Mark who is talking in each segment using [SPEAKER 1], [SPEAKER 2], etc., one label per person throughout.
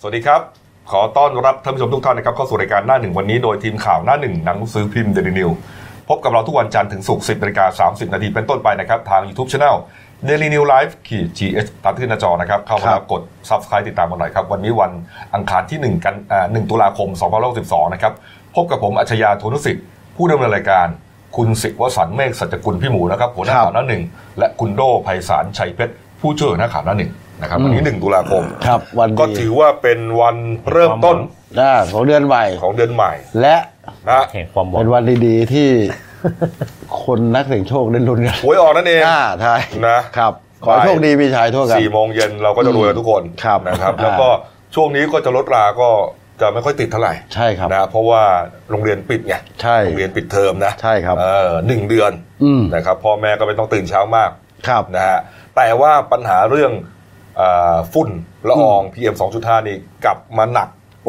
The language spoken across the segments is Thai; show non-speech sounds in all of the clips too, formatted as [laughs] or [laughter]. [SPEAKER 1] สวัสดีครับ ขอต้อนรับท่านผู้ชมทุกท่านนะครับเข้าสู่รายการหน้าหนึ่งวันนี้โดยทีมข่าวหน้าหนึ่งหนังสือพิมพ์เดลินิวพบกับเราทุกวันจันทร์ถึงศุกร์10นาฬิกา30 นาทีเป็นต้นไปนะครับทาง YouTube Channel Daily New Life ขีด GS ตามที่หน้าจอนะครับ เข้ามา
[SPEAKER 2] ครับ
[SPEAKER 1] กด Subscribe ติดตามกันหน่อยครับ วันนี้วันอังคารที่ 1 กันอ่า1ตุลาคม2562นะครับพบกับผมอัชยาโทนุสิทธิ์ผู้ดำเนินรายการ คุณศิวสันต์เมฆสัจกุลพี่หมูนะครับหัวหน้าข่าวหน้าหนึ่งและคุณโดไพศาลชัยเพชรผู้ช่วยหัวหน้าข่าวหน้าหนึ่งนะครับวันนี้1ตุลาคม
[SPEAKER 2] ครับวัน
[SPEAKER 1] ก็
[SPEAKER 2] ดี
[SPEAKER 1] ถือว่าเป็นวันเริ่มต้น
[SPEAKER 2] นะของเดือนใหม่
[SPEAKER 1] ของเดือนใหม่
[SPEAKER 2] และ
[SPEAKER 1] นะ
[SPEAKER 3] แห่งความหวัง
[SPEAKER 2] เป็นวันดีๆที่ คนนักเสี่ยงโชคได้ลุ้นกัน
[SPEAKER 1] หวยออกนั่นเอง
[SPEAKER 2] อ่าใช่
[SPEAKER 1] นะ
[SPEAKER 2] ครับ ขอให้โชคดีมีชายทั่วกัน
[SPEAKER 1] สี่โมงเย็นเราก็จะรวยกันทุกคน
[SPEAKER 2] ครับ
[SPEAKER 1] นะครับ
[SPEAKER 2] อ่า
[SPEAKER 1] แล้วก็ช่วงนี้ก็จะลดราก็จะไม่ค่อยติดเท่าไหร่
[SPEAKER 2] ใช่ครับ
[SPEAKER 1] นะเพราะว่าโรงเรียนปิดไง
[SPEAKER 2] ใช่
[SPEAKER 1] โรงเรียนปิดเทอมนะ
[SPEAKER 2] ใช่ครับ
[SPEAKER 1] เออหนึ่งเดือน
[SPEAKER 2] อืม
[SPEAKER 1] นะครับพ่อแม่ก็ไม่ต้องตื่นเช้ามาก
[SPEAKER 2] ครับ
[SPEAKER 1] นะฮะแต่ว่าปัญหาเรื่องเอ่อฝุ่นละออง PM 2.5 นี่กลับมาหนัก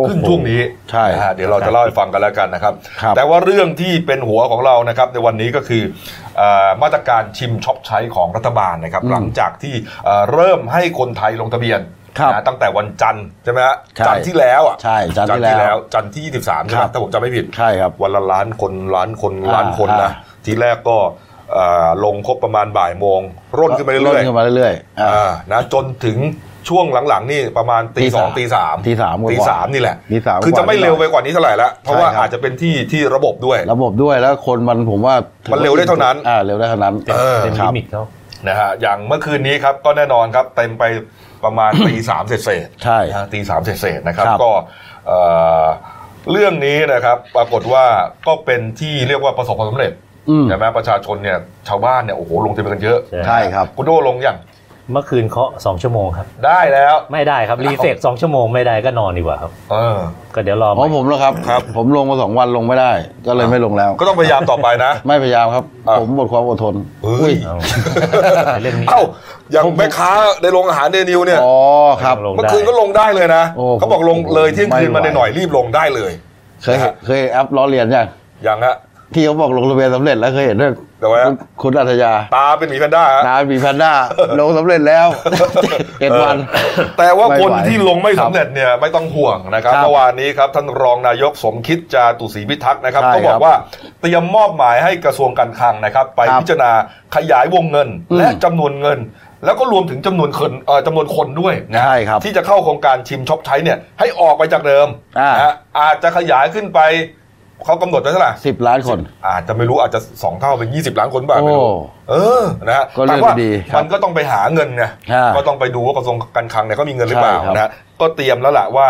[SPEAKER 1] ขึ้น
[SPEAKER 2] โอ้โห
[SPEAKER 1] ช่วงนี้
[SPEAKER 2] ใช่
[SPEAKER 1] นะฮะเดี๋ยวเราจะเล่าให้ฟังกันแล้วกันนะครับ
[SPEAKER 2] ครับ
[SPEAKER 1] แต่ว่าเรื่องที่เป็นหัวของเรานะครับในวันนี้ก็คือเออมาตรการชิมช็อปใช้ของรัฐบาลนะครับ หลังจากที่เอ่อเริ่มให้คนไทยลงทะเบียน
[SPEAKER 2] ครับ
[SPEAKER 1] นะตั้งแต่วันจันทร์ใช่ไหมฮะจั
[SPEAKER 2] ใช่
[SPEAKER 1] นทร์ที่แล้วอ่ะ
[SPEAKER 2] ใช่จันทร์ที่แล้ว
[SPEAKER 1] จันทร์ที่ 23 ใช่ไหม
[SPEAKER 2] ครับ
[SPEAKER 1] ถ้าผมจำไม่ผิด
[SPEAKER 2] ใช่ครับ
[SPEAKER 1] วันละล้านคนล้านคน
[SPEAKER 2] อ่า
[SPEAKER 1] ล้านคนนะ
[SPEAKER 2] อ่า
[SPEAKER 1] ทีแรกก็เอ่อลงครบประมาณบ่ายโมงร่นขึ้นไปเรื่อย
[SPEAKER 2] ขึ้นมาเรื่อยๆ
[SPEAKER 1] ๆ
[SPEAKER 2] อ่า
[SPEAKER 1] อ่านะจนถึงช่วงหลังๆ นี่ประมาณตี
[SPEAKER 2] ตี
[SPEAKER 1] สอง
[SPEAKER 2] สาม
[SPEAKER 1] ตีสาม
[SPEAKER 2] ตีสามกว่า
[SPEAKER 1] ตีสามนี่แหละ
[SPEAKER 2] ตีสามกว่า
[SPEAKER 1] คือจะไม่เร็วไปกว่านี้เท่าไหร่ละเพราะว่า
[SPEAKER 2] ใช่ครับ
[SPEAKER 1] อาจจะเป็นที่ที่ระบบด้วย
[SPEAKER 2] ระบบด้วยแล้วคนมันผมว่าถือ
[SPEAKER 1] มันเร็วได้เท่านั้น
[SPEAKER 2] อ่าเร็วได้เท่านั้น
[SPEAKER 1] เออ
[SPEAKER 3] เป็น
[SPEAKER 2] ค
[SPEAKER 3] ลิ
[SPEAKER 2] รับ
[SPEAKER 3] มิตเขา
[SPEAKER 1] นะฮะอย่างเมื่อคืนนี้ครับก็แน่นอนครับเต็มไปประมาณ ตีสามเศษเศษ
[SPEAKER 2] ใช่
[SPEAKER 1] ตีสามเศษเศษนะครับ
[SPEAKER 2] ครับ
[SPEAKER 1] ก็เอ่อเรื่องนี้นะครับปรากฏว่าก็เป็นที่เรียกว่าประสบความสำเร็จ
[SPEAKER 2] อืม
[SPEAKER 1] ใช่ไหมประชาชนเนี่ยชาวบ้านเนี่ยโอ้โหลงทะเบียนกันเยอะ
[SPEAKER 2] ใช่ครับ
[SPEAKER 1] คุณโดลงอย่าง
[SPEAKER 3] เมื่อคืนเคาะสองชั่วโมงครับ
[SPEAKER 1] ได้แล้ว
[SPEAKER 3] ไม่ได้ครับ รีเฟกสองชั่วโมงไม่ได้ก็นอนดีกว่าครับ
[SPEAKER 1] เออ
[SPEAKER 3] ก็เดี๋ยวรอ
[SPEAKER 2] เพราะผมแล้วครับ
[SPEAKER 1] ครับ
[SPEAKER 2] ผมลงมาสองวันลงไม่ได้ ก็เลยไม่ลงแล้ว
[SPEAKER 1] ก็ต้องพยายามต่อไปนะ
[SPEAKER 2] ไม่พยายามครับ
[SPEAKER 1] อ่ะ
[SPEAKER 2] ผมหมดความอดทน
[SPEAKER 1] เฮ้ย
[SPEAKER 3] เอาเรื่องนี้
[SPEAKER 1] เอ้าอย่างแม่ค้าในโรงอาหารเดนิวเนี่ย
[SPEAKER 2] อ๋อครับ
[SPEAKER 3] ลงได้
[SPEAKER 1] เมื่อคืนก็ลงได้เลยนะ
[SPEAKER 2] โอ้
[SPEAKER 1] เขาบอกลงเลยเที่ยงคืนมา
[SPEAKER 2] ไม่ไหว
[SPEAKER 1] หน่อยๆรีบลงได้เลย
[SPEAKER 2] เคยเห็นเคยแอปล้อเลียนยัง
[SPEAKER 1] อย่างฮะ
[SPEAKER 2] ที่เขาบอกลงทะเบียนสำเร็จแล้วเคยเห็นด้วย
[SPEAKER 1] แต่ว่า
[SPEAKER 2] คุณคุณอัธยา
[SPEAKER 1] ตาเป็นหมีแพนด้าฮะ
[SPEAKER 2] นามีแพน
[SPEAKER 1] [laughs]
[SPEAKER 2] ด้า ลงสำเร็จแล้วเจ็ดวัน
[SPEAKER 1] เออแต่ว่า
[SPEAKER 2] ไม่ไหว
[SPEAKER 1] คนที่ลงไม่สำเร็จเนี่ยไม่ต้องห่วงนะครับ
[SPEAKER 2] ครับ
[SPEAKER 1] เมื่อวานนี้ครับท่านรองนายกสมคิดจาตุศรีพิทักษ์นะครับ
[SPEAKER 2] ใช่
[SPEAKER 1] ก็บอ
[SPEAKER 2] ครั
[SPEAKER 1] ก
[SPEAKER 2] บ
[SPEAKER 1] ว่าเตรียมมอบหมายให้กระทรวงการคลังนะครับ ไป
[SPEAKER 2] ครับ
[SPEAKER 1] พิจารณาขยายวงเงิน
[SPEAKER 2] อืม
[SPEAKER 1] และจำนวนเงิน แล้วก็รวมถึงจำนวนคนเอ่อจำนวนคนด้วยนะ
[SPEAKER 2] ใช่ครับ
[SPEAKER 1] ที่จะเข้าโครงการชิมช็อปใช้เนี่ยให้ออกไปจากเดิม
[SPEAKER 2] อ่าน
[SPEAKER 1] ะฮะอาจจะขยายขึ้นไปเขากำหนดไว้เท่าไหร่
[SPEAKER 2] สิบล้านคน
[SPEAKER 1] อาจจะไม่รู้อาจจะสองเท่าเป็นยี่สิบล้านคนบ้างไม่รู้
[SPEAKER 2] โอ้
[SPEAKER 1] เออนะฮะ
[SPEAKER 2] ก็เลื
[SPEAKER 1] แต่
[SPEAKER 2] อก
[SPEAKER 1] ว่า
[SPEAKER 2] ดีครับ
[SPEAKER 1] มันก็ต้องไปหาเงินไง
[SPEAKER 2] ฮะ
[SPEAKER 1] ก็ต้องไปดูว่ากระทรวงการคลังเนี่ยเขามีเงินหรือเปล่า
[SPEAKER 2] ใช่ครับ
[SPEAKER 1] นะฮะก็เตรียมแล้วล่ะว่า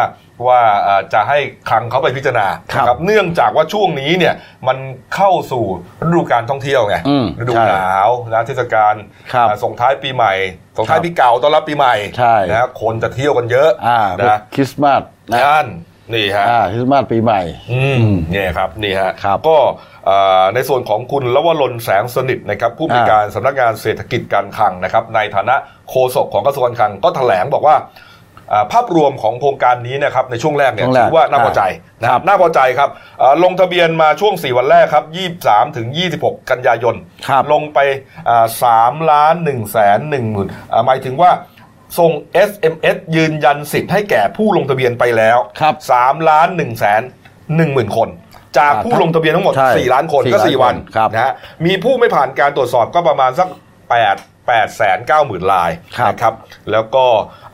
[SPEAKER 1] ว่าเอ่อจะให้คลังเขาไปพิจารณา
[SPEAKER 2] ครับ
[SPEAKER 1] นะเนื่องจากว่าช่วงนี้เนี่ยมันเข้าสู่ฤดูการท่องเที่ยวไง
[SPEAKER 2] อืม
[SPEAKER 1] ฤดู
[SPEAKER 2] ใช่
[SPEAKER 1] หนาวนะเทศกาล
[SPEAKER 2] ครับ
[SPEAKER 1] อ่าส่งท้ายปีใหม่ส่งท้ายปีเก่าต้อนรับปีใหม่
[SPEAKER 2] ใช่
[SPEAKER 1] นะฮะคนจะเที่ยวกันเยอะ
[SPEAKER 2] อ่าเป็น
[SPEAKER 1] นะ
[SPEAKER 2] คริสต์มาสนะ
[SPEAKER 1] นั่นนี่ฮะ
[SPEAKER 2] อ่าคริสต์มาสปีใหม่
[SPEAKER 1] อืม
[SPEAKER 2] อืม
[SPEAKER 1] เนี่ยครับนี่ฮะ
[SPEAKER 2] ครับ
[SPEAKER 1] ก็เอ่อในส่วนของคุณลวรนแสงสนิทนะครับผู้มี
[SPEAKER 2] อ่า
[SPEAKER 1] การสำนักงานเศรษฐกิจการคลังนะครับ ในฐานะโฆษกของกระทรวงการคลังก็แถลงบอกว่าอ่าภาพรวมของโครงการนี้นะครับในช่วงแรกเนี่ย
[SPEAKER 2] ช่วงแรก
[SPEAKER 1] ถือว่าน่าพอใจนะครับน่าพอใจครับเอ่อลงทะเบียนมาช่วง 4 วันแรกครับ 23 ถึง 26 กันยายน
[SPEAKER 2] ครับ
[SPEAKER 1] ลงไปสามล้านหนึ่งแสนหนึ่งหมื่นหมายถึงว่าส่ง SMS ยืนยันสิทธิ์ให้แก่ผู้ลงทะเบียนไปแล้ว
[SPEAKER 2] ครับ
[SPEAKER 1] สามล้านหนึ่งแสนหนึ่งหมื่นคน จาก
[SPEAKER 2] อ่า
[SPEAKER 1] ผู้ลงทะเบียนทั้งหมด
[SPEAKER 2] ใช่
[SPEAKER 1] สี่ล้านคน
[SPEAKER 2] สี่
[SPEAKER 1] ก็
[SPEAKER 2] ล้าน
[SPEAKER 1] สี่วัน
[SPEAKER 2] คนครับ
[SPEAKER 1] นะฮะมีผู้ไม่ผ่านการตรวจสอบก็ประมาณสักแปดแปดแสนเก้าหมื่นลาย
[SPEAKER 2] ครับ
[SPEAKER 1] นะครับ แล้วก็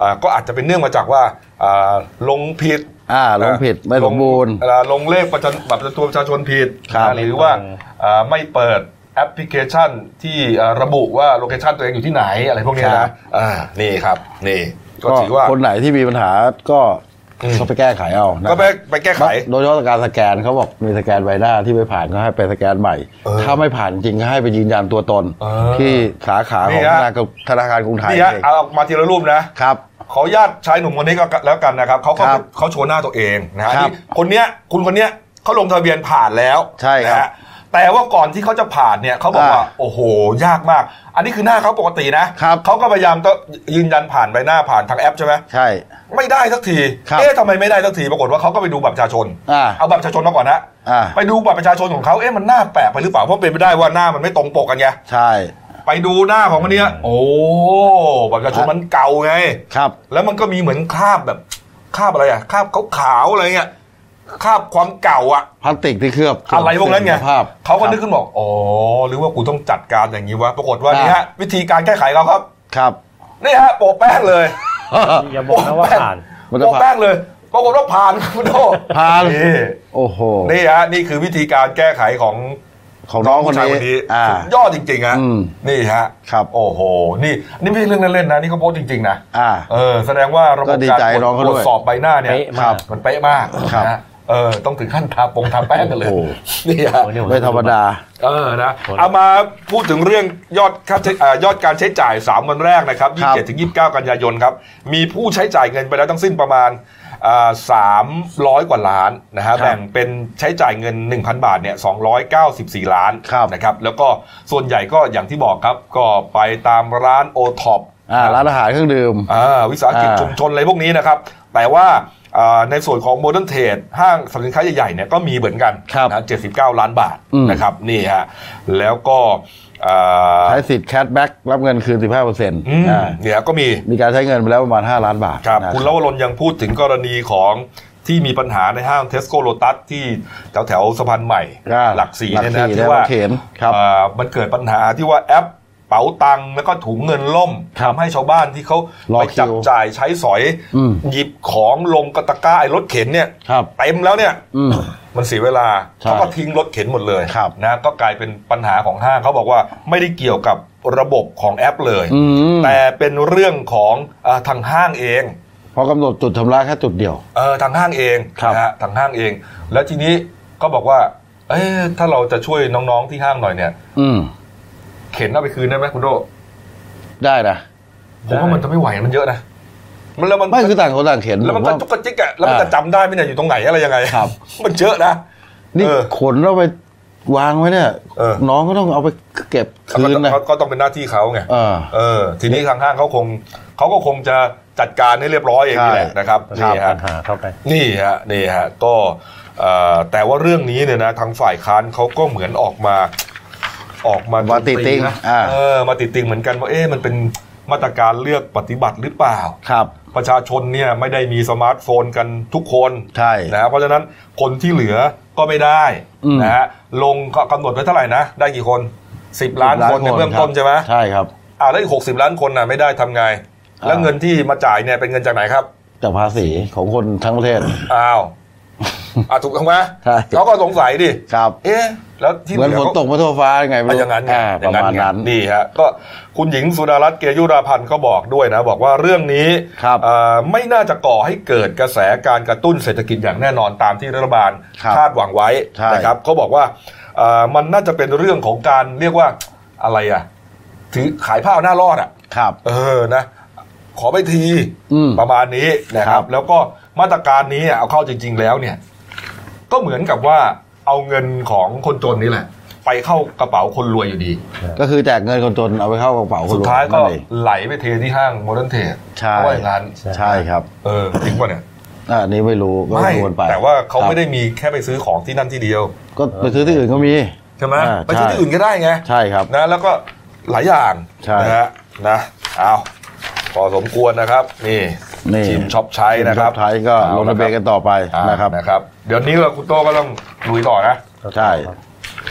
[SPEAKER 1] อ่าก็อาจจะเป็นเนื่องมาจากว่าอ่าลงผิด
[SPEAKER 2] อ่าลงผิดไม่สมบูรณ์
[SPEAKER 1] ลงเอ่อลงเลขประจำบัตรประจำตัวประชาชนผิด
[SPEAKER 2] ครับ
[SPEAKER 1] หรือว่าเอ่อไม่เปิดแอปพลิเคชันที่เอ่อระบุว่าโลเคชันตัวเองอยู่ที่ไหนอะไรพวกเนี้ย
[SPEAKER 2] ครั
[SPEAKER 1] นะ
[SPEAKER 2] บ
[SPEAKER 1] อ่านี่ครับนี่ก็ถือว่า
[SPEAKER 2] คนไหนที่มีปัญหาก็
[SPEAKER 1] อืม
[SPEAKER 2] ก็ไปแก้ไขเอานะ
[SPEAKER 1] ก็ไปไปแก้ไข
[SPEAKER 2] โดยเฉพาะการสแกนเขาบอกมีสแกนใบหน้าที่ไม่ผ่านก็ให้ไปสแกนใหม่
[SPEAKER 1] เออ
[SPEAKER 2] ถ้าไม่ผ่านจริงก็ให้ไปยืนยันตัวตน
[SPEAKER 1] เออ
[SPEAKER 2] ที่สาขาของ
[SPEAKER 1] นี่ฮะ
[SPEAKER 2] ธนาคารกรุงไทย
[SPEAKER 1] นี่
[SPEAKER 2] เอ
[SPEAKER 1] ฮะ
[SPEAKER 2] ง
[SPEAKER 1] เอามาทีละรูปนะ
[SPEAKER 2] ครับ
[SPEAKER 1] ขออนุญาตชายหนุ่มคนนี้ก็แล้วกันนะครับเขาก็
[SPEAKER 2] ครับ
[SPEAKER 1] เขาโชว์หน้าตัวเองนะฮะ
[SPEAKER 2] ครับ
[SPEAKER 1] นี่คนเนี้ยคุณคนเนี้ยเขาลงทะเบียนผ่านแล้ว
[SPEAKER 2] ใช่ครับ
[SPEAKER 1] นะฮะแต่ว่าก่อนที่เขาจะผ่านเนี่ยเขาบอกว่า
[SPEAKER 2] อ่า
[SPEAKER 1] โอ้โห ยากมาก อันนี้คือหน้าเขาปกตินะครับ เขาก็พยายามจะยืนยันผ่านใบหน้าผ่านทางแอปใช่ไหม
[SPEAKER 2] ใช่
[SPEAKER 1] ไม่ได้สักที
[SPEAKER 2] ครับ
[SPEAKER 1] เอ๊ะทำไมไม่ได้สักทีปรากฏว่าเขาก็ไปดูบัตรประชาชน
[SPEAKER 2] อ่า
[SPEAKER 1] เอาบัตรประชาชนมาก่อนนะ
[SPEAKER 2] อ่า
[SPEAKER 1] ไปดูบัตรประชาชนของเขาเอ๊ะมันหน้าแปลกไปหรือเปล่าเพราะเป็นไปได้ว่าหน้ามันไม่ตรงปกกันไง
[SPEAKER 2] ใช่
[SPEAKER 1] ไปดูหน้าของคนเนี้ยโอ้บัตรประชาชนมันเก่าไง
[SPEAKER 2] ครับ
[SPEAKER 1] แล้วมันก็มีเหมือนคราบแบบ คราบอะไรอ่ะคราบขาวๆอะไรเงี้ยคราบความเก่าอ่ะ
[SPEAKER 2] พลาสติกที่เคลือบ
[SPEAKER 1] อะไรพวกนั้นไง
[SPEAKER 2] สิ่สภาพ
[SPEAKER 1] เขาก็นึกขึ้นบอกอ๋อหรือว่ากูต้องจัดการอย่างนี้วะปรากฏว่านี่ฮะวิธีการแก้ไขเขาครับ [laughs]
[SPEAKER 2] ครับ
[SPEAKER 1] นี่ฮะโปะแป้งเลย
[SPEAKER 3] อย่าบอกนะว่าผ่าน
[SPEAKER 2] มันจะ
[SPEAKER 1] โปะแป้งเลยปรากฏว่าผ่านครับคุณโต
[SPEAKER 2] ผ่าน
[SPEAKER 1] นี่
[SPEAKER 2] โอ้โห
[SPEAKER 1] นี่ฮะนี่คือวิธีการแก้ไขของ
[SPEAKER 2] ของน้องคน
[SPEAKER 1] ผู้ชาย
[SPEAKER 2] นี้
[SPEAKER 1] คนนี้
[SPEAKER 2] อ่า
[SPEAKER 1] สุดยอดจริงๆฮะ
[SPEAKER 2] อืม
[SPEAKER 1] นี่ฮะ
[SPEAKER 2] ครับ
[SPEAKER 1] โอ้โหนี่นี่ไม่ใช่เรื่องเล่นๆนะนี่เขาโพสต์จริงๆนะ
[SPEAKER 2] อ่า
[SPEAKER 1] เออแสดงว่าระบ
[SPEAKER 2] ก็
[SPEAKER 1] บ
[SPEAKER 2] ดี
[SPEAKER 1] การ
[SPEAKER 2] ใจน้องเขา
[SPEAKER 1] ต
[SPEAKER 2] ด้
[SPEAKER 1] ร
[SPEAKER 2] ว
[SPEAKER 1] วย จสอบใบหน้าเนี่ย
[SPEAKER 3] เป๊ะมาก
[SPEAKER 2] ครับ
[SPEAKER 1] มันเป๊ะมาก
[SPEAKER 2] ครับ
[SPEAKER 1] นะเออต้องถึงขั้นทาปงทาแป้งกันเลย
[SPEAKER 2] โอ้โห
[SPEAKER 1] นี่ฮะ
[SPEAKER 3] โอ้ยเนี่ยผ
[SPEAKER 2] ไม่ธรรมดา
[SPEAKER 1] เออนะ
[SPEAKER 3] คน
[SPEAKER 1] เอามาพูดถึงเรื่องยอดค่าใช้เอ่อยอดการใช้จ่าย 3 วันแรกนะครับ
[SPEAKER 2] ครับ
[SPEAKER 1] 27ถึง29 กันยายนครับ มีผู้ใช้จ่ายเงินไปแล้วทั้งสิ้นประมาณสามร้อยกว่าล้านนะฮะแบ่งเป็นใช้จ่ายเงิน 1,000 บาทเนี่ย294 ล้านนะครับแล้วก็ส่วนใหญ่ก็อย่างที่บอกครับก็ไปตามร้านโอท็อป
[SPEAKER 2] อ่าร้านอาหารเครื่องดื่ม
[SPEAKER 1] อ่าวิสาหกิจ
[SPEAKER 2] อ่า
[SPEAKER 1] ชุมชนอะไรพวกนี้นะครับ แต่ว่าอ่าในส่วนของโมเดิร์นเทรดห้างสรรพสินค้าใหญ่ๆเนี่ยก็มีเหมือนกัน
[SPEAKER 2] ครับ
[SPEAKER 1] นะ79 ล้านบาท
[SPEAKER 2] อืม
[SPEAKER 1] นะครับนี่ฮะแล้วก็อ่า
[SPEAKER 2] ใช้สิทธิ์แคชแบ็กรับเงินคืน 15เปอร์เซ็นต์
[SPEAKER 1] อืมเนี่ยก็มี
[SPEAKER 2] มีการใช้เงินไปแล้วประมาณ 5 ล้านบาท
[SPEAKER 1] ครับ
[SPEAKER 2] นะ
[SPEAKER 1] คุณลวรนยังพูดถึงกรณีของที่มีปัญหาในห้างเทสโก้โลตัสที่แถวแถวๆสะพานใหม่
[SPEAKER 2] อ่า
[SPEAKER 1] หลักสี่
[SPEAKER 2] หลัก
[SPEAKER 1] เนี่ยนะ
[SPEAKER 2] สี่
[SPEAKER 1] ที่ว่า
[SPEAKER 2] แล้วก็เขนครับ
[SPEAKER 1] อ่ามันเกิดปัญหาที่ว่าแอปเป๋าตังค์แล้วก็ถุงเงินล่ม
[SPEAKER 2] ครับ
[SPEAKER 1] ทำให้ชาวบ้านที่เขา
[SPEAKER 2] รอ
[SPEAKER 1] ไป
[SPEAKER 2] คิว
[SPEAKER 1] จับจ่ายใช้สอย
[SPEAKER 2] อืม
[SPEAKER 1] หยิบของลงกระตะกร้าไอ้รถเข็นเนี่ย
[SPEAKER 2] ครับ
[SPEAKER 1] เต็มแล้วเนี่ย
[SPEAKER 2] อืม
[SPEAKER 1] มันเสียเวลา
[SPEAKER 2] ใช่
[SPEAKER 1] เขาก็ทิ้งรถเข็นหมดเลย
[SPEAKER 2] ครับ
[SPEAKER 1] นะก็กลายเป็นปัญหาของห้างเขาบอกว่าไม่ได้เกี่ยวกับระบบของแอปเลย
[SPEAKER 2] อืม
[SPEAKER 1] แต่เป็นเรื่องของเออทางห้างเอง
[SPEAKER 2] เพราะกำหนดจุดชำระแค่จุดเดียว
[SPEAKER 1] เออทางห้างเอง
[SPEAKER 2] ครับ
[SPEAKER 1] นะฮะทางห้างเอง แล้วทีนี้ก็บอกว่า เอ๊ะถ้าเราจะช่วยน้องๆที่ห้างหน่อยเนี่ย
[SPEAKER 2] อืม
[SPEAKER 1] เข็นเอาไปคืนได้ไหมคุณโด
[SPEAKER 2] ได้นะ
[SPEAKER 1] ผมว่ามันจะไม่ไหวมันเยอะนะมันแล้วมัน
[SPEAKER 2] ไม่คือต่างคนต่างเข็น
[SPEAKER 1] แล้วมัน
[SPEAKER 2] ผ
[SPEAKER 1] ก็
[SPEAKER 2] ว่า
[SPEAKER 1] จุกกระจิกอะแล้วมัน
[SPEAKER 2] อ่า
[SPEAKER 1] จะจำได้ไหมเนี่ยอยู่ตรงไหนอะไรยังไง
[SPEAKER 2] ครับ
[SPEAKER 1] [laughs] มันเยอะนะ
[SPEAKER 2] นี่
[SPEAKER 1] เออ
[SPEAKER 2] ขนเราไปวางไว้เนี่ย
[SPEAKER 1] เออ
[SPEAKER 2] น้องก็ต้องเอาไปเก็บคืนนะ
[SPEAKER 1] เขาก็ต้องเป็นหน้าที่เขาไง
[SPEAKER 2] เออ
[SPEAKER 1] เออ ทีนี้ทางห้างเขาคงเขาก็คงจะจัดการให้เรียบร้อยเองนี่แหละ
[SPEAKER 2] ใช่
[SPEAKER 1] นะครับ
[SPEAKER 3] ข้า
[SPEAKER 1] นี่
[SPEAKER 3] ม
[SPEAKER 1] ฮะ
[SPEAKER 3] ปัญหาเข้าไป
[SPEAKER 1] นี่ฮะนี่ฮะก็เอ่อแต่ว่าเรื่องนี้เนี่ยนะทางฝ่ายค้านเขาก็เหมือนออกมา ออกมา
[SPEAKER 2] มาติดติง
[SPEAKER 1] นะ
[SPEAKER 2] อ่า
[SPEAKER 1] เออมาติดติงเหมือนกันว่าเอ๊ะมันเป็นมาตรการเลือกปฏิบัติหรือเปล่า
[SPEAKER 2] ครับ
[SPEAKER 1] ประชาชนเนี่ยไม่ได้มีสมาร์ทโฟนกันทุกคน
[SPEAKER 2] ใช่
[SPEAKER 1] นะเพราะฉะนั้นคนที่เหลือก็ไม่ได้
[SPEAKER 2] อืม
[SPEAKER 1] นะฮะลงก็กำหนดไว้เท่าไหร่นะ ได้กี่คน 10 ล้านคนในยเบื้องต้น
[SPEAKER 2] ครับ
[SPEAKER 1] ใช่ไหม
[SPEAKER 2] ใช่ครับ
[SPEAKER 1] อ่าแล้วอีกหกสิบล้านคนน่ะไม่ได้ทำไง
[SPEAKER 2] อ่า
[SPEAKER 1] แล้วเงินที่มาจ่ายเนี่ยเป็นเงินจากไหนครับ
[SPEAKER 2] จากภาษีของคนทั้งประเทศ
[SPEAKER 1] อ้าวอ่าถูกต้องไหม
[SPEAKER 2] ใช่
[SPEAKER 1] เขาก็สงสัยดิ
[SPEAKER 2] ครับ
[SPEAKER 1] เอ๊ะแล้วที่
[SPEAKER 2] เหมือน
[SPEAKER 1] ลื
[SPEAKER 2] ฝน
[SPEAKER 1] ขา
[SPEAKER 2] ตกมาทั่วฟ้ายังไงไม่
[SPEAKER 1] อะ
[SPEAKER 2] รู้
[SPEAKER 1] อย่างนั้นไง
[SPEAKER 2] อ่า
[SPEAKER 1] อ
[SPEAKER 2] ป
[SPEAKER 1] ย่า
[SPEAKER 2] ระ
[SPEAKER 1] งนั้น
[SPEAKER 2] มาณ
[SPEAKER 1] ไง
[SPEAKER 2] นั้น
[SPEAKER 1] นี่ฮะก็คุณหญิงสุดารัตน์เกยุราพันธ์ก็บอกด้วยนะ บอกว่าเรื่องนี้
[SPEAKER 2] ครับ
[SPEAKER 1] เอ่อไม่น่าจะก่อให้เกิดกระแสการกระตุ้นเศรษฐกิจอย่างแน่นอนตามที่รัฐบาล
[SPEAKER 2] ครับ
[SPEAKER 1] คาดหวังไว้
[SPEAKER 2] ใช่
[SPEAKER 1] นะครับเขาบอกว่าเอ่อมันน่าจะเป็นเรื่องของการเรียกว่าอะไรอ่ะถือขายผ้าเอาหน้ารอดอ่ะ
[SPEAKER 2] ครับ
[SPEAKER 1] เออนะ ขอไปที
[SPEAKER 2] อืม
[SPEAKER 1] ประมาณนี้นะค
[SPEAKER 2] ครั
[SPEAKER 1] รับ
[SPEAKER 2] บ
[SPEAKER 1] แล้วก็มาตรการนี้เอาเข้าจริง ๆ แล้วเนี่ย ก็เหมือนกับว่าเอาเงินของคนจนนี่แหละ ไปเข้ากระเป๋าคนรวยอยู่ดี
[SPEAKER 2] ก็คือแจกเงินคนจนเอาไปเข้ากระเป๋าคน
[SPEAKER 1] สุด
[SPEAKER 2] รวย
[SPEAKER 1] ท้ายก็
[SPEAKER 2] นั่นเอง
[SPEAKER 1] ไหลไปเทที่ห้างโมเดิร์นเทรด
[SPEAKER 2] ใช่
[SPEAKER 1] เพราะว่าอย่างนั้น
[SPEAKER 2] ใช่ครับ
[SPEAKER 1] เออจริงป่ะเนี่ย
[SPEAKER 2] อ่าอันนี้ไม่รู้ก็
[SPEAKER 1] ไม่
[SPEAKER 2] ดูกันไป
[SPEAKER 1] แต่ว่าเขา
[SPEAKER 2] ครับ
[SPEAKER 1] ไม่ได้มีแค่ไปซื้อของที่นั่นที่เดียว
[SPEAKER 2] ก็ไปซื้อที่อื่นก็มี
[SPEAKER 1] ใช่ไหม
[SPEAKER 2] อ่า
[SPEAKER 1] ไปซื้อ
[SPEAKER 2] ใช่
[SPEAKER 1] ที่อื่นก็ได้ไง
[SPEAKER 2] ใช่ครับ
[SPEAKER 1] นะแล้วก็หลายอย่าง
[SPEAKER 2] ใช่
[SPEAKER 1] นะฮะนะเอาพอสมควรนะครับ นี่
[SPEAKER 2] นี่
[SPEAKER 1] ชิมช็อปใช้นะครับ
[SPEAKER 2] ท้ายก็ลงทะเบียนกันต่อไป
[SPEAKER 1] อ่า
[SPEAKER 2] นะครับ
[SPEAKER 1] นะครับ เดี๋ยวนี้เราคุณโตก็ต้องลุยต่อนะ
[SPEAKER 2] ใช่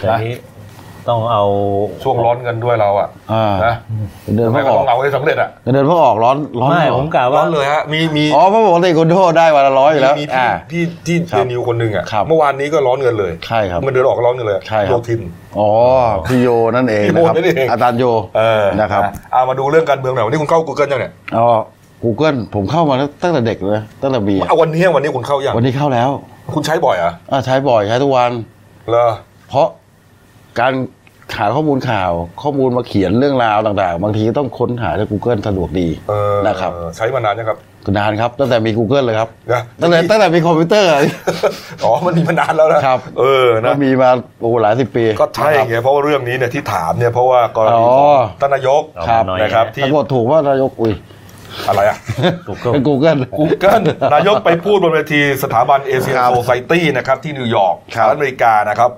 [SPEAKER 3] แต่นี้ต้องเอา
[SPEAKER 1] ช่วงร้อนเงินด้วยเราอะ
[SPEAKER 2] อ่า
[SPEAKER 1] นะ
[SPEAKER 2] เงินเดือน
[SPEAKER 1] ไม่ก็
[SPEAKER 2] เพิ่งออ
[SPEAKER 1] ต้
[SPEAKER 2] ก
[SPEAKER 1] องเอาให้สำเร็จอะ
[SPEAKER 2] เงินเดือนเพิ่งออกร้อนร้อน
[SPEAKER 3] ไม่
[SPEAKER 2] เหรอ
[SPEAKER 3] ผมกล่าว
[SPEAKER 1] ร้
[SPEAKER 3] ว่า
[SPEAKER 1] อนเลยฮะมีมี
[SPEAKER 2] อ๋อเพราะปกติคนโทษได้วันละร้อยอยู่แล้ว
[SPEAKER 1] มี
[SPEAKER 2] อ่า
[SPEAKER 1] พี่ที่ที่
[SPEAKER 2] ครั
[SPEAKER 1] เด
[SPEAKER 2] บ
[SPEAKER 1] นิวคนหนึ่งอะ
[SPEAKER 2] ครับ
[SPEAKER 1] เมื่อวานนี้ก็ร้อนเงินเลย
[SPEAKER 2] ใช่ครับ
[SPEAKER 1] เงินเดือนออกร้อนเงินเลย
[SPEAKER 2] ใช่ครับ
[SPEAKER 1] โยทิน
[SPEAKER 2] อ๋อพี่โยนั่นเอง
[SPEAKER 1] พี่โย
[SPEAKER 2] นะครับ
[SPEAKER 1] นั่นเอง
[SPEAKER 2] อาจารย์โย
[SPEAKER 1] เออ
[SPEAKER 2] นะครับ
[SPEAKER 1] เอามาดูเรื่องการเมืองหน่อยวันนี้คุณเข้า Google ยังเนี่ย
[SPEAKER 2] อ๋อ Google ผมเข้ามาตั้งแต่เด็กเลยตั้งแต่บีอะ
[SPEAKER 1] เอาวันนี้วันนี้คุณเข้ายัง
[SPEAKER 2] วันนี้เข้าแล้ว
[SPEAKER 1] คุณใช้บ่อยอะ
[SPEAKER 2] อ่าใช้บ่อยใช้ทุกวัน
[SPEAKER 1] เหรอ
[SPEAKER 2] เพราะการหาข้อมูลข่าวข้อมูลมาเขียนเรื่องราวต่างๆ บางทีต้องค้นหาใน Google สะดวกดี
[SPEAKER 1] เออ
[SPEAKER 2] นะครับ
[SPEAKER 1] ใช้มานานยังครับ [laughs]
[SPEAKER 2] นานครับ ตั้งแต่มี Google เลยครับ
[SPEAKER 1] นะ
[SPEAKER 2] ตั้งแต่ตั้งแต่มีคอมพิวเตอร์
[SPEAKER 1] อ๋อมันมีมานานแล้วนะครับ เออ
[SPEAKER 2] ก็
[SPEAKER 1] นะ
[SPEAKER 2] มีมาโอ้โหหลายสิบปี
[SPEAKER 1] ก็ใช่ไงเพราะว่าเรื่องนี้เนี่ยที่ถามเนี่ยเพราะว่ากรณีข
[SPEAKER 2] อ๋
[SPEAKER 1] อง
[SPEAKER 2] อ
[SPEAKER 1] ท่านนายก
[SPEAKER 3] เอา
[SPEAKER 2] ครั
[SPEAKER 3] มา
[SPEAKER 2] บ
[SPEAKER 3] หน่อย
[SPEAKER 1] นะครับที่
[SPEAKER 2] ปรากฏถูกว่านายกอุ้ย
[SPEAKER 1] อะไรอะ
[SPEAKER 3] ถูกก็
[SPEAKER 2] เป็น Google
[SPEAKER 1] Google นายกไปพูดบนเวทีสถาบันเอเชีย
[SPEAKER 2] ครับ
[SPEAKER 1] โซไซตี้นะครับที่นิวยอร์กส
[SPEAKER 2] ครั
[SPEAKER 1] ห
[SPEAKER 2] บ
[SPEAKER 1] รัฐอเมริกานะครับ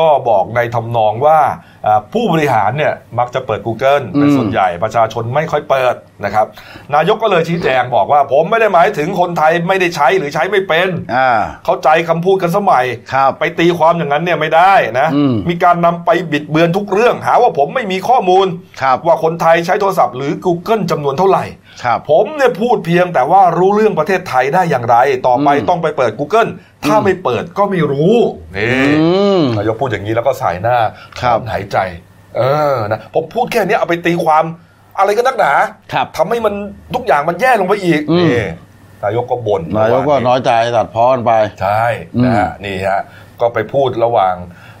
[SPEAKER 1] ก็บอกในทำนองว่าเอ่อผู้บริหารเนี่ยมักจะเปิด Google เป็นส่วน
[SPEAKER 2] อืม
[SPEAKER 1] ใหญ่ประชาชนไม่ค่อยเปิดนะครับ นายกก็เลยชี้แจงบอกว่า ผมไม่ได้หมายถึงคนไทยไม่ได้ใช้หรือใช้ไม่เป็น
[SPEAKER 2] อ่า
[SPEAKER 1] เข้าใจคำพูดกันสมัย
[SPEAKER 2] ครับ
[SPEAKER 1] ไปตีความอย่างนั้นเนี่ยไม่ได้นะ
[SPEAKER 2] อืม
[SPEAKER 1] การนำไปบิดเบือนทุกเรื่อง หาว่าผมไม่มีข้อมูล
[SPEAKER 2] ครับ
[SPEAKER 1] ว่าคนไทยใช้โทรศัพท์หรือ Google จำนวนเท่าไหร่
[SPEAKER 2] ครับ
[SPEAKER 1] ผมเนี่ยพูดเพียงแต่ว่ารู้เรื่องประเทศไทยได้อย่างไร ต่อไป
[SPEAKER 2] อืม
[SPEAKER 1] ต้องไปเปิด Google ถ้าไม่เปิดก็ไม่รู้นี่
[SPEAKER 2] อืม
[SPEAKER 1] นายกพูดอย่างนี้แล้วก็สายหน้า
[SPEAKER 2] ครับ
[SPEAKER 1] ถอนหายใจ เออนะผมพูดแค่เนี้ยเอาไปตีความอะไรกันนักหนา
[SPEAKER 2] ครับ
[SPEAKER 1] ทำให้มันทุกอย่างมันแย่ลงไปอีก
[SPEAKER 2] อืม
[SPEAKER 1] นี่นายกก็บ่น
[SPEAKER 2] นายกก็
[SPEAKER 1] เมื่ว
[SPEAKER 2] น้อยใจตัดพ้อนไป
[SPEAKER 1] ใช่นะฮะนี่ฮะก็ไปพูดระหว่าง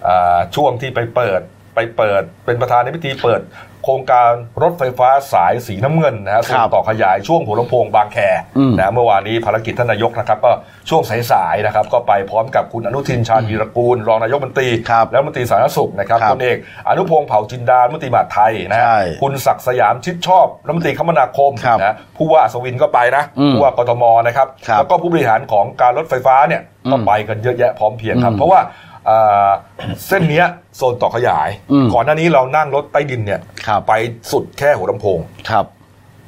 [SPEAKER 1] อ่าช่วงที่ไปเปิดไปเปิดเป็นประธานในพิธีเปิด โครงการรถไฟฟ้าสายสีน้ำเงินนะฮะส่วนต่อขยายช่วงหัวลำโพงบางแค
[SPEAKER 2] อืม
[SPEAKER 1] นะเมื่อวานนี้ภารกิจท่านนายกนะครับ ก็ช่วงสายๆนะครับ ก็ไปพร้อมกับคุณอนุทินชาญวีรกูล รองนายกบัญตี
[SPEAKER 2] ครับ
[SPEAKER 1] และมนตรีสาธารณสุขนะครับ
[SPEAKER 2] ครับ
[SPEAKER 1] พลเอกอนุพงษ์เผ่าจินดารัฐมนตรีมหาดไทยนะฮะ
[SPEAKER 2] ใช่
[SPEAKER 1] คุณศักดิ์สยามชิดชอบรัฐมนตรีคมนาคม
[SPEAKER 2] ครับ
[SPEAKER 1] นะผู้ว่าอัศวินก็ไปนะ
[SPEAKER 2] อืม
[SPEAKER 1] ผู้ว่ากทมนะครับ
[SPEAKER 2] ครับ
[SPEAKER 1] แล้วก็ผู้บริหารของการรถไฟฟ้าเนี่ย
[SPEAKER 2] อืม
[SPEAKER 1] ก็ไปกันเยอะแยะพร้อมเพรียงครับ
[SPEAKER 2] อืม
[SPEAKER 1] เพราะว่าเอ่อเส้นเนี้ยโซนต่อขยาย
[SPEAKER 2] อืม
[SPEAKER 1] ก่อนหน้านี้เรานั่งรถใต้ดินเนี่ย
[SPEAKER 2] ครับ
[SPEAKER 1] ไปสุดแค่หัวลำโพง
[SPEAKER 2] ครับ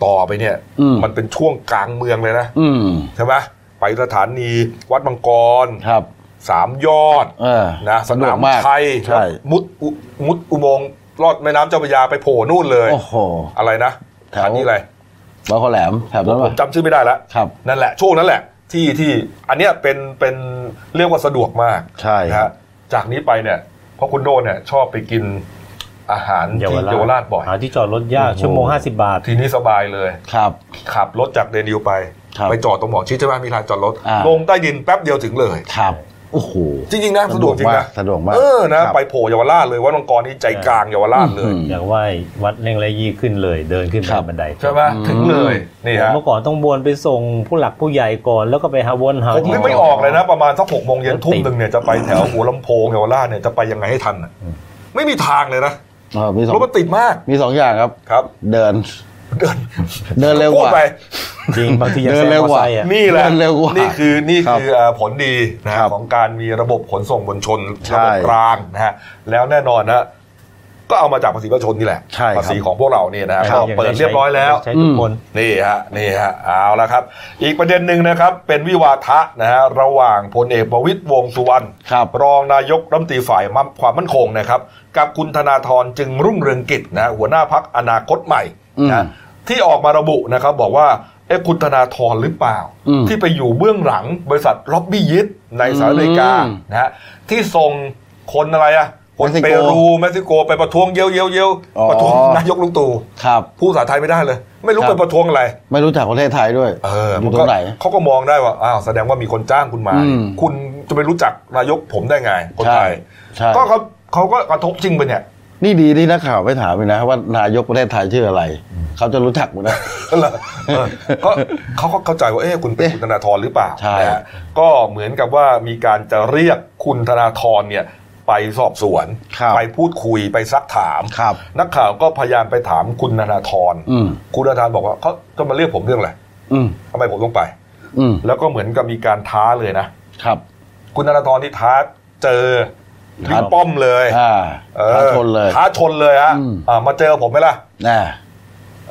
[SPEAKER 1] ต่อไปเนี่ย
[SPEAKER 2] อืม
[SPEAKER 1] มันเป็นช่วงกลางเมืองเลยนะ
[SPEAKER 2] อืม
[SPEAKER 1] ใช่ไหมไปสถานีวัดมังกร
[SPEAKER 2] ครับ
[SPEAKER 1] สามยอด
[SPEAKER 2] เออ
[SPEAKER 1] นะสนาม
[SPEAKER 2] มาก
[SPEAKER 1] ชัย
[SPEAKER 2] ใช่
[SPEAKER 1] มุดอุมุดอุโมงค์ลอดแม่น้ำเจ้าพระยาไปโผล่นู่นเลย
[SPEAKER 2] โอ้โห
[SPEAKER 1] อะไรนะส
[SPEAKER 2] แถว
[SPEAKER 1] ถานีอะไร
[SPEAKER 2] บางขอแหลมแถบนั้น
[SPEAKER 1] ผม
[SPEAKER 2] ป่ะ
[SPEAKER 1] จำชื่อไม่ได้ละ
[SPEAKER 2] ครับ
[SPEAKER 1] นั่นแหละช่วงนั้นแหละ ที่ที่อันเนี้ยเป็นเป็นเรียกว่าสะดวกมาก
[SPEAKER 2] ใช่
[SPEAKER 1] นะ
[SPEAKER 2] ครั
[SPEAKER 1] ฮะ
[SPEAKER 2] บ
[SPEAKER 1] จากนี้ไปเนี่ยเพราะคุณโดเนี่ยชอบไปกินอาหารที่เยาวราชบ่อย
[SPEAKER 3] หาที่จอดรถยาก
[SPEAKER 1] โอ้โห
[SPEAKER 3] ชั่วโมง 50 บาท
[SPEAKER 1] ทีนี้สบายเลย
[SPEAKER 2] ครับ
[SPEAKER 1] ขับรถจากเดนิวไป
[SPEAKER 2] ครับ
[SPEAKER 1] ไปจอดตรงหมอชิดใช่ไหมมีลานจอดรถ
[SPEAKER 2] อ่า
[SPEAKER 1] ลงใต้ดินแป๊บเดียวถึงเลย
[SPEAKER 2] ครับโอ้โห
[SPEAKER 1] จริงๆนะสะดวกจริงนะ
[SPEAKER 2] สะดวกมาก
[SPEAKER 1] เออนะ
[SPEAKER 2] ครับ
[SPEAKER 1] ไปโผล่เยาวราชเลยวัดมังกรนี่ใจกลางเยาวราชเลย
[SPEAKER 2] อืม
[SPEAKER 3] อยากไหว้วัดเร่งไรยี่ขึ้นเลย เดินขึ้น
[SPEAKER 2] ครับ
[SPEAKER 3] ทางบันได
[SPEAKER 1] ใช่ไหมถึงเลยนี่ฮะ
[SPEAKER 3] เมื่อก่อนต้องวนไปส่งผู้หลักผู้ใหญ่ก่อน แล้วก็ไปหาวนหา
[SPEAKER 1] ผมนึกไม่ออกเลยนะ ประมาณสักหกโมงเย็นทุ่มหนึ่งเนี่ยจะไปแถวหัวลำโพงเยาวราชเนี่ยจะไปยังไงให้ทันอะไม่มีทางเลยนะ
[SPEAKER 2] เออมีสอง
[SPEAKER 1] รถมันติดมาก
[SPEAKER 2] มีสองอย่างครับ
[SPEAKER 1] ครับ
[SPEAKER 2] เดิน
[SPEAKER 1] เดิน
[SPEAKER 2] เดินเร็วก
[SPEAKER 1] พูด
[SPEAKER 2] ว่า
[SPEAKER 1] ไป
[SPEAKER 3] จริงบางทียัง
[SPEAKER 2] เดิ
[SPEAKER 3] แซ
[SPEAKER 2] นเร็
[SPEAKER 3] งมอ
[SPEAKER 2] ว
[SPEAKER 3] เตอร์
[SPEAKER 2] กว่า
[SPEAKER 3] ไซค์อะ
[SPEAKER 1] นี่แหละ
[SPEAKER 2] เดินเร็วกว่า
[SPEAKER 1] นี่คือนี่
[SPEAKER 2] ครับ
[SPEAKER 1] คือเอ่อผลดีนะฮะ
[SPEAKER 2] ครับ
[SPEAKER 1] ของการมีระบบขนส่งมวลชน
[SPEAKER 2] ใช่
[SPEAKER 1] ระบบรางนะฮะแล้วแน่นอนนะก็เอามาจากภาษีประชาชนนี่แหละ
[SPEAKER 2] ใช่ครับ
[SPEAKER 1] ภาษีของพวกเราเนี่ยนะฮะ
[SPEAKER 3] ค
[SPEAKER 1] ก็
[SPEAKER 3] บ
[SPEAKER 1] เปิดเรียบร้อยแล้ว
[SPEAKER 3] ใช้ทุกคน
[SPEAKER 1] นี่ฮะนี่ฮะเอาละครับ อีกประเด็นหนึ่งนะครับ เป็นวิวาทะนะฮะระหว่างพลเอกประวิตยวงษ์สุวรรณ
[SPEAKER 2] ครับ
[SPEAKER 1] องนายกรัฐมนตรีฝ่ายความมั่นคงนะครับ กับคุณธนาธรจึงรุ่งเรืองกิจนะหัวหน้าพักอนาคตใหม่
[SPEAKER 2] อืม
[SPEAKER 1] นะที่ออกมาระบุนะครับ บอกว่าเอ๊ะคุณธนาธรหรือเปล่า
[SPEAKER 2] อืม
[SPEAKER 1] ที่ไปอยู่เบื้องหลังบริษัทล็อบบี้ยิสในสหรัฐอเมริกา
[SPEAKER 2] อืม
[SPEAKER 1] นะฮะที่ส่งคนอะไรอะคน
[SPEAKER 2] เม็กซิ
[SPEAKER 1] เป
[SPEAKER 2] โก
[SPEAKER 1] รูเม็กซิโกไปประท้วงเยวเยวเยว
[SPEAKER 2] อ๋อ
[SPEAKER 1] ประท้วงนายกลุงตู่
[SPEAKER 2] ครับ
[SPEAKER 1] พูดภาษาไทยไม่ได้เลย ไม่รู้
[SPEAKER 2] ครับ
[SPEAKER 1] ไปประท้วงอะไร
[SPEAKER 2] ไม่รู้จักประเทศไทยด้วย
[SPEAKER 1] เออ
[SPEAKER 2] อ
[SPEAKER 1] มัน
[SPEAKER 2] ยู่ตร
[SPEAKER 1] ก็
[SPEAKER 2] งไหน
[SPEAKER 1] เขาก็มองได้ว่าอ้าวแสดงว่ามีคนจ้างคุณมา
[SPEAKER 2] อืม
[SPEAKER 1] คุณจะไปรู้จักนายกผมได้ไงคนไทย
[SPEAKER 2] ใช่
[SPEAKER 1] ก็เขาเขาก็กระทบจริงไปเนี่ย
[SPEAKER 2] นี่ดีที่นักข่าวไปถามเลยนะ ว่านายกประเทศไทยชื่ออะไร เขาจะรู้จักหมดนะ
[SPEAKER 1] เหรอเออก็เขาก็เข้าใจว่าเอ๊ะคุณเป็น
[SPEAKER 2] เอ๊ะ
[SPEAKER 1] คุณธนาธรหรือเปล่า
[SPEAKER 2] ใช่
[SPEAKER 1] นะฮะก็เหมือนกับว่ามีการจะเรียกคุณธนาธรเนี่ยไปสอบสวน
[SPEAKER 2] ครับ
[SPEAKER 1] ไปพูดคุยไปซักถาม
[SPEAKER 2] ครับ
[SPEAKER 1] นักข่าวก็พยายามไปถามคุณธนาธร
[SPEAKER 2] อืม
[SPEAKER 1] คุณธนาธรบอกว่าเขาจะมาเรียกผมเรื่องอะไร
[SPEAKER 2] อืม
[SPEAKER 1] ทำไมผมต้องไป
[SPEAKER 2] อืม
[SPEAKER 1] แล้วก็เหมือนกับมีการท้าเลยนะ
[SPEAKER 2] ครับ
[SPEAKER 1] คุณธนาธรที่ท้าเจอ
[SPEAKER 2] ท้า
[SPEAKER 1] บิ๊กป้อมเลย
[SPEAKER 2] อ่า
[SPEAKER 1] เออ
[SPEAKER 2] ท้าชนเลย
[SPEAKER 1] ท้าชนเลยฮะ
[SPEAKER 2] อืม
[SPEAKER 1] อ่ามาเจอผมไหมล่ะ
[SPEAKER 2] น่ะ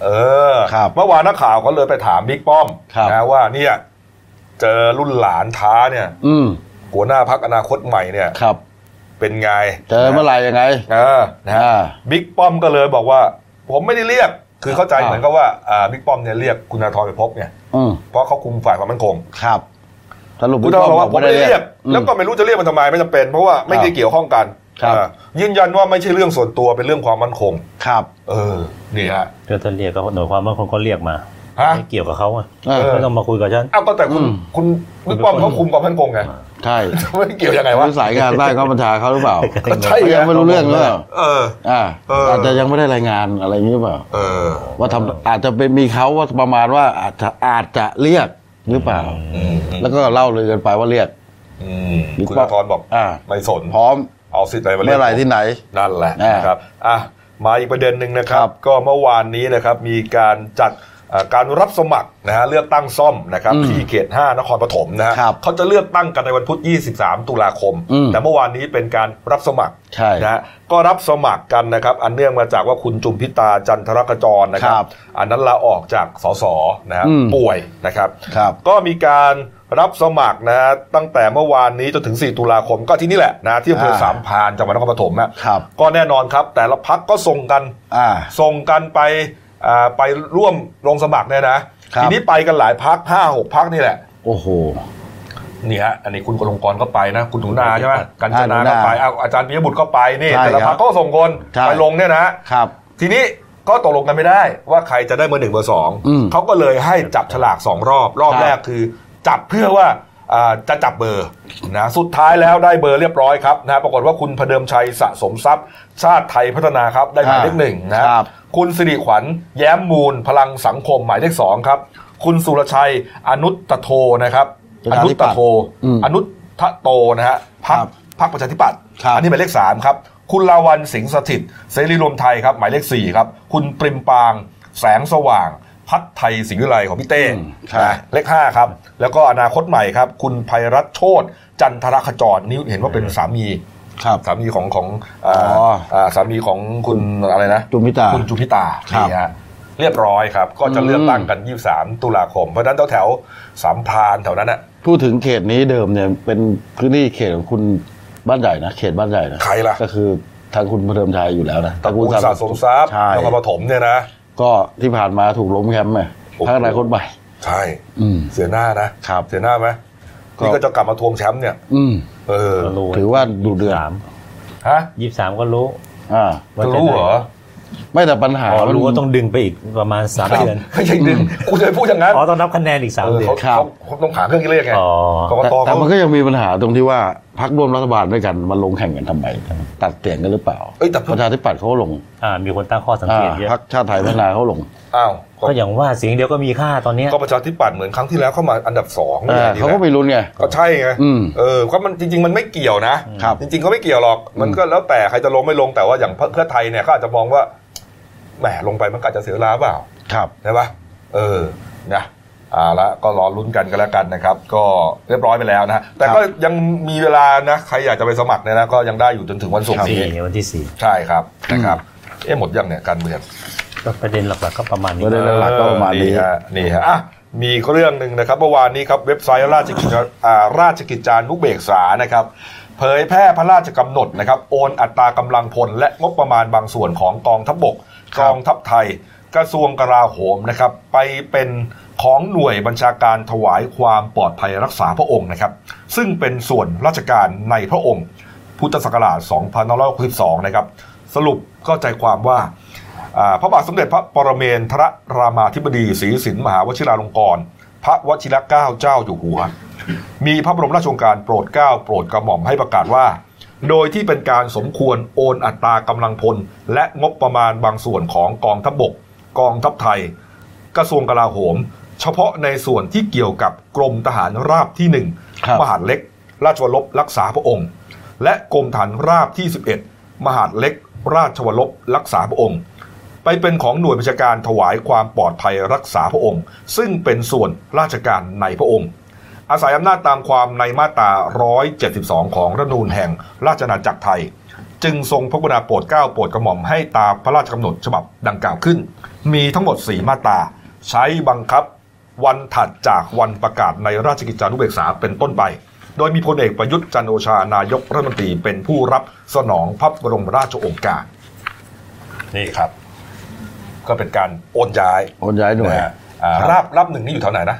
[SPEAKER 1] เออ
[SPEAKER 2] ครับ
[SPEAKER 1] เมื่อวานนักข่าวก็เลยไปถามบิ๊กป้อม
[SPEAKER 2] ครับ
[SPEAKER 1] นะว่าเนี่ยเจอรุ่นหลานท้าเนี่ย
[SPEAKER 2] อืม
[SPEAKER 1] หัวหน้าพักอนาคตใหม่เนี่ย
[SPEAKER 2] ครับ
[SPEAKER 1] เป็นไง
[SPEAKER 2] เจอเมื่อไหร่ยังไง
[SPEAKER 1] เออนะฮะ
[SPEAKER 2] อ่า
[SPEAKER 1] บิ๊กป้อมก็เลยบอกว่า ผมไม่ได้เรียก คือเข้าใจเหมือนกับว่าอ่าบิ๊กป้อมเนี่ยเรียกคุณธนาธรไปพบเนี่ย
[SPEAKER 2] อืม
[SPEAKER 1] เพราะเขาคุมฝ่ายความมั่นคง
[SPEAKER 2] ครับ สรุป
[SPEAKER 1] คุณธนาธรบอกว่าผมไม่ได้เรียก
[SPEAKER 2] อืม
[SPEAKER 1] แล้วก็ไม่รู้จะเรียกมันทำไมไม่จำเป็น เพราะว่าไม่ได้เกี่ยวข้องกัน
[SPEAKER 2] ครับ
[SPEAKER 1] อ่ายืนยันว่าไม่ใช่เรื่องส่วนตัวเป็นเรื่องความมั่นคง
[SPEAKER 2] ครับ
[SPEAKER 1] เออ นี่ฮะ
[SPEAKER 3] เพื่อนท่านเรียกก็หน่วยความมั่นคงก็เรียกมา
[SPEAKER 1] ฮะ
[SPEAKER 3] ไม่เกี่ยวกับเขาอะ
[SPEAKER 2] เออ
[SPEAKER 3] ไม่ต้องมาคุยกับฉัน
[SPEAKER 1] อ้าวก็แต่คุณ
[SPEAKER 2] อืม
[SPEAKER 1] คุณบิ๊กป้อมเขาคุมความมั่นคงไง
[SPEAKER 2] ใช่
[SPEAKER 1] ไม่เกี่ยวยังไงวะ
[SPEAKER 2] หรือสายงานใต้ข้าบัญชาเขาหรือเปล่า
[SPEAKER 1] ก็ใช่
[SPEAKER 2] เขา
[SPEAKER 1] ไง
[SPEAKER 2] ยังไม่รู้เรื่องหรือเปล่า
[SPEAKER 1] เออ
[SPEAKER 2] อ่า
[SPEAKER 1] เอออ
[SPEAKER 2] อาจจะยังไม่ได้รายงานอะไรอย่างนี้หรือเปล่า
[SPEAKER 1] เออ
[SPEAKER 2] ว่าทำอาจจะเป็นมีเขาว่าประมาณว่าอาจจะอาจจะเรียกหรือเปล่า
[SPEAKER 1] อืม
[SPEAKER 2] แล้วก็เล่าเลยกันไปว่าเรียก
[SPEAKER 1] อืม
[SPEAKER 2] บิ๊ก
[SPEAKER 1] คุณ
[SPEAKER 2] ป้อม
[SPEAKER 1] ธรบอก
[SPEAKER 2] อ่า
[SPEAKER 1] ไม่สน
[SPEAKER 2] พร้อม
[SPEAKER 1] เอาสิทธิ์อะไรมาเรีย
[SPEAKER 2] เมื่
[SPEAKER 1] ก
[SPEAKER 2] อไหร่ที่ไหน
[SPEAKER 1] นั่นแหละ
[SPEAKER 2] อ่าน
[SPEAKER 1] นะครับอ่ะมาอีกประเด็นหนึ่งนะครั
[SPEAKER 2] ครับ บ
[SPEAKER 1] ก็เมื่อวานนี้นะครับ มีการจัด อ่าการรับสมัครนะฮะเลือกตั้งซ่อมนะครับ
[SPEAKER 2] อืม
[SPEAKER 1] ที่เขต 5 นครปฐมนะฮะ
[SPEAKER 2] ครับ
[SPEAKER 1] เขาจะเลือกตั้งกันในวันพุธ 23 ตุลาคม
[SPEAKER 2] อืม
[SPEAKER 1] แต่เมื่อวานนี้เป็นการรับสมัคร
[SPEAKER 2] ใช่
[SPEAKER 1] นะฮะก็รับสมัครกันนะครับ อันเนื่องมาจากว่าคุณจุมพิตาจันทรกจรนะครั
[SPEAKER 2] ครับ บ
[SPEAKER 1] อันนั้นลาออกจากสสนะฮะ
[SPEAKER 2] อืม
[SPEAKER 1] ป่วยนะครับ
[SPEAKER 2] ครับ
[SPEAKER 1] ก็มีการรับสมัครนะฮะตั้งแต่เมื่อวานนี้จนถึง 4 ตุลาคมก็ที่นี่แหละนะที่อำเภอ
[SPEAKER 2] อ่า
[SPEAKER 1] สามพรานจังหวัดนครปฐมนะครับ ก็แน่นอนครับ แต่ละพักก็ส่งกัน
[SPEAKER 2] อ่า
[SPEAKER 1] ส่งกันไปอ่าไปร่วมลงสมัครเนี่ยนะครับ ทีนี้ไปกันหลายพักห้าหกพักนี่แหละ
[SPEAKER 2] โอ้โห
[SPEAKER 1] นี่ฮะ อันนี้คุณกลงกรก็ไปนะ คุณหนูนาใช่ไหมกัญจนา
[SPEAKER 2] หนูนา
[SPEAKER 1] ก็ไปเอาอาจารย์ปิยบุตรก็ไปนี่
[SPEAKER 2] ใช่
[SPEAKER 1] แต่ละ
[SPEAKER 2] ค
[SPEAKER 1] พ
[SPEAKER 2] รั
[SPEAKER 1] รร
[SPEAKER 2] บ
[SPEAKER 1] คก็ส่งคน
[SPEAKER 2] ใช่
[SPEAKER 1] ไปลงเนี่ยนะ
[SPEAKER 2] ครับ
[SPEAKER 1] ทีนี้ก็ตกลงกันไม่ได้ว่าใครจะได้เบอร์หนึ่งเบอร์สอง
[SPEAKER 2] อืม
[SPEAKER 1] เขาก็เลยให้จับฉลากสองรอบ รอบ
[SPEAKER 2] ครับ
[SPEAKER 1] แรกคือ จับเพื่อว่าอ่าจะจับเบอร์นะสุดท้ายแล้วได้เบอร์เรียบร้อยครับนะปรากฏว่าคุณพเดิมชัยสะสมทรัพย์ ชาติไทยพัฒนาครับได้หมายเลข
[SPEAKER 2] อ่า
[SPEAKER 1] หนึ่งนะครับ คุณสิริขวัญแย้มมูลพลังสังคมหมายเลขสองครับ คุณสุรชัยอนุตตโทนะครับ อนุตตโท
[SPEAKER 2] อืม
[SPEAKER 1] อนุตทโตนะฮะพัก
[SPEAKER 2] ครับ
[SPEAKER 1] พักประชาธิปัตย์
[SPEAKER 2] ครับ
[SPEAKER 1] อันนี้หมายเลขสามครับ คุณลาวันสิงห์สถิตย์เสรีรวมไทยครับ หมายเลขสี่ครับ คุณปริมปาง แสงสว่าง พักไทยศรีวิไลของพี่เต้
[SPEAKER 2] อืมครับ
[SPEAKER 1] นะเลขห้าครับ แล้วก็อนาคตใหม่ครับ คุณภัยรัตน์โชตจันทรขจรนี่เห็นว่าเป็นสามี
[SPEAKER 2] ครับ
[SPEAKER 1] สามีของของอ่า
[SPEAKER 2] อ๋ออ่
[SPEAKER 1] าสามีของคุณอะไรนะ
[SPEAKER 2] จุมพิตา
[SPEAKER 1] คุณจุมพิตา
[SPEAKER 2] ครับ
[SPEAKER 1] นี่ฮะเรียบร้อยครับ ก็จะเลือกตั้ง
[SPEAKER 2] อืม
[SPEAKER 1] กัน 23 ตุลาคมเพราะฉะนั้นแถวๆสามพรานแถวนั้นน่ะ
[SPEAKER 2] พูดถึงเขตนี้เดิมเนี่ยเป็นพื้นที่เขตของคุณบ้านใหญ่นะเขตบ้านใหญ่นะ
[SPEAKER 1] ใครล่ะ
[SPEAKER 2] ก็คือทางคุณพระเดิมชัยอยู่แล้วนะ
[SPEAKER 1] ตระกูลสะสมทรัพย์
[SPEAKER 2] ใช่
[SPEAKER 1] นครปฐมเนี่ยนะ
[SPEAKER 2] ก็ที่ผ่านมาถูกล้มแคมป์ไง
[SPEAKER 1] โอ้โห
[SPEAKER 2] ทั้งนายคนใหม่
[SPEAKER 1] ใช่
[SPEAKER 2] อืม
[SPEAKER 1] เสียหน้านะครับ เสียหน้าไหม
[SPEAKER 2] ก็
[SPEAKER 1] นี่ก็จะกลับมาทวงแชมป์เนี่ย
[SPEAKER 2] อืม
[SPEAKER 1] เออ
[SPEAKER 3] รู้
[SPEAKER 2] ถือว่าดุเดือด
[SPEAKER 3] สาม
[SPEAKER 1] ฮะ
[SPEAKER 3] ยี่สิบสามก็รู้
[SPEAKER 2] อ่า
[SPEAKER 1] จะรู้เหรอ
[SPEAKER 2] ไม่แต่ปัญหา
[SPEAKER 3] อ๋อ
[SPEAKER 2] มัน
[SPEAKER 3] รู้ว่าต้องดึงไปอีกประมาณสามเดือน
[SPEAKER 1] ไม่ใช่ดึงคุณเคยพูดอย่างนั้น
[SPEAKER 3] อ๋อต้องนับคะแนนอีกสาม
[SPEAKER 1] เออ
[SPEAKER 3] เดือน
[SPEAKER 1] เขา
[SPEAKER 2] ครับ
[SPEAKER 1] เขาเขาต้องหาเครื่องคิดเลขไง
[SPEAKER 3] อ๋อ
[SPEAKER 1] กรก
[SPEAKER 2] แต่
[SPEAKER 1] ต
[SPEAKER 2] แต่
[SPEAKER 1] เขา
[SPEAKER 2] มันก็ยังมีปัญหาตรงที่ว่าพักร่วมรัฐบาลด้วยกันมาลงแข่งกันทำไมตัดเสียงกันหรือเปล่า
[SPEAKER 1] เอ้ยแต่เพิ่ง
[SPEAKER 2] ประชาธิปัตย์เขาก็ลง
[SPEAKER 3] อ่ามีคนตั้งข้อสัง
[SPEAKER 2] อ่า
[SPEAKER 3] เกตเยอะ
[SPEAKER 2] พรรคชาติไทยพัฒนาเขาลง
[SPEAKER 1] อ้าวก็
[SPEAKER 3] ก็อย่างว่าเสียงเดียวก็มีค่าตอนเนี้ย
[SPEAKER 1] ก็ประชาธิปัตย์เหมือนครั้งที่แล้วเข้ามาอันดับสองนี่
[SPEAKER 2] อ่า
[SPEAKER 1] แหละดี
[SPEAKER 2] เขาก็
[SPEAKER 1] นะ
[SPEAKER 2] ไม่รุนไง
[SPEAKER 1] ก็ใช่ไง
[SPEAKER 2] อืม
[SPEAKER 1] เออก็มันจริง ๆ มันไม่เกี่ยวนะ
[SPEAKER 2] ครับ
[SPEAKER 1] จริงๆเขาไม่เกี่ยวหรอกมันก็แล้วแต่ใครจะลงไม่ลงแต่ว่าอย่างเพื่อไทยเนี่ยเขาอาจจะมองว่าแหมลงไปมันก็อาจจะเสียเวลาเปล่า
[SPEAKER 2] ครับ
[SPEAKER 1] ใช่ปะเออ นะเอาละก็รอลุ้นกันก็แล้วกันนะครับ ก็เรียบร้อยไปแล้วนะฮะแต่ก็ยังมีเวลานะ ใครอยากจะไปสมัครเนี่ยนะ ก็ยังได้อยู่จนถึงวันศุกร์
[SPEAKER 2] ครับ
[SPEAKER 1] นี้
[SPEAKER 3] สี่วันที่สี่
[SPEAKER 1] ใช่ครับ นะครับ เอ๊ะหมดยังเนี่ยการเมือง
[SPEAKER 3] ก็ประเด็นหลักๆก็ประมาณนี้
[SPEAKER 2] ประเด็น หลักๆก็ประมาณนี้
[SPEAKER 1] เออฮะ นี่ฮะอ่ะมีเรื่องหนึ่งนะครับ เมื่อวานนี้ครับ เว็บไซต์ราชกิจอ่าราชกิจจานุเบกษานะครับ เผยแพร่พระราชกำหนดนะครับ โอนอัตรากำลังพลและงบประมาณบางส่วนของกองทัพบก
[SPEAKER 2] ครั
[SPEAKER 1] ก
[SPEAKER 2] บ
[SPEAKER 1] องทัพไทย กระทรวงกลาโหมนะครับ ไปเป็นของหน่วยบัญชาการถวายความปลอดภัยรักษาพระองค์นะครับ ซึ่งเป็นส่วนราชการในพระองค์ พุทธศักราช 2562 นะครับ สรุปก็ใจความว่าอ่า พระบาทสมเด็จพระปรเมนทรรามาธิบดีศรีสินมหาวชิราลงกรณ์พระวชิรเกล้าเจ้าอยู่หัว มีพระบรมราชโองการโปรดเกล้าโปรดกระหม่อมให้ประกาศว่า โดยที่เป็นการสมควรโอนอัตรากำลังพล และงบประมาณบางส่วนของกองทัพบก กองทัพไทย กระทรวงกลาโหม เฉพาะในส่วนที่เกี่ยวกับกรมทหารราบที่หนึ่ง
[SPEAKER 2] ครับ
[SPEAKER 1] มหาดเล็ก ราชวรบรักษาพระองค์ และกรมฐานราบที่ 11 มหาดเล็ก ราชวรบรักษาพระองค์ ไปเป็นของหน่วยบัญชาการถวายความปลอดภัยรักษาพระองค์ ซึ่งเป็นส่วนราชการในพระองค์ อาศัยอำนาจตามความในมาตรา 172 ของรัฐธรรมนูญแห่งราชอาณาจักรไทย จึงทรงพระกรุณาโปรดเกล้าโปรดกระหม่อมให้ตามพระราชกำหนดฉบับดังกล่าวขึ้น มีทั้งหมด 4 มาตราใช้บังคับ วันถัดจากวันประกาศในราชกิจจานุเบกษาเป็นต้นไป โดยมีพลเอกประยุทธ์จันทร์โอชานายกรัฐมนตรีเป็นผู้รับสนองพระบรมราชโองการ นี่ครับ ก็เป็นการโอนย้าย
[SPEAKER 2] โอนย้ายหน่วย
[SPEAKER 1] นะฮะอ่า
[SPEAKER 2] ครับ
[SPEAKER 1] ราบราบหนึ่งนี่อยู่แถวไหนนะ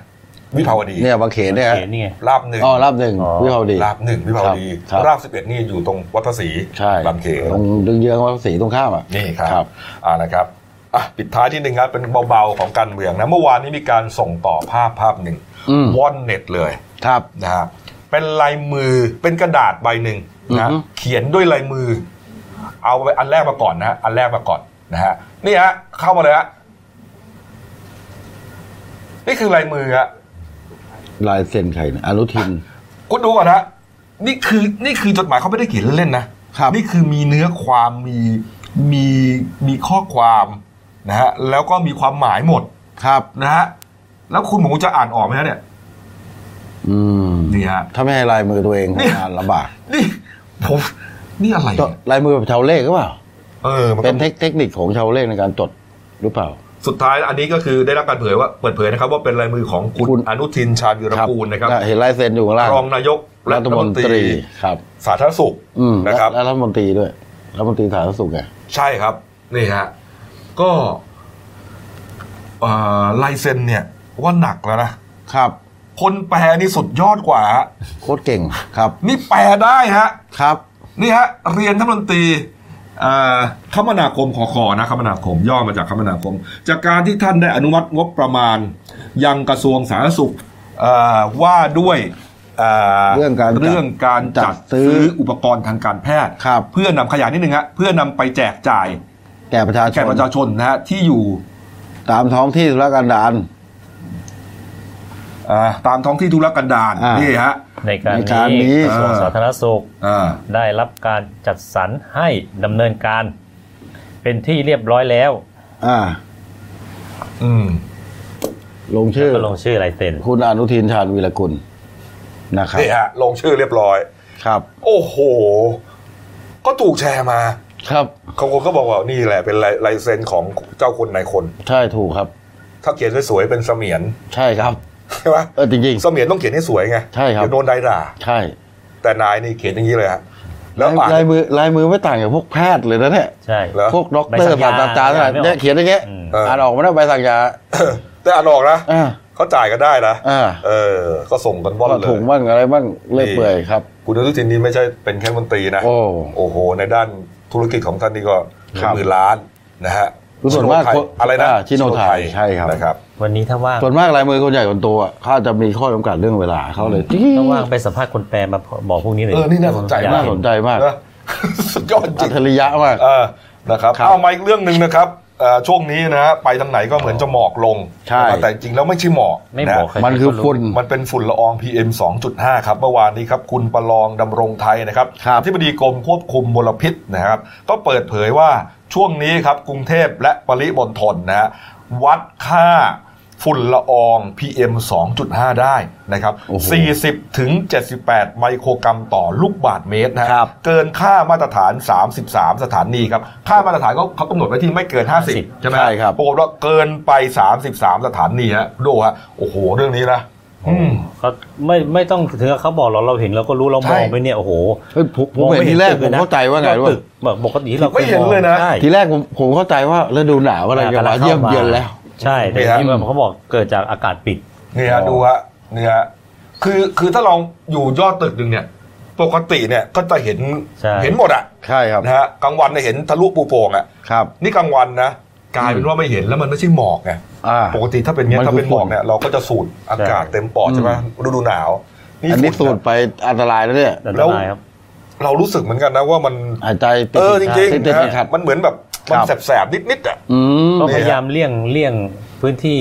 [SPEAKER 1] วิภาวดี
[SPEAKER 2] เนี่ยบางเขนเนี่ย
[SPEAKER 3] เขนนี่ไง
[SPEAKER 1] ราบหนึ่ง
[SPEAKER 2] อ๋อรับหนึ่ง
[SPEAKER 3] อ๋อ
[SPEAKER 2] วิภาวดี
[SPEAKER 1] ราบหนึ่งวิภาวดี
[SPEAKER 2] ครับ
[SPEAKER 1] ราบสิบเอ็ดนี่อยู่ตรงวัดพระศรี
[SPEAKER 2] ใช่
[SPEAKER 1] บางเขน
[SPEAKER 2] ตรงดึงเยื้องวัดศรีตรงข้ามอ่ะ
[SPEAKER 1] นี่ครับ
[SPEAKER 2] ครับ
[SPEAKER 1] อ่านะครับอ่ะปิดท้ายที่หนึ่งครับเป็นเบาๆของการเมืองนะเมื่อวานนี้มีการส่งต่อภาพภาพหนึ่ง
[SPEAKER 2] อืม
[SPEAKER 1] ว่อนเน็ตเลย
[SPEAKER 2] ครับ
[SPEAKER 1] นะฮะเป็นลายมือเป็นกระดาษใบหนึ่งนะ
[SPEAKER 2] อือฮึ
[SPEAKER 1] เขียนด้วยลายมือ เอาไปอันแรกมาก่อนนะฮะอันแรกมาก่อนนะฮะนี่ฮะเข้ามาเลยฮะนี่คือลายมือฮะ
[SPEAKER 2] ลายเซ็นใครนะอนุทิน
[SPEAKER 1] คุณดูก่อนนะนี่คือนี่คือจดหมายเขาไม่ได้เขียนเล่นๆนะครับ นี่คือมีเนื้อความมีมีมีข้อความนะฮะแล้วก็มีความหมายหมด
[SPEAKER 2] ครับ
[SPEAKER 1] นะฮะแล้วคุณหมูจะอ่านออกไหมฮะเนี่ย
[SPEAKER 2] อืม
[SPEAKER 1] นี่ฮะ
[SPEAKER 2] ถ้าไม่ให้ลายมือตัวเอง
[SPEAKER 1] นี่
[SPEAKER 2] ทำงานลำบาก
[SPEAKER 1] นี่ผมนี่อะไร
[SPEAKER 2] จด
[SPEAKER 1] เนี่ย
[SPEAKER 2] ลายมือแบบชาวเลขหรือเปล่า
[SPEAKER 1] เออมันก็
[SPEAKER 2] เป็นเทคเทคนิคของชาวเลขในการจดหรือเปล่า
[SPEAKER 1] สุดท้ายอันนี้ก็คือได้รับการเผยว่าเปิดเผยนะครับ ว่าเป็นลายมือของคุ
[SPEAKER 2] คุณ
[SPEAKER 1] ณอนุทินชาญวิรกูลนะครับ
[SPEAKER 2] เห็นลายเซ็นอยู่ข้างล่าง
[SPEAKER 1] รองนายก
[SPEAKER 2] รัฐมนตรีครับ
[SPEAKER 1] สาธารณสุข
[SPEAKER 2] อืม
[SPEAKER 1] นะครับ
[SPEAKER 2] และและรัฐมนตรีด้วยรัฐมนตรีสาธารณสุขไง
[SPEAKER 1] ใช่ครับ นี่ฮะ ก็เอ่อลายเซ็นเนี่ย ว่าหนักแล้วนะครับ คนแปลนี่สุดยอดกว่าฮะ
[SPEAKER 2] โคตรเก่งครับ
[SPEAKER 1] นี่แปลได้ฮะ
[SPEAKER 2] ครับ
[SPEAKER 1] นี่ฮะ เรียนท่านรัฐมนตรีเอ่อคมนาคมขอขอนะคมนาคม ย่อมาจากคมนาคม จากการที่ท่านได้อนุมัติงบประมาณ ยังกระทรวงสาธารณสุขเอ่อว่าด้วยเอ่
[SPEAKER 2] เรื่องการจัด
[SPEAKER 1] เรื่องการจัด
[SPEAKER 2] จัดซื้อ
[SPEAKER 1] ซื้ออุปกรณ์ทางการแพทย์
[SPEAKER 2] ครับ
[SPEAKER 1] เพื่อนำขยะนิดนึงฮะเพื่อนำไปแจกจ่าย
[SPEAKER 2] แก่ประชาช
[SPEAKER 1] แก่
[SPEAKER 2] น
[SPEAKER 1] ประชาชนนะฮะที่อยู่
[SPEAKER 2] ตามท้องที่ธุรกันดาร
[SPEAKER 1] อ่าตามท้องที่ธุรกันดาร
[SPEAKER 2] อ่านี่
[SPEAKER 1] นี่ฮะ
[SPEAKER 3] ในการ
[SPEAKER 2] ในการนี้
[SPEAKER 3] นี้กระทรวงสาธารณสุข
[SPEAKER 1] อ่า
[SPEAKER 3] ได้รับการจัดสรรให้ดำเนินการ เป็นที่เรียบร้อยแล้ว
[SPEAKER 2] อ่า
[SPEAKER 1] อืม
[SPEAKER 2] ลงชื่อ
[SPEAKER 3] ก็ลงชื่อลายเซ็น
[SPEAKER 2] คุณอนุทินชาญวีรกุลนะครับ
[SPEAKER 1] นี่ฮะลงชื่อเรียบร้อย
[SPEAKER 2] ครับ
[SPEAKER 1] โอ้โห ก็ถูกแชร์มา
[SPEAKER 2] ครับ
[SPEAKER 1] เขาคนก็บอกว่านี่แหละเป็นลายลายเซ็นของเจ้าคนนายคน
[SPEAKER 2] ใช่ถูกครับ
[SPEAKER 1] ถ้าเขียนสวยๆเป็นเสมียน
[SPEAKER 2] ใช่ครับ
[SPEAKER 1] ใช่ไหม
[SPEAKER 2] เออจริง
[SPEAKER 1] เสมียนต้องเขียนให้สวยไง
[SPEAKER 2] ใช่ครับ
[SPEAKER 1] เดี๋ยวโดนได้ด่า
[SPEAKER 2] ๆ ใช่
[SPEAKER 1] แต่นายนี่เขียนอย่างนี้เลยฮะแล้ว
[SPEAKER 2] ลา
[SPEAKER 1] อ่าย น
[SPEAKER 2] ลายมือลายมือไม่ต่างกับพวกแพทย์เลยนะเนี่ย
[SPEAKER 3] ใช่
[SPEAKER 1] เหรอ
[SPEAKER 2] พวกด็อกเตอร์
[SPEAKER 3] ใบสั่
[SPEAKER 2] ศาง ส
[SPEAKER 3] ยา
[SPEAKER 2] ตราจารย์
[SPEAKER 3] ไม่ออก
[SPEAKER 2] เนี่ยเขียนอย่างเงี้ย
[SPEAKER 3] อืม
[SPEAKER 1] เอออ่
[SPEAKER 2] อ่านออกมาได้ใบสั่งยา
[SPEAKER 1] [laughs] แต่อ่านออกนะ
[SPEAKER 2] อ่า
[SPEAKER 1] เขาจ่ายกันได้นะ
[SPEAKER 2] อ่า
[SPEAKER 1] เออ ก็ส่งกันว่อน
[SPEAKER 2] ก็
[SPEAKER 1] เล
[SPEAKER 2] ถุ
[SPEAKER 1] ย
[SPEAKER 2] งบ้างอะไรบ้างเล่อย
[SPEAKER 1] นี่
[SPEAKER 2] เปื่อยครับ
[SPEAKER 1] คุณอนุทินนี่ไม่ใช่เป็นแค่มนตรีนะ
[SPEAKER 2] โอ้
[SPEAKER 1] โอ้โห ในด้านธุรกิจของท่านนี่ก็
[SPEAKER 2] ครับ
[SPEAKER 1] หมื่นล้านนะฮะ
[SPEAKER 2] คือส่วนมาก
[SPEAKER 1] ชิโไทย
[SPEAKER 2] คน
[SPEAKER 1] อะไรนะ
[SPEAKER 2] อ่าชิโนไทยใช่ครับ
[SPEAKER 1] นะครับ
[SPEAKER 3] วันนี้ถ้าว่าง
[SPEAKER 2] ส่วนมากลายมือคนใหญ่คนโตอ่ะเขาอาจจะมีข้อจำกัดเรื่องเวลาเขาเลยที่
[SPEAKER 3] ถ้าว่างไปสัมภาษณ์คนแปลมาบอกพวกนี้เลย
[SPEAKER 1] เออนี่น่าสนใจ
[SPEAKER 3] อย
[SPEAKER 1] มาก
[SPEAKER 2] น่าสนใจมาก
[SPEAKER 1] นะ [laughs] สุดยอดจ
[SPEAKER 2] อั
[SPEAKER 1] ริง
[SPEAKER 2] จฉริยะมาก
[SPEAKER 1] เออนะครับ
[SPEAKER 2] ครับ
[SPEAKER 1] เอามาอีกเรื่องหนึ่งนะครับเอ่อช่วงนี้นะฮะไปทางไหนก็เหมือนจะหมอกลง
[SPEAKER 2] ใช่
[SPEAKER 1] นะครับแต่จริงแล้วไม่ใช่หมอก
[SPEAKER 3] ไม่บอก
[SPEAKER 1] นะ
[SPEAKER 3] ใร
[SPEAKER 2] มันคือ
[SPEAKER 3] ก็รู้
[SPEAKER 2] ฝุ่น
[SPEAKER 1] มันเป็นฝุ่นละออง PM 2.5 ครับ เมื่อวานนี้ครับ คุณประลองดำรงไทยนะครับ
[SPEAKER 2] ครับ
[SPEAKER 1] ที่บดีกรมควบคุมมลพิษนะครับ ก็เปิดเผยว่าช่วงนี้ครับกรุงเทพและปริมณฑลนะฮะวัดค่าฝุ่นละออง PM 2.5 ได้นะครับ
[SPEAKER 2] โอ้โห
[SPEAKER 1] 40ถึง78 ไมโครกรัมต่อลูกบาทเมตรนะฮะ
[SPEAKER 2] ครับ
[SPEAKER 1] เกินค่ามาตรฐาน 33 สถานีครับ ค่ามาตรฐานก็เขากำหนดไว้ที่ไม่เกิน 50
[SPEAKER 3] 50
[SPEAKER 1] ใช่ไหม
[SPEAKER 2] ใช่ครับ
[SPEAKER 1] ปรากฏว่าเกินไป 33 สถานีฮะดูฮะ โอ้โห เรื่องนี้นะอืม
[SPEAKER 3] เขาไม่ไม่ต้องถึงกับเขาบอกหรอกเราเห็นเราก็รู้เรา
[SPEAKER 1] ใช่
[SPEAKER 3] มองไปเนี่ยโอ้โห
[SPEAKER 2] เฮ้ยผมผมเห็นทีแรกผมเข้าใจว่าไงรู้
[SPEAKER 3] รู้
[SPEAKER 2] ปะ
[SPEAKER 3] ตึกแบบปกติที่เราค
[SPEAKER 1] ไม่เห็น
[SPEAKER 3] มอง
[SPEAKER 1] เลยนะ
[SPEAKER 3] ใช่
[SPEAKER 2] ทีแรกผมผมเข้าใจว่าฤดูหนาวอะไรกันมาเยี่ยมเยือนแล้ว
[SPEAKER 3] ใช่แต่
[SPEAKER 1] นี่ฮะ
[SPEAKER 3] ที่มันเขาบอกเกิดจากอากาศปิด
[SPEAKER 1] นี่ฮะ
[SPEAKER 2] อ๋อ
[SPEAKER 1] ดูฮะนี่ฮะคือคือถ้าเราอยู่ยอดตึกหนึ่งเนี่ย ปกติเนี่ยก็จะเห็น
[SPEAKER 3] ใช่
[SPEAKER 1] เห็นหมดอะ
[SPEAKER 2] ใช่ครับ
[SPEAKER 1] นะฮะกลางวันเนี่ยเห็นทะลุปูโป่งอะ
[SPEAKER 2] ครับ
[SPEAKER 1] นี่กลางวันนะกลายเป็นว่าไม่เห็นแล้วมันไม่ใช่หมอกไง
[SPEAKER 2] อ่า
[SPEAKER 1] ปกติถ้าเป็นเงี้ย
[SPEAKER 2] มันคือ
[SPEAKER 1] ถ้าเป็นหมอกเนี่ยเราก็จะสูดอากาศเต็มปอด
[SPEAKER 2] อืม
[SPEAKER 1] ใช่ไหมฤดูหนาว
[SPEAKER 2] อันนี้สู
[SPEAKER 1] ฝุ่
[SPEAKER 2] ด
[SPEAKER 1] น
[SPEAKER 2] ไปอันตรายแล้วเนี่ย
[SPEAKER 3] อันต
[SPEAKER 1] แล้ว
[SPEAKER 3] รายครับ
[SPEAKER 1] เรารู้สึกเหมือนกันนะว่ามัน
[SPEAKER 2] หายใจติด
[SPEAKER 1] เออจริง
[SPEAKER 2] ติด
[SPEAKER 1] ๆ
[SPEAKER 2] ติด
[SPEAKER 1] นะ
[SPEAKER 2] ขัด
[SPEAKER 1] มันเหมือนแบบมัน
[SPEAKER 2] ครับ
[SPEAKER 1] แสบๆ นิดๆอ่ะ
[SPEAKER 2] อืม
[SPEAKER 3] ก็
[SPEAKER 1] นี่
[SPEAKER 3] พยายามเลี่ยงเลี่ยงพื้นที่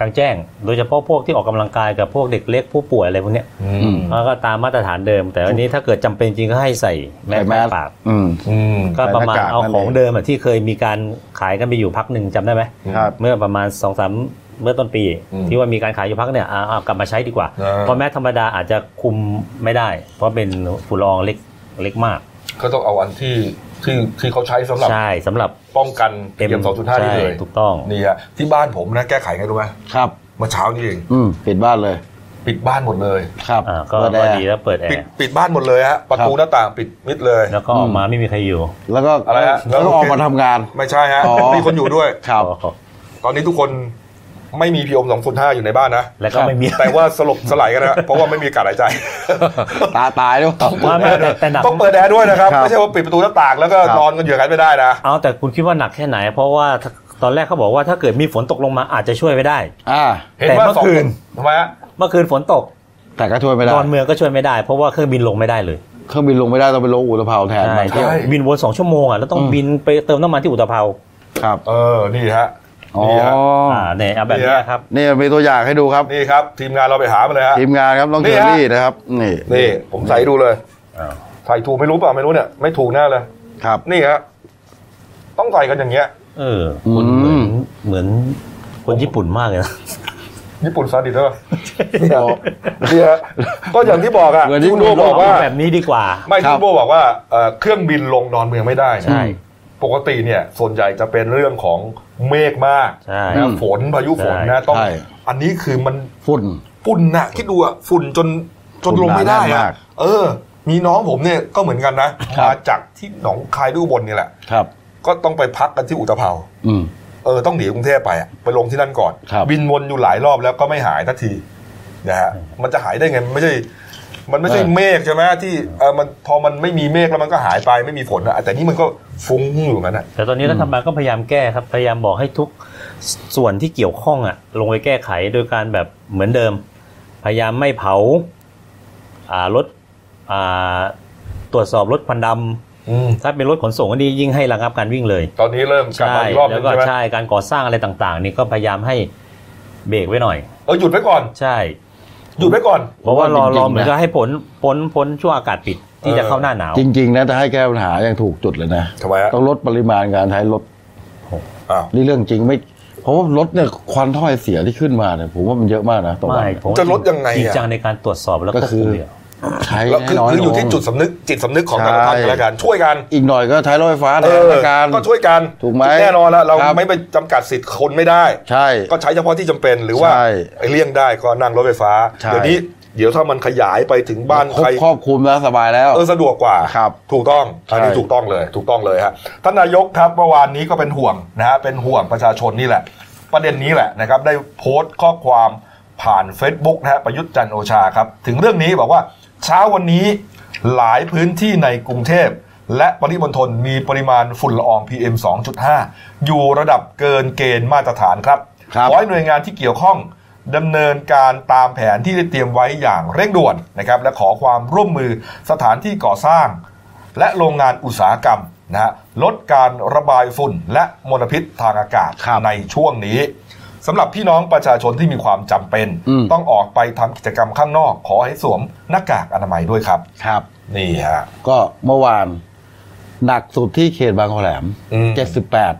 [SPEAKER 3] กลางแจ้ง โดยเฉพาะพวกที่ออกกำลังกายกับพวกเด็กเล็กผู้ป่วยอะไรพวกเนี้ย
[SPEAKER 2] อืม
[SPEAKER 3] แล้วก็ตามมาตรฐานเดิม แต่วันนี้ถ้าเกิดจำเป็นจริงก็ให้ใส่แม
[SPEAKER 2] ใส่
[SPEAKER 3] สก์
[SPEAKER 2] แมส
[SPEAKER 3] ปาก
[SPEAKER 2] อืม
[SPEAKER 1] อืม
[SPEAKER 3] ก็ประมาณ
[SPEAKER 2] ใส่หน้ากาก
[SPEAKER 3] เอา
[SPEAKER 2] นั่น
[SPEAKER 3] ข
[SPEAKER 2] เอง
[SPEAKER 3] องเดิมอะที่เคยมีการขายกันไปอยู่พักหนึ่งจำได้ไหม
[SPEAKER 2] ครับ
[SPEAKER 3] เมื่อประมาณสองสามเมื่อต้นปี
[SPEAKER 1] อืม
[SPEAKER 3] ที่ว่ามีการขายอยู่พักเนี่ยอ่ะเอากลับมาใช้ดีกว่า
[SPEAKER 1] อ่า
[SPEAKER 3] เพราะแม้ธรรมดาอาจจะคุมไม่ได้ เพราะเป็นฝุ่นละอองเล็กเล็กมาก
[SPEAKER 1] ก็ต้องเอาอันที่ที่ที่เขาใช้สำหรับ
[SPEAKER 3] ใช่สำหรับ
[SPEAKER 1] ป้องกัน
[SPEAKER 3] เอ็ม
[SPEAKER 1] เพียมสองจุดห้านี่เลย
[SPEAKER 3] ใช่ถูกต้อง
[SPEAKER 1] นี่ฮะที่บ้านผมนะแก้ไขไงรู้ไหม
[SPEAKER 2] ครับ
[SPEAKER 1] เมื่อเช้านี่เอง
[SPEAKER 2] อืมปิดบ้านเลย
[SPEAKER 1] ปิดบ้านหมดเลย
[SPEAKER 2] ครับ
[SPEAKER 3] อ่าก็
[SPEAKER 2] เปิดแอ
[SPEAKER 3] ก็
[SPEAKER 2] ร์
[SPEAKER 3] ดีแล้วเปิดแอ
[SPEAKER 1] ปิด
[SPEAKER 3] ร์
[SPEAKER 1] ปิดบ้านหมดเลยฮะประตู
[SPEAKER 2] ครับ
[SPEAKER 1] หน้าต่างปิดมิดเลย
[SPEAKER 3] แล้วก็ออกมาไม่มีใครอยู่
[SPEAKER 2] แล้วก็
[SPEAKER 1] อะไรฮะแล้
[SPEAKER 2] แล้วว
[SPEAKER 1] ก็
[SPEAKER 2] ก็ออกมาทำงาน
[SPEAKER 1] ไม่ใช่ฮะ
[SPEAKER 2] อ๋อ
[SPEAKER 1] มีคนอยู่ด้วย
[SPEAKER 2] ครับ
[SPEAKER 1] ตอนนี้ทุกคนไม่มีพีอมสองจุดห้าอยู่ในบ้านนะ
[SPEAKER 3] แล้ว
[SPEAKER 2] ค
[SPEAKER 3] ก็
[SPEAKER 2] รับ
[SPEAKER 3] ไม่มี
[SPEAKER 1] แต่ว่าสลบสลายกันนะ เพราะว่าไม่มีอากาศหายใจ
[SPEAKER 2] ตาตายด้วย
[SPEAKER 3] ว่าไม่แต่แต่หนัก
[SPEAKER 1] ต้องเปิดแอร์ด้วยนะครับ
[SPEAKER 2] ครับ
[SPEAKER 1] ไม่ใช่ว่าปิดประตูหน้าต่างแล้วก็
[SPEAKER 2] ครับ
[SPEAKER 1] นอนกันอยู่อย่างนั้นไม่ได้นะ
[SPEAKER 3] เอาแต่คุณคิดว่าหนักแค่ไหน เพราะว่าตอนแรกเขาบอกว่าถ้าเกิดมีฝนตกลงมาอาจจะช่วยไม่ได้
[SPEAKER 2] อ่า
[SPEAKER 1] เห็น
[SPEAKER 3] แต่
[SPEAKER 1] ว่า
[SPEAKER 3] เมื่อ
[SPEAKER 1] สอง
[SPEAKER 3] คืน
[SPEAKER 1] ทำไมฮะ
[SPEAKER 3] เมื่อคืนฝนตก
[SPEAKER 2] แต่ก็ช่วยไม่ได้
[SPEAKER 3] ดอนเมืองก็ช่วยไม่ได้ เพราะว่าเครื่องบินลงไม่ได้เลย
[SPEAKER 2] เครื่องบินลงไม่ได้ต้องไปลงอุตภาวแทน
[SPEAKER 3] ใช่
[SPEAKER 2] มัน
[SPEAKER 1] ใช่
[SPEAKER 3] บินวนสองชั่วโมงอ่ะแล้วต้อง
[SPEAKER 2] อืม
[SPEAKER 3] บินไปเติมน้ำมันที่อุตภเปา
[SPEAKER 2] ครับ
[SPEAKER 1] เออ นี่ฮะ
[SPEAKER 2] อ๋อ
[SPEAKER 1] นี่ฮะ
[SPEAKER 3] อ่าเนี่ยเอาแบบเนี้ยครับ
[SPEAKER 2] นี่มีตัวอย่างให้ดูครับ
[SPEAKER 1] นี่ครับ ทีมงานเราไปหามาเลยฮะ
[SPEAKER 2] ทีมงานครับน้อง
[SPEAKER 1] นี่
[SPEAKER 2] เชอ
[SPEAKER 1] ฮะ
[SPEAKER 2] รี่นะครับ นี่
[SPEAKER 1] นี่ผมใส่ดูเลย
[SPEAKER 3] อ้าว
[SPEAKER 1] ใส่ถูกไม่รู้เปล่าไม่รู้เนี่ย ไม่ถูกแน่เลย
[SPEAKER 2] ครับ
[SPEAKER 1] นี่ฮะ ต้องใส่กันอย่างเงี้ย
[SPEAKER 3] เออคุณ
[SPEAKER 2] อื
[SPEAKER 3] เหมือน
[SPEAKER 2] ม
[SPEAKER 3] เหมือน คนญี่ปุ่นมากเลยนะ
[SPEAKER 1] ญี่ปุ่นซาดิสเหรอ
[SPEAKER 2] อ๋อ
[SPEAKER 1] เนี่ยก็อย่างที่บอกอ่ะ
[SPEAKER 2] เหมือนที่
[SPEAKER 1] ที่คุณโบบอกว่า
[SPEAKER 3] แบบนี้ดีกว่า
[SPEAKER 1] ไม่
[SPEAKER 2] ครั
[SPEAKER 1] ที่
[SPEAKER 2] บ
[SPEAKER 1] คุณโบบอกว่าเอ่อเครื่องบินลงดอนเมืองไม่ได้นะ
[SPEAKER 3] ใช่
[SPEAKER 1] ปกติเนี่ย ส่วนใหญ่จะเป็นเรื่องของเมฆมาก
[SPEAKER 3] ใช่
[SPEAKER 1] นะฝนพายุฝนนะต้อง
[SPEAKER 2] ใช่
[SPEAKER 1] อันนี้คือมัน
[SPEAKER 2] ฝุ่น
[SPEAKER 1] ฝุ่นน่ะคิดดูอะฝุ่นจนจน
[SPEAKER 2] ฝุ่น
[SPEAKER 1] ลงไม่ได้
[SPEAKER 2] หนาแน่น
[SPEAKER 1] อะ
[SPEAKER 2] มาก
[SPEAKER 1] เออ มีน้องผมเนี่ยก็เหมือนกันนะครับ มาจากที่หนองคายด้วยอุบนนี่แหละ
[SPEAKER 2] ครับ
[SPEAKER 1] ก็ต้องไปพักกันที่อุตภเปา
[SPEAKER 2] อืม
[SPEAKER 1] เออต้องหนีกรุงเทพไปอะไปลงที่นั่นก่อน
[SPEAKER 2] ครับ
[SPEAKER 1] บินวนอยู่หลายรอบแล้วก็ไม่หายทักทีนะฮะมันจะหายได้ไงมันไม่ใช่ มันไม่ใช่เมฆใช่ไหมที่เออมันพอมันไม่มีเมฆแล้วมันก็หายไปไม่มีฝนอะแต่นี่มันก็ฟุ้งอยู่งั้นอะ
[SPEAKER 3] แต่ตอนนี้รัฐบาลก็พยายามแก้ครับ พยายามบอกให้ทุกส่วนที่เกี่ยวข้องอะลงไปแก้ไขโดยการแบบเหมือนเดิม พยายามไม่เผาอ่ารถอ่าตรวจสอบรถควันด
[SPEAKER 1] อืม
[SPEAKER 3] ำถ้าเป็นรถขนส่งก็ดียิ่งให้ระงับการวิ่งเลย
[SPEAKER 1] ตอนนี้เริ่มกลับ
[SPEAKER 3] ใช่
[SPEAKER 1] มาอีกรอบห
[SPEAKER 3] แล้
[SPEAKER 1] นึ
[SPEAKER 3] ว
[SPEAKER 1] ง
[SPEAKER 3] ก็
[SPEAKER 1] ใช่ไหม
[SPEAKER 3] ใช่การก่อสร้างอะไรต่างๆ นี่ก็พยายามให้เบรกไว้หน่อย
[SPEAKER 1] เออหยุดไว้ก่อน
[SPEAKER 3] ใช่
[SPEAKER 1] หยุดไว้ก่อน
[SPEAKER 3] เพราะว่า
[SPEAKER 2] ผม
[SPEAKER 3] รอ
[SPEAKER 2] ว่าจริงๆ
[SPEAKER 3] รอเหมือน
[SPEAKER 2] นะ
[SPEAKER 3] ก็ให้ผลพ้นพ้นช่วงอากาศปิดที่จะเข้าหน้าหนาว
[SPEAKER 2] จริง ๆ นะถ้าให้แก้ปัญหาอย่างถูกจุดเลยนะ
[SPEAKER 1] ทำไมฮะ
[SPEAKER 2] ต้องลดปริมาณการใช้รถ
[SPEAKER 1] อ้าว
[SPEAKER 2] นี่เรื่องจริงไม่ เพราะว่ารถเนี่ยควันถ้อยเสียที่ขึ้นมาเนี่ยผมว่ามันเยอะมากนะตรง
[SPEAKER 3] ไม่
[SPEAKER 2] นั้น
[SPEAKER 3] ผม
[SPEAKER 1] จะลดยังไงอะ
[SPEAKER 3] จริงจังในการตรวจสอบแล้วก็
[SPEAKER 2] ก็คือ
[SPEAKER 3] คุมเดียว
[SPEAKER 2] ใช้
[SPEAKER 1] แล้ว
[SPEAKER 2] ให้
[SPEAKER 1] คือ
[SPEAKER 2] น้อย
[SPEAKER 1] คือ
[SPEAKER 2] ลง
[SPEAKER 1] อยู่ที่จุดสำนึกจิตสำนึกของแต่ละท่าน
[SPEAKER 2] ใช่
[SPEAKER 1] ก็แล้วกันช่วยกัน
[SPEAKER 2] อีกหน่อยก็ใช้รถไฟฟ้าแท
[SPEAKER 1] เอน อ
[SPEAKER 2] ละกัน
[SPEAKER 1] ก็ช่วยกัน
[SPEAKER 2] ถูกไหม
[SPEAKER 1] แน่นอนแล้วเรา
[SPEAKER 2] ครับ
[SPEAKER 1] ไม่ไปจำกัดสิทธิ์คนไม่ได้
[SPEAKER 2] ใช่
[SPEAKER 1] ก็ใช้เฉพาะที่จำเป็นหรือว่า
[SPEAKER 2] ใช่
[SPEAKER 1] ไอ้เลี่ยงได้ก็นั่งรถไฟฟ้า
[SPEAKER 2] ใช่
[SPEAKER 1] เดี๋ยวนี้เดี๋ยวถ้ามันขยายไปถึงบ้าน
[SPEAKER 2] คร
[SPEAKER 1] ใค
[SPEAKER 2] บ
[SPEAKER 1] ร
[SPEAKER 2] ครอบคลุมแล้วสบายแล้ว
[SPEAKER 1] เออสะดวกกว่า
[SPEAKER 2] ครับ
[SPEAKER 1] ถูกต้องอันนี้
[SPEAKER 2] ใช่
[SPEAKER 1] ถูกต้องเลย ถูกต้องเลยฮะท่านนายกครับเมื่อวานนี้ก็เป็นห่วงนะฮะเป็นห่วงประชาชนนี่แหละ ประเด็นนี้แหละนะครับได้โพสต์ข้อความผ่าน Facebook นะฮะประยุทธ์จันทร์โอชาครับถึงเรื่องนี้บอกว่าเช้าวันนี้หลายพื้นที่ในกรุงเทพ และปริมณฑลมีปริมาณฝุ่นละออง PM 2.5 อยู่ระดับเกินเกณฑ์มาตรฐานครับ
[SPEAKER 2] ครับ
[SPEAKER 1] ขอให้หน่วยงานที่เกี่ยวข้องดำเนินการตามแผนที่ได้เตรียมไว้อย่างเร่งด่วนนะครับและขอความร่วมมือสถานที่ก่อสร้าง และโรงงานอุตสาหกรรมนะฮะลดการระบายฝุ่นและมลพิษทางอากาศ
[SPEAKER 2] ครับ
[SPEAKER 1] ในช่วงนี้สำหรับพี่น้องประชาชนที่มีความจำเป็น
[SPEAKER 2] อืม
[SPEAKER 1] ต้องออกไปทำกิจกรรมข้างนอก ขอให้สวมหน้ากากอนามัยด้วยครับ
[SPEAKER 2] ครับ
[SPEAKER 1] นี่ฮะ
[SPEAKER 2] ก็เมื่อวาน หนักสุดที่เขตบางขอแหลม
[SPEAKER 1] อืม
[SPEAKER 2] เจ็ดสิบแปด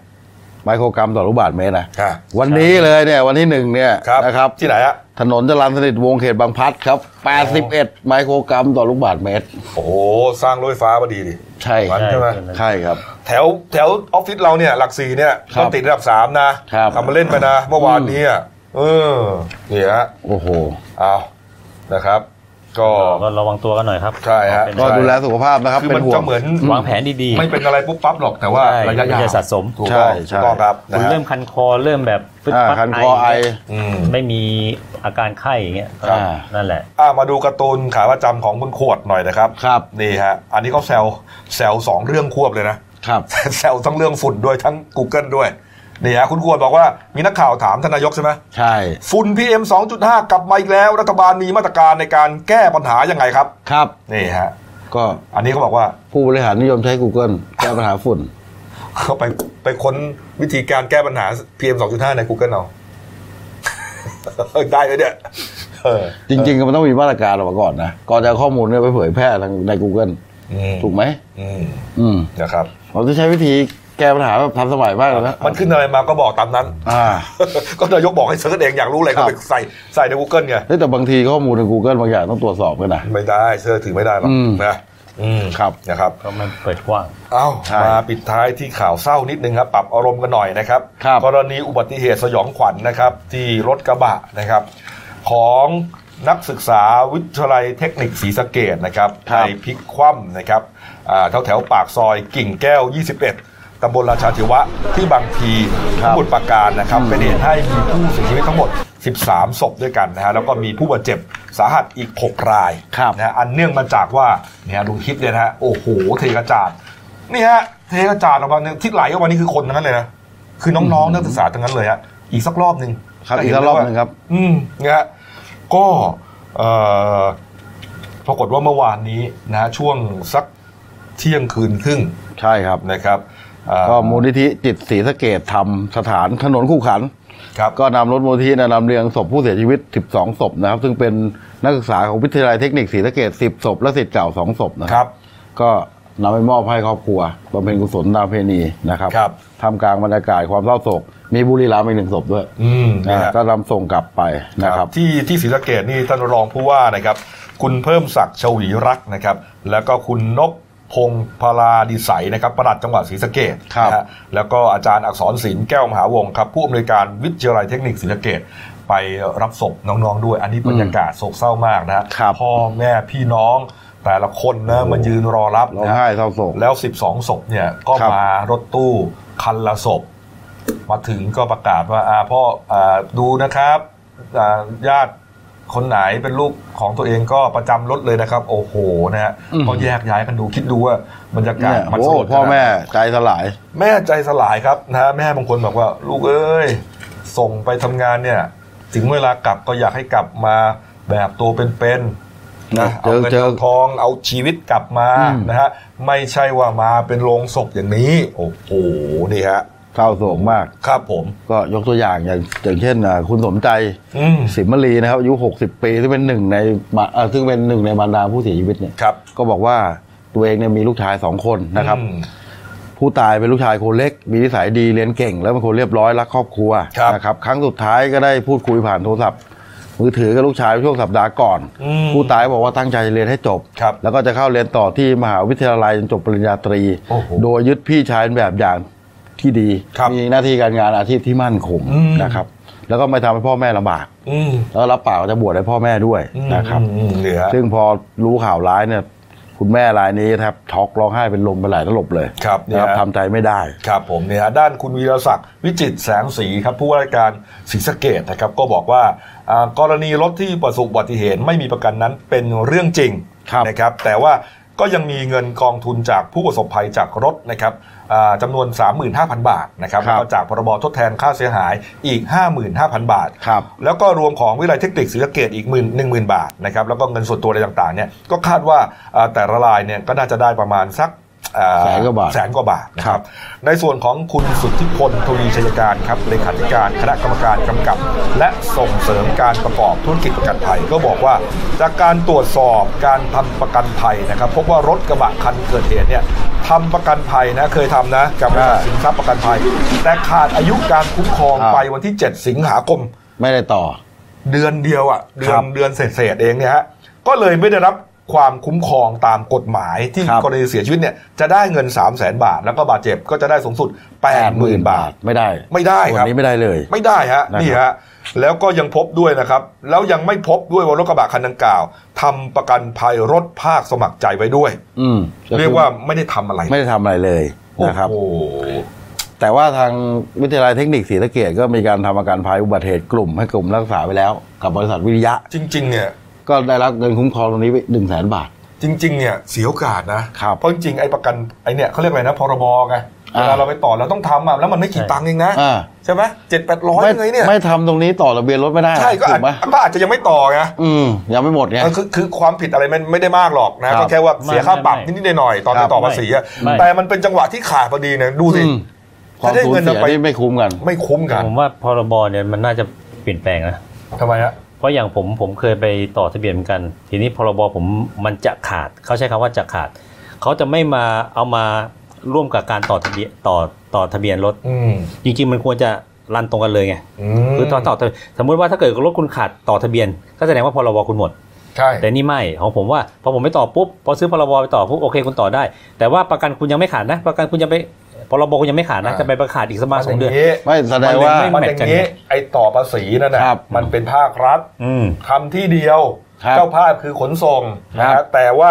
[SPEAKER 2] ไมโครกรัมต่อลูกบาศก์เมตรนะ
[SPEAKER 1] ค่ะ
[SPEAKER 2] วันนี้เลยเนี่ย วันที่หนึ่งเนี่ย
[SPEAKER 1] ครับ
[SPEAKER 2] นะครับ
[SPEAKER 1] ที่ไหนฮะ
[SPEAKER 2] ถนนจรัญสนิทวงศ์เขตบางพลัดครับ 81 ไมโครกรัมต่อลูกบาศก์เมตร
[SPEAKER 1] โอ้โหสร้างรถไฟฟ้ามาดีดิ
[SPEAKER 2] ใช่
[SPEAKER 1] วันใช่ไหม
[SPEAKER 2] ใช่ครับ
[SPEAKER 1] แถวแถวออฟฟิศเราเนี่ย หลักสี่เนี่ย
[SPEAKER 2] ครั
[SPEAKER 1] ก็
[SPEAKER 2] บ
[SPEAKER 1] ติดระดับสามนะครับ ทำมาเล่นไปนะ เมื่อวานนี้อ่ะเออนี่ฮะ
[SPEAKER 2] โอ้โห
[SPEAKER 1] เอานะครับ ก็
[SPEAKER 3] ก็ระวังตัวกันหน่อยครับ
[SPEAKER 1] ใช่ฮะ
[SPEAKER 3] เป็น
[SPEAKER 2] ก็ดูแลสุขภาพนะครับ
[SPEAKER 1] คือ
[SPEAKER 2] เป็
[SPEAKER 1] มัน
[SPEAKER 2] นห่ว
[SPEAKER 1] จะ
[SPEAKER 2] ง
[SPEAKER 1] เหมือน
[SPEAKER 3] วางแผนดี
[SPEAKER 1] ไม่เป็นอะไรปุ๊บปั๊บหรอกแต่ว่า
[SPEAKER 3] ใช่
[SPEAKER 1] ระยะยาว
[SPEAKER 3] มันจะสะสม
[SPEAKER 1] ถูกต้อง
[SPEAKER 2] ใช่
[SPEAKER 1] ถูกต้องครับ
[SPEAKER 3] ๆ
[SPEAKER 1] นะ
[SPEAKER 3] คุณ
[SPEAKER 1] ฮะ
[SPEAKER 3] เริ่มคันคอเริ่มแบบฟึด
[SPEAKER 2] อ่า
[SPEAKER 3] ฟัด
[SPEAKER 2] คันคอไอ
[SPEAKER 1] อืม
[SPEAKER 3] ไม่มีอาการไข้อย่างเงี้ย
[SPEAKER 2] ครับ
[SPEAKER 3] นั่นแหละ
[SPEAKER 1] อ่ะมาดูการ์ตูนขาประจำของคุณขวดหน่อยนะครับ
[SPEAKER 2] ครับ
[SPEAKER 1] นี่ฮะอันนี้เขาแซวแซวสองเรื่องควบเลยนะ [laughs]
[SPEAKER 2] ครับ
[SPEAKER 1] แซวทั้งเรื่องฝุ่นด้วยทั้ง Google ด้วยนี่ฮะคุณขวดบอกว่ามีนักข่าวถามทานนายกใช่ไหม
[SPEAKER 2] ใช่
[SPEAKER 1] ฝุ่น PM 2.5 กลับมาอีกแล้ว รัฐบาลมีมาตรการในการแก้ปัญหายังไงครับ
[SPEAKER 2] ครับ
[SPEAKER 1] นี่ฮะ
[SPEAKER 2] ก็
[SPEAKER 1] อันนี้เขาบอกว่า [laughs]
[SPEAKER 2] ผู้บริหารนิยมใช้ Google แก้ปัญหาฝุ่น
[SPEAKER 1] เขาไปไปค้นวิธีการแก้ปัญหา PM 2.5 ใน Google เอา [laughs] ได้ไหมเนี่ยเออ
[SPEAKER 2] จริงๆ มันต้องมีมาตรการออกมาก่อนนะ ก่อนจะเอาข้อมูลเนี่ยไปเผยแพร่ทางใน Google
[SPEAKER 1] อืม
[SPEAKER 2] ถูกไหม
[SPEAKER 1] อืม
[SPEAKER 2] อืม
[SPEAKER 1] นะครับ
[SPEAKER 2] เราจะใช้วิธีแก้ปัญหาแบบทันสมัยมากเลยนะ
[SPEAKER 1] มันขึ้นอะไรมาก็บอกตามนั้น [laughs]
[SPEAKER 2] อ่า
[SPEAKER 1] ก็นายกบอกให้เสิร์ชเองอยากรู้อะไรก็ไปใส่ใส่ใน Google ไง
[SPEAKER 2] เฮ้ยแต่บางทีข้อมูลใน Google บางอย่างต้องตรวจสอบกันนะ
[SPEAKER 1] ไม่ได้เชื่อถือไม่ได้หรอก
[SPEAKER 2] อืม
[SPEAKER 1] นะอืม
[SPEAKER 2] ครับ
[SPEAKER 1] นะครับ
[SPEAKER 3] ก็มันเปิดกว้าง
[SPEAKER 1] เอ้า
[SPEAKER 2] ใช่
[SPEAKER 1] มาปิดท้ายที่ข่าวเศร้านิดนึงครับ ปรับอารมณ์กันหน่อยนะครับ
[SPEAKER 2] ครับ
[SPEAKER 1] กรณีอุบัติเหตุสยองขวัญนะครับ ที่รถกระบะนะครับ ของนักศึกษาวิทยาลัยเทคนิคศรีสะเกดนะครับ
[SPEAKER 2] ครับ
[SPEAKER 1] ไปพลิกคว่ำนะครับแถวแถวๆปากซอยกิ่งแก้ว 21 ตำบลราชาธิวะที่บางพีสมุทรปราการนะครับ เป็นเหตุให้มีผู้เสียชีวิตทั้งหมด 13 ศพด้วยกันนะฮะแล้วก็มีผู้บาดเจ็บสาหัสอีก 6 ราย
[SPEAKER 2] ครับ
[SPEAKER 1] นะฮะอันเนื่องมาจากว่าเนี่ยดูคลิปเนี่ยนะฮะโอ้โหเทกระจาดนี่ฮะเทกระจาดออกมาเนี่ยที่ไหลออกมานี่คือคนทั้งนั้นเลยนะคือน้องๆนักศึกษาทั้งนั้นเลยฮะอีกสักรอบหนึ่ง
[SPEAKER 2] ครับ
[SPEAKER 1] จะ
[SPEAKER 2] อี
[SPEAKER 1] เห็
[SPEAKER 2] ก
[SPEAKER 1] น
[SPEAKER 2] สักรอบ
[SPEAKER 1] เลยว่า
[SPEAKER 2] หนึ่งครับ
[SPEAKER 1] อืมนะฮะก็เอ่อปรากฏว่าเมื่อวานนี้นะฮะช่วงสักเที่ยงคืนครึ่ง
[SPEAKER 2] ใช่ครับ
[SPEAKER 1] นะครับเอ่อ
[SPEAKER 2] ก็มูลนิธิจิตศรีสะเกดทำสถานถนนคู่ขัน
[SPEAKER 1] ครับ
[SPEAKER 2] ก็นำรถมูลนิธิเนยนำเรียงศพผู้เสียชีวิต 12 ศพนะครับ ซึ่งเป็นนักศึกษาของวิทยาลัยเทคนิคศรีสะเกด10 ศพ และศิษย์เก่า 2 ศพนะ
[SPEAKER 1] ค
[SPEAKER 2] ครั
[SPEAKER 1] รั
[SPEAKER 2] บ
[SPEAKER 1] บ
[SPEAKER 2] ก็ นำไปมอบให้ครอบครัวบำเพ็ญกุศลตามประเพณีนะครับ
[SPEAKER 1] ครับ
[SPEAKER 2] ทำกลางบรรยากาศความเศร้าโศก มีบุรีรัมย์อีกหนึ่งศพด้วย
[SPEAKER 1] อืมนะ
[SPEAKER 2] อ่า
[SPEAKER 1] ฮะ
[SPEAKER 2] ก็นำส่งกลับไปนะครับ
[SPEAKER 1] ที่ที่ศรีสะเกดนี่ท่านรองผู้ว่านะครับ คุณเพิ่มศักดิ์ชวีรักษ์นะครับ แล้วก็คุณนพพงศ์พลาดิสัยนะครับประหลัดจังหวัดศรีสะเกด
[SPEAKER 2] ครับ
[SPEAKER 1] นะฮะแล้วก็อาจารย์อักษรศิลป์แก้วมหาวงศ์ครับผู้อำนวยการวิทยาลัยเทคนิคศรีสะเกดไปรับศพน้องๆด้วย อันนี้บรรยากาศโศกเศร้ามากนะฮะ
[SPEAKER 2] ครับ
[SPEAKER 1] พ่อแม่พี่น้องแต่ละคนนะมายืนรอรับ
[SPEAKER 2] ร้อง
[SPEAKER 1] นะฮะ
[SPEAKER 2] ไห้เศร้าโศก
[SPEAKER 1] แล้ว 12 ศพเนี่ย ก็
[SPEAKER 2] ครับ
[SPEAKER 1] มารถตู้คันละศพ มาถึงก็ประกาศว่าอาพ่ออาดูนะครับอ่าญาติคนไหนเป็นลูกของตัวเองก็ประจำรถเลยนะครับ โอ้โหนะฮะ
[SPEAKER 2] อืม
[SPEAKER 1] ก็แยกย้ายกันดูคิดดูว่าบรรยากาศ
[SPEAKER 2] เนี่ย
[SPEAKER 1] มัน
[SPEAKER 2] โอ้
[SPEAKER 1] สลด
[SPEAKER 2] พ่อ
[SPEAKER 1] ขนาดไหน
[SPEAKER 2] แม่ใจสลาย
[SPEAKER 1] แม่ใจสลายครับนะฮะแม่บางคนบอกว่าลูกเอ้ย ส่งไปทำงานเนี่ย ถึงเวลากลับก็อยากให้กลับมาแบบตัวเป็นๆนะ
[SPEAKER 2] เจ
[SPEAKER 1] เอา
[SPEAKER 2] อ
[SPEAKER 1] เงิน
[SPEAKER 2] เจอ
[SPEAKER 1] เอาทองเอาชีวิตกลับมา
[SPEAKER 2] อืม
[SPEAKER 1] นะฮะไม่ใช่ว่ามาเป็นโรงศพอย่างนี้ โอ้โหนี่ฮะ
[SPEAKER 2] เศร้าโศกมาก
[SPEAKER 1] ครับผม
[SPEAKER 2] ก็ยกตัวอย่างอย่างอย่างเช่นอ่าคุณสมใจ
[SPEAKER 1] อืม
[SPEAKER 2] สิมลีนะครับอายุ 60 ปีซึ่งเป็นหนึ่งในมาเอ่อซึ่งเป็นหนึ่งในบรรดาผู้เสียชีวิตเนี่ย
[SPEAKER 1] ครับ
[SPEAKER 2] ก็บอกว่าตัวเองเนี่ยมีลูกชายสองคนนะครับ
[SPEAKER 1] อืม
[SPEAKER 2] ผู้ตายเป็นลูกชายคนเล็ก มีนิสัยดีเรียนเก่ง แล้วเป็นคนเรียบร้อยรักครอบครัว
[SPEAKER 1] ครับ
[SPEAKER 2] นะครับ ครั้งสุดท้ายก็ได้พูดคุยผ่านโทรศัพท์ มือถือกับลูกชายช่วงสัปดาห์ก่อน
[SPEAKER 1] อืม
[SPEAKER 2] ผู้ตายบอกว่าตั้งใจเรียนให้จบ
[SPEAKER 1] ครับ
[SPEAKER 2] แล้วก็จะเข้าเรียนต่อที่มหาวิทยาลัยจนจบปริญญาตรี
[SPEAKER 1] โอ้โห
[SPEAKER 2] โดยยึดพี่ชายเป็นแบบอย่างที่ดี
[SPEAKER 1] ครับ
[SPEAKER 2] มีหน้าที่การงานอาชีพที่มั่นคง
[SPEAKER 1] อืม
[SPEAKER 2] นะครับ แล้วก็ไม่ทำให้พ่อแม่ลำบาก
[SPEAKER 1] อืม
[SPEAKER 2] แล้วก็รับปากว่าจะบวชให้พ่อแม่ด้วย
[SPEAKER 1] อืม
[SPEAKER 2] นะครับ
[SPEAKER 1] อืมเนี่ยฮะ
[SPEAKER 2] ซึ่งพอรู้ข่าวร้ายเนี่ย คุณแม่รายนี้แทบช็อกร้องไห้เป็นลมไปหลายตลบเลย
[SPEAKER 1] ครับ
[SPEAKER 2] นะ
[SPEAKER 1] เนี่ย
[SPEAKER 2] ครับ
[SPEAKER 1] ฮะ
[SPEAKER 2] ทำใจไม่ได้
[SPEAKER 1] ครับผมเนี่ยฮะด้านคุณวีรศักดิ์วิจิตรแสงสีครับผู้ว่าราชการศรีสะเกดนะครับก็บอกว่าอ่ากรณีรถที่ประสบอุบัติเหตุไม่มีประกันนั้นเป็นเรื่องจริง
[SPEAKER 2] ครับ
[SPEAKER 1] นะครับแต่ว่าก็ยังมีเงินกองทุนจากผู้ประสบภัยจากรถนะครับอ่าจำนวน 35,000 บาทนะครับ
[SPEAKER 2] ครั
[SPEAKER 1] แล้ว
[SPEAKER 2] บ
[SPEAKER 1] ก็จากพรบทดแทนค่าเสียหายอีก 55,000 บาท
[SPEAKER 2] ครับ
[SPEAKER 1] แล้วก็รวมของวิทยาลัยเทคนิคศรีสะเกดอีกหมื่นหนึ่งหมื่นบาทนะครับแล้วก็เงินส่วนตัวอะไรต่างๆเนี่ยก็คาดว่าอ่าแต่ละรายเนี่ยก็น่าจะได้ประมาณสักอ่
[SPEAKER 2] แสนกว่าบาท
[SPEAKER 1] แสนกว่าบาทนะครับในส่วนของคุณสุทธิพลทวีชัยการครับเลขาธิการคณะกรรมการกำกับ และส่งเสริมการประกอบธุรกิจประกันภัย ก็บอกว่าจากการตรวจสอบการทำประกันภัยนะครับพบว่ารถกระบะคันเกิดเหตุเนี่ยทำประกันภัยนะเคยทำนะกับบริษัทสินทรัพย์ประกันภัย แต่ขาดอายุการคุ้มครอง
[SPEAKER 2] ครับ
[SPEAKER 1] ไปวันที่ 7 สิงหาคม
[SPEAKER 2] ไม่ได้ต่อ
[SPEAKER 1] เดือนเดียวอะ่ะเดือ
[SPEAKER 2] ครั
[SPEAKER 1] น
[SPEAKER 2] บ
[SPEAKER 1] เดือนเศษๆเองเนี่ยฮะก็เลยไม่ได้รับความคุ้มครองตามกฎหมายที่
[SPEAKER 2] ครับ
[SPEAKER 1] กรณีเสียชีวิตเนี่ยจะได้เงิน 3 0 0แสนบาท แล้วก็บาดเจ็บก็จะได้สูงสุด 8 0 0 0 0 บาท
[SPEAKER 2] ไม่ได้
[SPEAKER 1] ไม่ได้
[SPEAKER 2] วั
[SPEAKER 1] คน รับ
[SPEAKER 2] นี้ไม่ได้เลย
[SPEAKER 1] ไม่ได้ฮะ
[SPEAKER 2] นะครับ
[SPEAKER 1] นี่ฮะแล้วก็ยังพบด้วยนะครับ แล้วยังไม่พบด้วยว่ารถกระบะคันดังกล่าวทำประกันภัยรถภาคสมัครใจไว้ด้วย
[SPEAKER 2] อืม
[SPEAKER 1] เรียกว่าไม่ได้ทำอะไร
[SPEAKER 2] ไม่ได้ทำอะไรเลยนะครับ
[SPEAKER 1] โอ้โห
[SPEAKER 2] แต่ว่าทางวิทยาลัยเทคนิคศรีสะเกดก็มีการทำประกันภัยอุบัติเหตุกลุ่มให้กลุ่มนักศึกษาไปแล้ว กับบริษัทวิริยะ
[SPEAKER 1] จริงๆเนี่ย
[SPEAKER 2] ก็ได้รับเงินคุ้มครองตรงนี้ไปหนึ่งแสนบาท
[SPEAKER 1] จริงๆ เนี่ยเสียโอกาสนะครับ เพราะจริงๆไอ้ประกันไอ้เนี่ยเขาเรียกอะไรนะพรบไงเว
[SPEAKER 2] อ่า
[SPEAKER 1] ลาเราไปต่อเราต้องทำอ่ะแล้วมันไม่กี่ตังค์เองนะ
[SPEAKER 2] อ่า
[SPEAKER 1] ใช่ไหมเจ็ดแปดร้อย
[SPEAKER 2] ไม่
[SPEAKER 1] ยังไงเนี่ย
[SPEAKER 2] ไม่ทำตรงนี้ต่อระเบียนรถไม่ได้
[SPEAKER 1] ใช่ก็
[SPEAKER 2] ถู
[SPEAKER 1] อาจ
[SPEAKER 2] กไหม
[SPEAKER 1] ก็อาจจะยังไม่ต่อไง
[SPEAKER 2] อืมยังไม่หมดไง
[SPEAKER 1] เออคือคือความผิดอะไรมันไม่ได้มากหรอกนะ
[SPEAKER 2] ครั
[SPEAKER 1] ก็
[SPEAKER 2] บ
[SPEAKER 1] แค่ว่าเสียค่า
[SPEAKER 3] ไม่
[SPEAKER 1] ปรับ
[SPEAKER 3] ไม่
[SPEAKER 1] นิดๆหน่อยๆตอนไป
[SPEAKER 2] ครับ
[SPEAKER 1] ต่อภาษีอะ
[SPEAKER 3] ไม่
[SPEAKER 1] แต่มันเป็นจังหวะที่ขาดพอดีเนี่ยดูสิ
[SPEAKER 2] อืม
[SPEAKER 1] ถ้าว
[SPEAKER 2] คาม
[SPEAKER 1] ได้
[SPEAKER 2] สูญ
[SPEAKER 1] เงิน
[SPEAKER 2] เสีย
[SPEAKER 1] ไป
[SPEAKER 2] นี่ไม่คุ้มกัน
[SPEAKER 1] ไม่คุ้มกัน
[SPEAKER 3] ผมว่าพรบเนี่ยมันน่าจะเปลี่ยนแปลงนะ
[SPEAKER 1] ทำไมฮะ
[SPEAKER 3] เพราะอย่างผมผมเคยไปต่อทะเบียนเหมือนกัน ทีนี้พรบผมมันจะขาดเขาใช้คำว่าจะขาด เขาจะไม่มาเอามาร่วมกับการต่อทะเบียนต่อต่อทะเบียนรถ
[SPEAKER 1] อืม
[SPEAKER 3] จริงๆมันควรจะรันตรงกันเลยไง
[SPEAKER 1] ม
[SPEAKER 3] คือต่อต่อทะสมมุติว่าถ้าเกิดรถคุณขาดต่อทะเบียน ก็แสดงว่าพรบคุณหมด
[SPEAKER 1] ใช่
[SPEAKER 3] แต่นี่ไม่ของผมว่าพอผมไม่ต่อปุ๊บพอซื้อพรบไปต่อปุ๊บโอเคคุณต่อได้ แต่ว่าประกันคุณยังไม่ขาดนะ ประกันคุณยังไปพรบคุณยังไม่ขาดนะจะไปประขาดอีกสักประมาณสองเดือน
[SPEAKER 1] ย่า
[SPEAKER 2] ไม่แสดงว่า
[SPEAKER 1] นอย่างนี้ไอ้ต่อภาษีนั่นนะครับ มันเป็นภาครัฐ
[SPEAKER 3] อืม
[SPEAKER 1] ทำที่เดียว
[SPEAKER 2] ครับ
[SPEAKER 1] เจ้าภาพคือขนส่งนะ
[SPEAKER 2] ค
[SPEAKER 1] ฮะ
[SPEAKER 2] รับ
[SPEAKER 1] แต่ว่า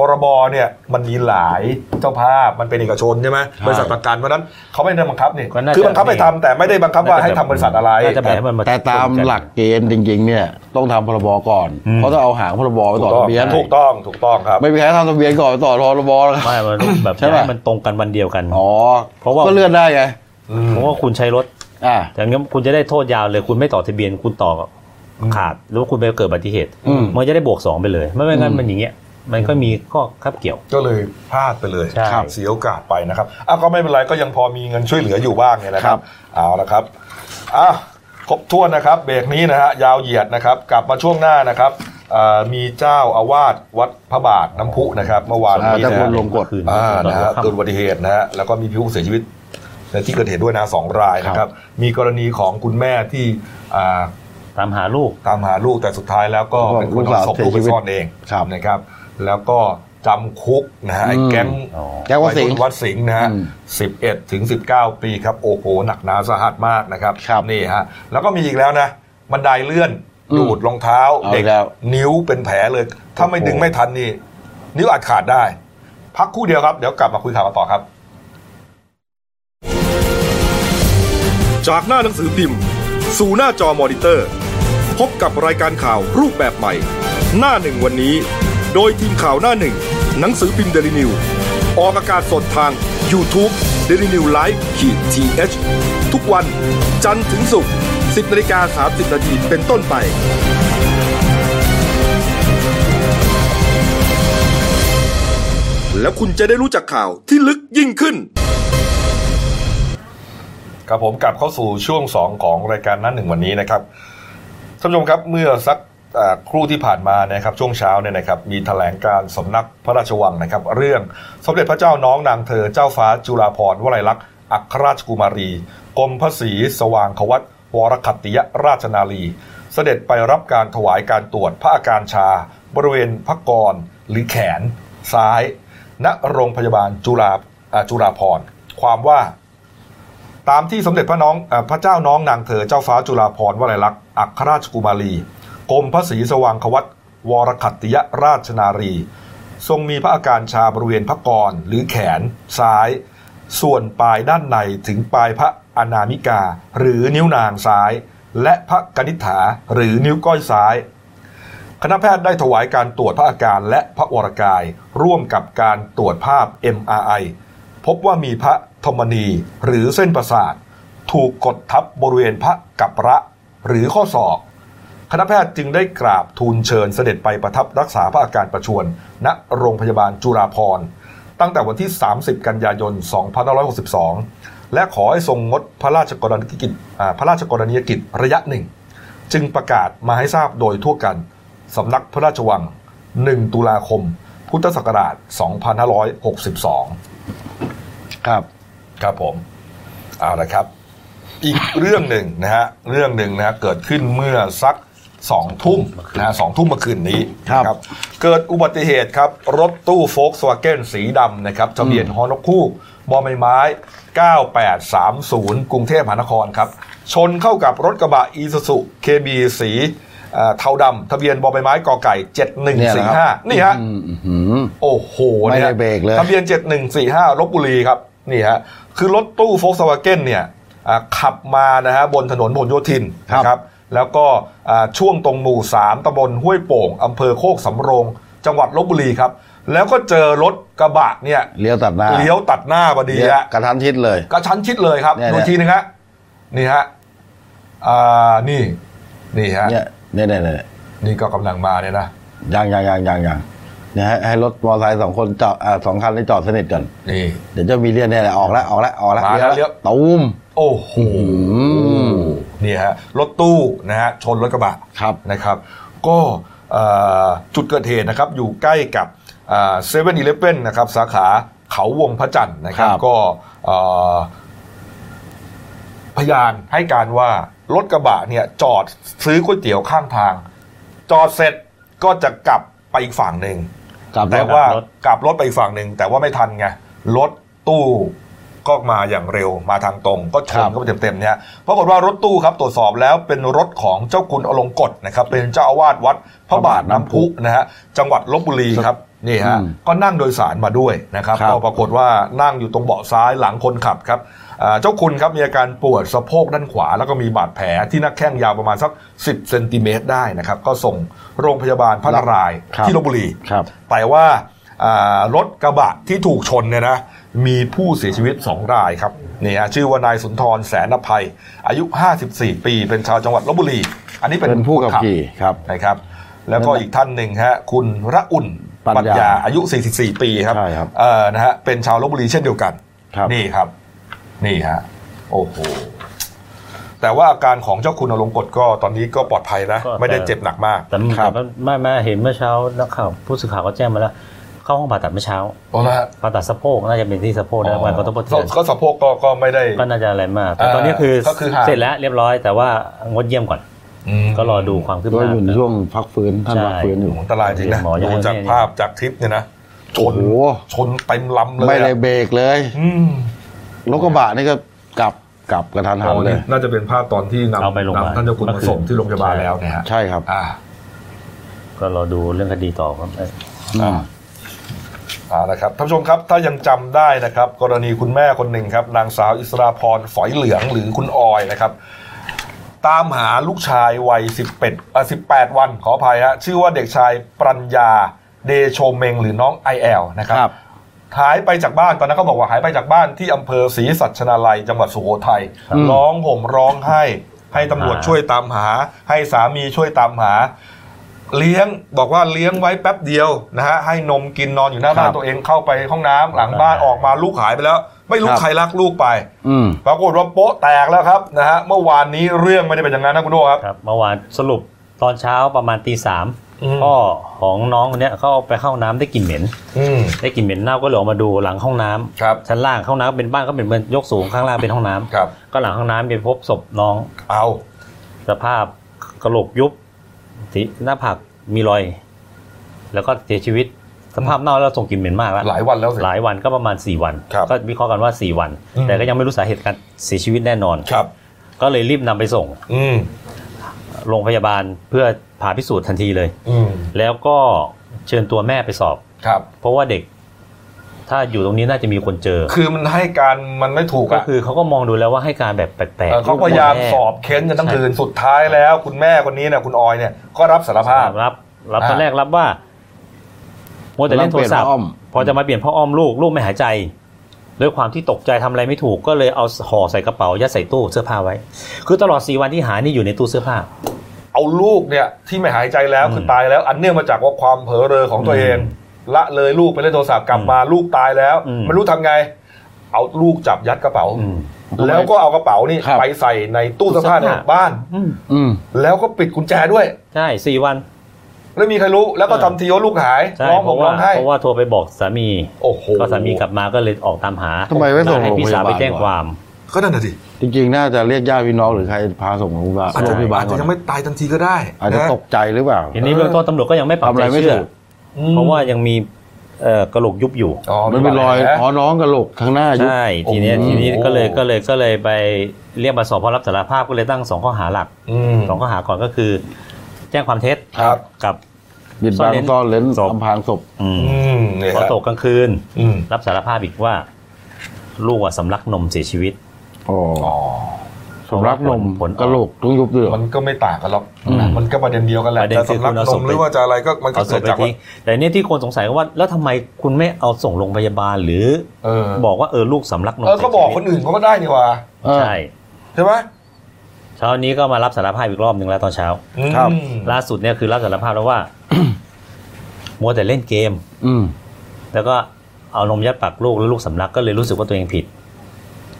[SPEAKER 1] พรบเนี่ยมันมีหลายเจ้าภาพมันเป็นเอกชนใช่ไหม
[SPEAKER 2] ใช่
[SPEAKER 1] บริษัทประกันเพราะฉะนั้นเขาไม่ได้บังคับนี่
[SPEAKER 3] ก็น่าจะ
[SPEAKER 1] คือบังคับให้ทำแต่ไม่ได้บังคับว่า
[SPEAKER 3] น่าจะ
[SPEAKER 1] ให้ทำบริษัทอะไร
[SPEAKER 3] น่าจะแบบ มันมา
[SPEAKER 2] แต่ตามหลักเกณฑ์จริง ๆ เนี่ย ต้องทำพรบก่อน
[SPEAKER 3] อืม
[SPEAKER 2] เพราะต้องเอาหางพรบไป
[SPEAKER 1] ถูก
[SPEAKER 2] ต่อ
[SPEAKER 1] ต้อง
[SPEAKER 2] ทะเบียน
[SPEAKER 1] ถูกต้องถูกต้องครับ
[SPEAKER 2] ไม่มีใครทำทะเบียนก่อนไปต่อพรบแล้ว
[SPEAKER 3] ไม่มันแบบ
[SPEAKER 2] ใช่ปะ
[SPEAKER 3] ให้มันตรงกันวันเดียวกัน
[SPEAKER 2] อ๋อ
[SPEAKER 3] เพราะว่า
[SPEAKER 2] ก็เลื่อนได้ไง
[SPEAKER 3] เพราะว่าคุณใช้รถ
[SPEAKER 2] อ่า
[SPEAKER 3] อย่างนี้นคุณจะได้โทษยาวเลย คุณไม่ต่อทะเบียนคุณต่อขาดหรือว่าคุณไปเกิดอุบัติเหตุ
[SPEAKER 2] อืม
[SPEAKER 3] มันจะได้บวกสองไปเลย ไม่ไม่งั้น
[SPEAKER 2] อืม
[SPEAKER 3] มันอย่างเงี้ยมันก็มีข้อคับเกี่ยว
[SPEAKER 1] ก็เลยพลาดไปเลย
[SPEAKER 3] ใช่
[SPEAKER 1] ครับเสียโอกาสไปนะครับอ้าวก็ไม่เป็นไรก็ยังพอมีเงินช่วยเหลืออยู่บ้างเนี่ยนะครับเอาละครับอ้าวครบถ้วนนะครับ เบรกนี้นะฮะยาวเหยียดนะครับ กลับมาช่วงหน้านะครับ อ่ามีเจ้าอาวาสวัดพระบาทน้ำพุนะครับ เมื่อวาน
[SPEAKER 2] อ่า
[SPEAKER 1] นี้
[SPEAKER 2] จะ
[SPEAKER 1] นะ
[SPEAKER 2] ค
[SPEAKER 1] ฮะ
[SPEAKER 2] นลงกด
[SPEAKER 3] คืน
[SPEAKER 1] อ่า
[SPEAKER 3] ตอน
[SPEAKER 1] นะ
[SPEAKER 3] หัว
[SPEAKER 1] ฮะ
[SPEAKER 3] ค่ำ
[SPEAKER 1] เกิดอุบัติเหตุนะฮะแล้วก็มีผู้เสียชีวิตในที่เกิดเหตุด้วยนะสองรายนะค
[SPEAKER 2] ครั
[SPEAKER 1] รับ
[SPEAKER 2] บ
[SPEAKER 1] มีกรณีของคุณแม่ที่อ่า
[SPEAKER 3] ตามหาลูก
[SPEAKER 1] ตามหาลูกแต่สุดท้ายแล้วก็เป็นคนเอาศพลูกไปซ่อนเอง
[SPEAKER 2] ครับ
[SPEAKER 1] นะครับ แล้วก็จำคุกนะฮะไอ้
[SPEAKER 2] อืม
[SPEAKER 1] แก๊ง
[SPEAKER 3] อ๋อ
[SPEAKER 2] แก้ววสิงห์
[SPEAKER 1] วัดสิงห์นะฮะ
[SPEAKER 2] อืม
[SPEAKER 1] สิบเอ็ดถึงสิบเก้าปีครับ โอ้โหหนักหนาสาหัสมากนะครับ
[SPEAKER 2] ครับ
[SPEAKER 1] นี่ฮะแล้วก็มีอีกแล้วนะบันไดเลื่อน
[SPEAKER 2] อืม
[SPEAKER 1] ดูดรองเท้า
[SPEAKER 2] เอา
[SPEAKER 1] เด็ก
[SPEAKER 2] แล้ว
[SPEAKER 1] นิ้วเป็นแผลเลย ถ้าไม่
[SPEAKER 3] โอ้โห
[SPEAKER 1] ดึงไม่ทันนี่นิ้วอาจขาดได้ พักครู่เดียวครับ เดี๋ยวกลับมาคุยข่าวกันต่อครับ
[SPEAKER 4] จากหน้าหนังสือพิมพ์ สู่หน้าจอมอนิเตอร์ พบกับรายการข่าวรูปแบบใหม่ หน้าหนึ่งวันนี้ โดยทีมข่าวหน้าหนึ่ง หนังสือพิมพ์เดลิวิวออกอากาศสดทาง YouTube d e l i n e w l i v e ขีดทีเทุกวันจันทร์ถึงศุกร์10นาฬิกา30นาทีเป็นต้นไป แล้วคุณจะได้รู้จักข่าวที่ลึกยิ่งขึ้น
[SPEAKER 1] ครับผมกลับเข้าสู่ช่วง 2 ของรายการหนั้นหนึ่งวันนี้นะครับท่านผู้ชมครับเมื่อสักเอ่อครู่ที่ผ่านมานะครับช่วงเช้าเนี่ยนะครับมีแถลงการสำนักพระราชวังนะครับ เรื่องสมเด็จพระเจ้าน้องนางเธอเจ้าฟ้าจุฬาภรณ์วลัยลักษณ์อัครราชกุมารี กรมพระศรีสว่างควัตวรคัตติยราชนาลี เสด็จไปรับการถวายการตรวจพระอาการชา บริเวณพระกรหรือแขน ซ้าย ณโรงพยาบาลจุฬาอ่าจุฬาภรณ์ความว่า ตามที่สมเด็จพระน้องเอ่อพระเจ้าน้องนางเธอเจ้าฟ้าจุฬาภรณ์วลัยลักษณ์อัครราชกุมารีกรมพระศรีสว่างควัตวรคัตติยราชนารี ทรงมีพระอาการชาบริเวณพระกรหรือแขนซ้าย ส่วนปลายด้านในถึงปลายพระอนามิกา หรือนิ้วนางซ้าย และพระกนิษฐาหรือนิ้วก้อยซ้าย คณะแพทย์ได้ถวายการตรวจพระอาการและพระวรกาย ร่วมกับการตรวจภาพ MRI พบว่ามีพระธมนีหรือเส้นประสาท ถูกกดทับบริเวณพระกัประ หรือข้อศอก คณะแพทย์จึงได้กราบทูลเชิญเสด็จไปประทับรักษาพระอาการประชวน ณโรงพยาบาลจุฬาภรณ์ตั้งแต่วันที่ 30 กันยายน 2562 และขอให้ทรงงดพระราชกรณียกิจอ่าพระราชกรณียกิจระยะหนึ่ง จึงประกาศมาให้ทราบโดยทั่วกัน สำนักพระราชวัง 1 ตุลาคม พุทธศักราช 2562
[SPEAKER 2] ครับ
[SPEAKER 1] ครับผม เอาละครับ อีกเรื่องหนึ่งนะฮะ เรื่องหนึ่งนะฮะเกิดขึ้นเมื่อสักสองทุ่มนะฮะสองทุ่มเมื่อคืนนี้
[SPEAKER 2] ครับ
[SPEAKER 1] นะเกิดอุบัติเหตุครับ รถตู้โฟกสวาเก้นสีดำนะครับทะเบียนฮอนกคู่บอใบไม้ 9830 กรุงเทพมหานครครับ ชนเข้ากับรถกระบะอีซูซุเคบีสีเอ่อเทาดำทะเบียนบอใบไม้กอไก่
[SPEAKER 2] เนี่ยแหละครับ
[SPEAKER 1] 7145 นี่ฮะ
[SPEAKER 2] อืมอื้อหือ
[SPEAKER 1] โอ้โห
[SPEAKER 2] ไม่ได้
[SPEAKER 1] นี่
[SPEAKER 2] เบรกเลย
[SPEAKER 1] ทะเบียน 7145ลบบุรีครับ นี่ฮะ คือรถตู้โฟ l k สวาเก้นเนี่ยอ่าขับมานะฮะบนถนนพหลโยธินนะครับ แล้วก็อ่าช่วงตรงหมู่ 3ตำบลห้วยโป่งอำเภอโคกสำโรง จังหวัดลบบุรีครับ แล้วก็เจอรถกระบะเนี่ย
[SPEAKER 2] เลี้ยวตัดหน้า
[SPEAKER 1] เลี้ยวตัดหน้าพอดี
[SPEAKER 2] เลี้ยว
[SPEAKER 1] ฮะ
[SPEAKER 2] กระทันชิดเลย
[SPEAKER 1] กระชั้นชิดเลยครับ
[SPEAKER 2] เนี่ย
[SPEAKER 1] ดู
[SPEAKER 2] เนี่ย
[SPEAKER 1] ทีนึงฮะ นี่ฮะ อ่า นี่ นี่ฮะ
[SPEAKER 2] เนี่ยเนี่ยเนี่ยเนี่ย
[SPEAKER 1] นี่ก็กำลังมาเนี่ยนะ
[SPEAKER 2] ยังยังยังยังยังเนี่ยให้ให้รถมอเตอร์ไซค์สองคนจอดอ่าสองคันได้จอดสนิทกัน
[SPEAKER 1] นี่
[SPEAKER 2] เดี๋ยวเจ้ามีเรียนเนี่ยแหละออกแล้วออกแล้วออกแล้ว
[SPEAKER 1] มาแล้วเลี้ยว
[SPEAKER 2] ตูม
[SPEAKER 1] โอ้โห นี่ฮะ รถตู้นะฮะ ชนรถกระบะ
[SPEAKER 2] ครับ
[SPEAKER 1] นะครับ ก็เอ่อจุดเกิดเหตุนะครับอยู่ใกล้กับเซเว่นอีเลฟเว่นนะครับสาขาเขาวงพระจันทร์นะครับ
[SPEAKER 2] ครับ
[SPEAKER 1] ก็เอ่อพยานให้การว่ารถกระบะเนี่ยจอดซื้อก๋วยเตี๋ยวข้างทาง จอดเสร็จก็จะกลับไปอีกฝั่งหนึ่ง
[SPEAKER 2] กลับแล้
[SPEAKER 1] แต่
[SPEAKER 2] ว
[SPEAKER 1] ว่า
[SPEAKER 3] ครับรถ
[SPEAKER 1] กลับรถไปอีกฝั่งหนึ่งแต่ว่าไม่ทันไงรถตู้ก็มาอย่างเร็วมาทางตรง ก็ช
[SPEAKER 2] ครั
[SPEAKER 1] น
[SPEAKER 2] บ
[SPEAKER 1] เข้าไปเต็มๆเนี่ยปรากฏว่ารถตู้ครับตรวจสอบแล้วเป็นรถของเจ้าคุณอลงกฎนะครับ เป็นเจ้าอาวาสวัดพระบาทน้ำพุนะฮะจังหวัดลบบุรีครับนี่ฮะ
[SPEAKER 2] อืม
[SPEAKER 1] ก็นั่งโดยสารมาด้วยนะครับ
[SPEAKER 2] ครับ
[SPEAKER 1] ก็ปรากฏว่านั่งอยู่ตรงเบาะซ้ายหลังคนขับครับอ่าเจ้าคุณครับมีอาการปวดสะโพกด้านขวา แล้วก็มีบาดแผลที่หน้าแข้งยาวประมาณสัก 10เซนติเมตรได้นะครับก็ส่งโรงพยาบาลพระนารายณ์
[SPEAKER 2] ครับ
[SPEAKER 1] ที่ลบบุรี
[SPEAKER 2] ครับ
[SPEAKER 1] แต่ว่าอ่ารถกระบะที่ถูกชนเนี่ยนะมีผู้เสียชีวิต 2 รายครับนี่ฮะชื่อว่านายสุนทรแสนอภัย อายุ 54 ปี เป็นชาวจังหวัดลบบุรี อันนี้เป็น
[SPEAKER 2] เป็นผู้ขับขี่ครับ
[SPEAKER 1] นะครับ แล้วก็อีกท่านหนึ่งฮะคุณระอุ่น
[SPEAKER 2] ปัญญา
[SPEAKER 1] อายุ 44 ปีครับ
[SPEAKER 2] ใช่ครับ
[SPEAKER 1] เออนะฮะเป็นชาวลบบุรีเช่นเดียวกัน
[SPEAKER 2] ครับ
[SPEAKER 1] นี่ครับ นี่ฮะโอ้โห แต่ว่าอาการของเจ้าคุณอลงกฎก็ตอนนี้ก็ปลอดภัยนะ
[SPEAKER 3] ก็
[SPEAKER 1] ไม่ได้เจ็บหนักมาก
[SPEAKER 3] แต่
[SPEAKER 2] ครับ
[SPEAKER 3] แต่ไม่ไม่เห็นเมื่อเช้านักข่าวผู้สื่อข่าวก็แจ้งมาแล้ว เข้าห้องผ่าตัดเมื่อเช้า
[SPEAKER 1] โอ้ละ
[SPEAKER 3] ผ่าตัดสะโพกน่าจะเป็นที่สะโพกได้รับการกระทบกระเทือน
[SPEAKER 1] ก็สะโพกก็ก็ไม่ได้
[SPEAKER 3] ก็น่าจะอะไรมาก แต่ตอนนี้คือ
[SPEAKER 1] ก็คือหา
[SPEAKER 3] เสร็จแล้วเรียบร้อยแต่ว่างดเยี่ยมก่อน
[SPEAKER 1] ม
[SPEAKER 3] ก็รอดูความคืบห
[SPEAKER 2] ก็
[SPEAKER 3] น้า
[SPEAKER 2] อยู่ในช่วงพักฟื้นท่าน
[SPEAKER 3] ใช่
[SPEAKER 2] พักฟื้นอยู่
[SPEAKER 1] อันตรายจริงนะ
[SPEAKER 3] หมอยัง
[SPEAKER 1] ดู
[SPEAKER 3] ไม่
[SPEAKER 1] จากภาพจากคลิปเนี่ยนะช
[SPEAKER 2] โอ้
[SPEAKER 1] น
[SPEAKER 2] โห
[SPEAKER 1] ชนเต็มลำเลยอะ
[SPEAKER 2] ไม่ได้เบรกเลย
[SPEAKER 1] อืม
[SPEAKER 2] รถกระบะนี่ก็กลับกลับกระทันหัน
[SPEAKER 1] อ๋อ
[SPEAKER 2] เล
[SPEAKER 1] นี่
[SPEAKER 2] ย
[SPEAKER 1] น่าจะเป็นภาพตอนที่
[SPEAKER 3] เอาไปโรงพยาบาล
[SPEAKER 1] นำท่านเจ้าคุณมาส่งที่โรงพยาบาลแล้วเนะฮะ
[SPEAKER 2] ใช่ครับ
[SPEAKER 1] อ่า
[SPEAKER 3] ก็รอดูเรื่องคดีต่อครับ
[SPEAKER 2] อ่า
[SPEAKER 1] เอาละครับท่านผู้ชมครับถ้ายังจำได้นะครับ กรณีคุณแม่คนหนึ่งครับ นางสาวอิสราพรฝอยเหลืองหรือคุณออยนะครับ ตามหาลูกชายวัย11อ่ะ18 วันขออภัยฮะชื่อว่าเด็กชายปรัญญาเดโชเมงหรือน้อง i อลนะครั
[SPEAKER 2] ครับ
[SPEAKER 1] หายไปจากบ้านตอนนั้นเขาบอกว่าหายไปจากบ้านที่อำเภอศรีสัชนาลัยจังหวัดสุโขทัย
[SPEAKER 2] ครับ
[SPEAKER 1] ร้องห่มร้องไห้ ให้ตำรวจ
[SPEAKER 3] หา
[SPEAKER 1] ช่วยตามหา ให้สามีช่วยตามหา เลี้ยงบอกว่าเลี้ยงไว้แป๊บเดียวนะฮะให้นมกินนอนอยู่หน้าบ้าน
[SPEAKER 2] ครับ
[SPEAKER 1] ตัวเองเข้าไปห้องน้ำหลังบ้านออกมาลูกหายไปแล้ว ไม่รู้ใครรักลูกไป
[SPEAKER 2] อืม
[SPEAKER 1] ปรากฏว่าโป๊ะแตกแล้วครับนะฮะเมื่อวานนี้เรื่องไม่ได้เป็นอย่างนั้นนะคุณโดครับ
[SPEAKER 3] ครับเมื่อวานสรุปตอนเช้าประมาณตีสาม
[SPEAKER 1] อืม
[SPEAKER 3] พ่อของน้องคนเนี้ยเขาเอาไปเข้าน้ำได้กลิ่นเหม็น
[SPEAKER 1] อืม
[SPEAKER 3] ได้กลิ่นเหม็นเน่าก็เลยออกมาดูหลังห้องน้ำ
[SPEAKER 1] ครับ
[SPEAKER 3] ชั้นล่างห้องน้ำเป็นบ้านก็เป็นเหมือนยกสูงข้างล่างเป็นห้องน้ำ
[SPEAKER 1] ครับ
[SPEAKER 3] ก็หลังห้องน้ำไปพบศพน้อง
[SPEAKER 1] เอา
[SPEAKER 3] สภาพกระโหลกยุบที่หน้าผากมีรอย แล้วก็เสียชีวิต สภาพเน่าแล้วส่งกลิ่นเหม็นมากแล้ว
[SPEAKER 1] หลายวันแล้วสิ
[SPEAKER 3] หลายวันก็ประมาณ 4 วัน
[SPEAKER 1] ครับ
[SPEAKER 3] ก็วิเคราะห์กันว่า 4 วัน
[SPEAKER 1] อืม
[SPEAKER 3] แต่ก็ยังไม่รู้สาเหตุการเสียชีวิตแน่นอน
[SPEAKER 1] ครับ
[SPEAKER 3] ก็เลยรีบนำไปส่ง
[SPEAKER 1] อืม
[SPEAKER 3] โรงพยาบาลเพื่อผ่าพิสูจน์ทันทีเลย
[SPEAKER 1] อืม
[SPEAKER 3] แล้วก็เชิญตัวแม่ไปสอบ
[SPEAKER 1] ครับ
[SPEAKER 3] เพราะว่าเด็ก ถ้าอยู่ตรงนี้น่าจะมีคนเจอ
[SPEAKER 1] คือมันให้การมันไม่ถูก
[SPEAKER 3] ก็
[SPEAKER 1] อะ
[SPEAKER 3] คือเขาก็มองดูแล้วว่าให้การแบบแปลก
[SPEAKER 1] เออ
[SPEAKER 3] ๆ
[SPEAKER 1] เขาพยายามสอบ
[SPEAKER 3] รูปแบบ
[SPEAKER 1] เค้นกันทั้ง
[SPEAKER 3] ใช่
[SPEAKER 1] คืนสุดท้ายแล้ว คุณแม่คนนี้เนี่ยคุณออยเนี่ยก็รับสารภาพ
[SPEAKER 3] รับ รับ
[SPEAKER 1] อ่า
[SPEAKER 3] ตอนแรกรับว่าโมวแต่เล่นโทรศัพ
[SPEAKER 2] แล้วเปลี่ยน
[SPEAKER 3] ท์
[SPEAKER 2] ผ้าอ้อม
[SPEAKER 3] พอจะมาเปลี่ยนพ่ออ้อมลูกลูกไม่หายใจ ด้วยความที่ตกใจทำอะไรไม่ถูกก็เลยเอาห่อใส่กระเป๋ายัดใส่ตู้เสื้อผ้าไว้ คือตลอดสี่วันที่หานี่อยู่ในตู้เสื้อผ้า
[SPEAKER 1] เอาลูกเนี่ยที่ไม่หายใจแล้วคือ
[SPEAKER 3] ม
[SPEAKER 1] ตายแล้ว อันเนื่องมาจากว่าความเผลอเรอของตัวเอง ละเลยลูกไปเล่นโทรศัพท์กลับมาลูกตายแล้ว
[SPEAKER 3] อืม
[SPEAKER 1] ไม่รู้ทำไง เอาลูกจับยัดกระเป๋า
[SPEAKER 3] อืม
[SPEAKER 1] แล้วก็เอากระเป๋านี่
[SPEAKER 2] ครับ
[SPEAKER 1] ไปใส่ในตู้เสื้อผ้า
[SPEAKER 3] ตู้
[SPEAKER 1] ใน
[SPEAKER 3] เสื้อผ้า
[SPEAKER 1] บ้าน
[SPEAKER 3] อืม
[SPEAKER 2] อืม
[SPEAKER 1] แล้วก็ปิดกุญแจด้วย
[SPEAKER 3] ใช่สี่วัน
[SPEAKER 1] แล้วมีใครรู้แล้วก็
[SPEAKER 3] อ่า
[SPEAKER 1] ทำทีว่าลูกหาย
[SPEAKER 3] ใช่
[SPEAKER 1] ร้อง
[SPEAKER 3] เพ
[SPEAKER 1] ผมร้
[SPEAKER 3] ราะว่า
[SPEAKER 1] องไห้
[SPEAKER 3] เพราะว่าโทรไปบอกสามี
[SPEAKER 1] โอ้โห
[SPEAKER 3] ก็สามีกลับมาก็เลยออกตามหา
[SPEAKER 2] ทำไมไม่ส่ง
[SPEAKER 3] ให้พี่สาวไป
[SPEAKER 2] โรงพยาบาล
[SPEAKER 3] แจ้งความ
[SPEAKER 1] ก็นั่นน่ะสิ
[SPEAKER 2] จริงๆ น่าจะเรียกญาติพี่น้องหรือใครพาส่งโรงพยาบาล
[SPEAKER 1] อาจ
[SPEAKER 2] โร
[SPEAKER 1] จะ
[SPEAKER 2] งพยาบาลก่
[SPEAKER 1] จะ
[SPEAKER 2] อน
[SPEAKER 1] ยังไม่ตายทันทีก็ได้
[SPEAKER 2] อาจจะ
[SPEAKER 1] น
[SPEAKER 2] ตกใจหรือเปล่า
[SPEAKER 3] ทีนี้เบื้องต้นตำรวจก็ยังไม่ปัก
[SPEAKER 2] ทำอะ
[SPEAKER 3] ใจ
[SPEAKER 2] ไรไม่
[SPEAKER 3] เชื่อ
[SPEAKER 2] ถูก
[SPEAKER 1] อืม
[SPEAKER 3] เพราะว่ายังมีเอ่อกระโหลกยุบอยู่
[SPEAKER 1] อ๋อ
[SPEAKER 2] มันเป็นรอย
[SPEAKER 1] แผล
[SPEAKER 2] อ๋อน้องกระโหลกข้างหน้ายุบ
[SPEAKER 3] ใช่ ทีเนี้ย
[SPEAKER 1] โอ้โห
[SPEAKER 3] ทีนี้ก็เลยก็เลยก็เลยไปเรียกมาสอบเพราะรับสารภาพก็เลยตั้งสองข้อหาหลัก
[SPEAKER 1] ม
[SPEAKER 3] สองข้อหาก่อนก็คือ แจ้งความเท็จ
[SPEAKER 2] ครับ
[SPEAKER 3] กับ
[SPEAKER 2] บิดบัง
[SPEAKER 3] ซ่
[SPEAKER 2] ซ่
[SPEAKER 3] อ
[SPEAKER 2] อน น
[SPEAKER 3] เร้
[SPEAKER 2] เล้
[SPEAKER 3] น
[SPEAKER 2] น
[SPEAKER 3] ศพ
[SPEAKER 2] อำพรางศพ
[SPEAKER 3] อืม
[SPEAKER 1] อืมเนี่ย
[SPEAKER 3] พอ
[SPEAKER 1] ฮะ
[SPEAKER 3] ตกกลางคืน
[SPEAKER 1] อืม
[SPEAKER 3] รับสารภาพอีกว่า ลูกอะสำลักนมเสียชีวิต
[SPEAKER 2] อ๋อ
[SPEAKER 1] อ๋อ
[SPEAKER 2] สำรักนม
[SPEAKER 3] ผลออก
[SPEAKER 2] ระโหลกต้องยุบด้วยเหรอ
[SPEAKER 1] มันก็ไม่ต่างกันหรอก
[SPEAKER 2] อืม
[SPEAKER 1] นะมันก็ประเด็นเดียวกันแหละ
[SPEAKER 3] ประเด็น
[SPEAKER 1] จะ
[SPEAKER 3] คือ
[SPEAKER 1] สำลักน
[SPEAKER 3] คุณเอาศพ
[SPEAKER 1] ม
[SPEAKER 3] ไป
[SPEAKER 1] หรือว่าจะอะไรก็มันก็
[SPEAKER 3] เอาศ
[SPEAKER 1] เกิ
[SPEAKER 3] พ
[SPEAKER 1] ด
[SPEAKER 3] ไป
[SPEAKER 1] จากว่า
[SPEAKER 3] ทิ้งแต่เนี่ยที่คนสงสัยก็ว่า แล้วทำไมคุณไม่เอาส่งโรงพยาบาลหรือ
[SPEAKER 1] เออ
[SPEAKER 3] บอกว่าเออลูกสำลักนม
[SPEAKER 1] เออก็บอก
[SPEAKER 3] เสียชีวิต
[SPEAKER 1] คนอื่นเขาก็ได้นี่หว่า
[SPEAKER 2] เออ
[SPEAKER 3] ใช่
[SPEAKER 1] ใช่ไหม
[SPEAKER 3] เช้านี้ก็มารับสารภาพอีกรอบหนึ่งแล้วตอนเช้า
[SPEAKER 1] อืม
[SPEAKER 2] ครับ
[SPEAKER 3] ล่าสุดเนี่ยคือรับสารภาพแล้วว่า มัวแต่เล่นเกม
[SPEAKER 2] อืม
[SPEAKER 3] แล้วก็เอานมยัดปากลูกแล้วลูกสำลักก็เลยรู้สึกว่าตัวเองผิด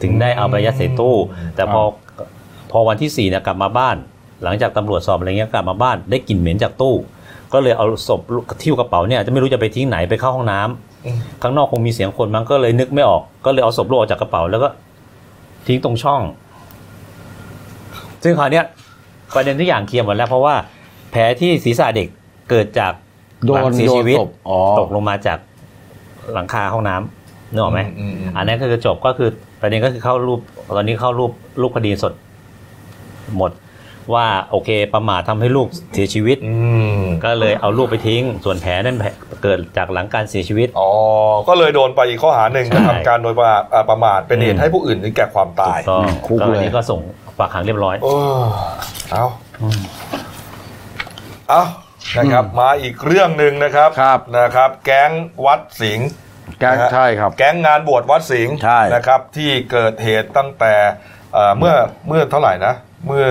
[SPEAKER 3] ถึงได้เอาไปยัดใส่ตู้ แต่พอพอวันที่สี่เนี่ยกลับมาบ้าน หลังจากตำรวจสอบอะไรเงี้ยกลับมาบ้านได้กลิ่นเหม็นจากตู้ ก็เลยเอาศพลูกทิ้วกระเป๋าเนี่ยจะไม่รู้จะไปทิ้งไหนไปเข้าห้องน้ำ
[SPEAKER 1] อืม
[SPEAKER 3] ข้างนอกคงมีเสียงคนมั้งก็เลยนึกไม่ออก ก็เลยเอาศพลูกออกจากกระเป๋าแล้วก็ทิ้งตรงช่อง ซึ่งคราวเนี้ยประเด็นทุกอย่างเคลียร์หมดแล้วเพราะว่าแผลที่ศีรษะเด็กเกิดจาก
[SPEAKER 2] โด
[SPEAKER 3] หลั
[SPEAKER 2] น
[SPEAKER 3] งเสีย
[SPEAKER 2] โดน
[SPEAKER 3] ชีวิต
[SPEAKER 2] ศพอ๋อ
[SPEAKER 3] ตกลงมาจากหลังคาห้องน้ำนึกออกไหม
[SPEAKER 1] อือื
[SPEAKER 3] อันนั้นก็คือจบก็คือประเด็นก็คือเข้ารูปตอนนี้เข้ารูปรูปคดีสดหมด ว่าโอเคประมาททำให้ลูกเสียชีวิต
[SPEAKER 1] อืม
[SPEAKER 3] ก็เลยเอาลูกไปทิ้ง ส่วนแผลนั่นแผลเกิดจากหลังการเสียชีวิต
[SPEAKER 1] อ๋อก็เลยโดนไปอีกข้อหาหนึ่ง
[SPEAKER 3] ใช่
[SPEAKER 1] กระทำการโดยประมาทอ่าประมาทเป็นเห
[SPEAKER 3] อื
[SPEAKER 1] ตุ
[SPEAKER 3] ม
[SPEAKER 1] ให้ผู้อื่นถึงแก่ความตาย
[SPEAKER 3] ก็
[SPEAKER 2] คุก
[SPEAKER 3] ก็
[SPEAKER 2] เลย
[SPEAKER 3] อันนี้ก็ส่งฝากขังเรียบร้อย
[SPEAKER 1] เออเอาเอานะครับ มาอีกเรื่องหนึ่งนะครับ
[SPEAKER 2] ครับ
[SPEAKER 1] นะครับ แก๊งวัดสิงห์
[SPEAKER 2] แกงใช่ครับ
[SPEAKER 1] แก๊งงานบวชวัดสิงห์
[SPEAKER 2] ใช่
[SPEAKER 1] นะครับ ที่เกิดเหตุตั้งแต่เอ่อเมื่อเมื่อเท่าไหร่นะ เมื่อ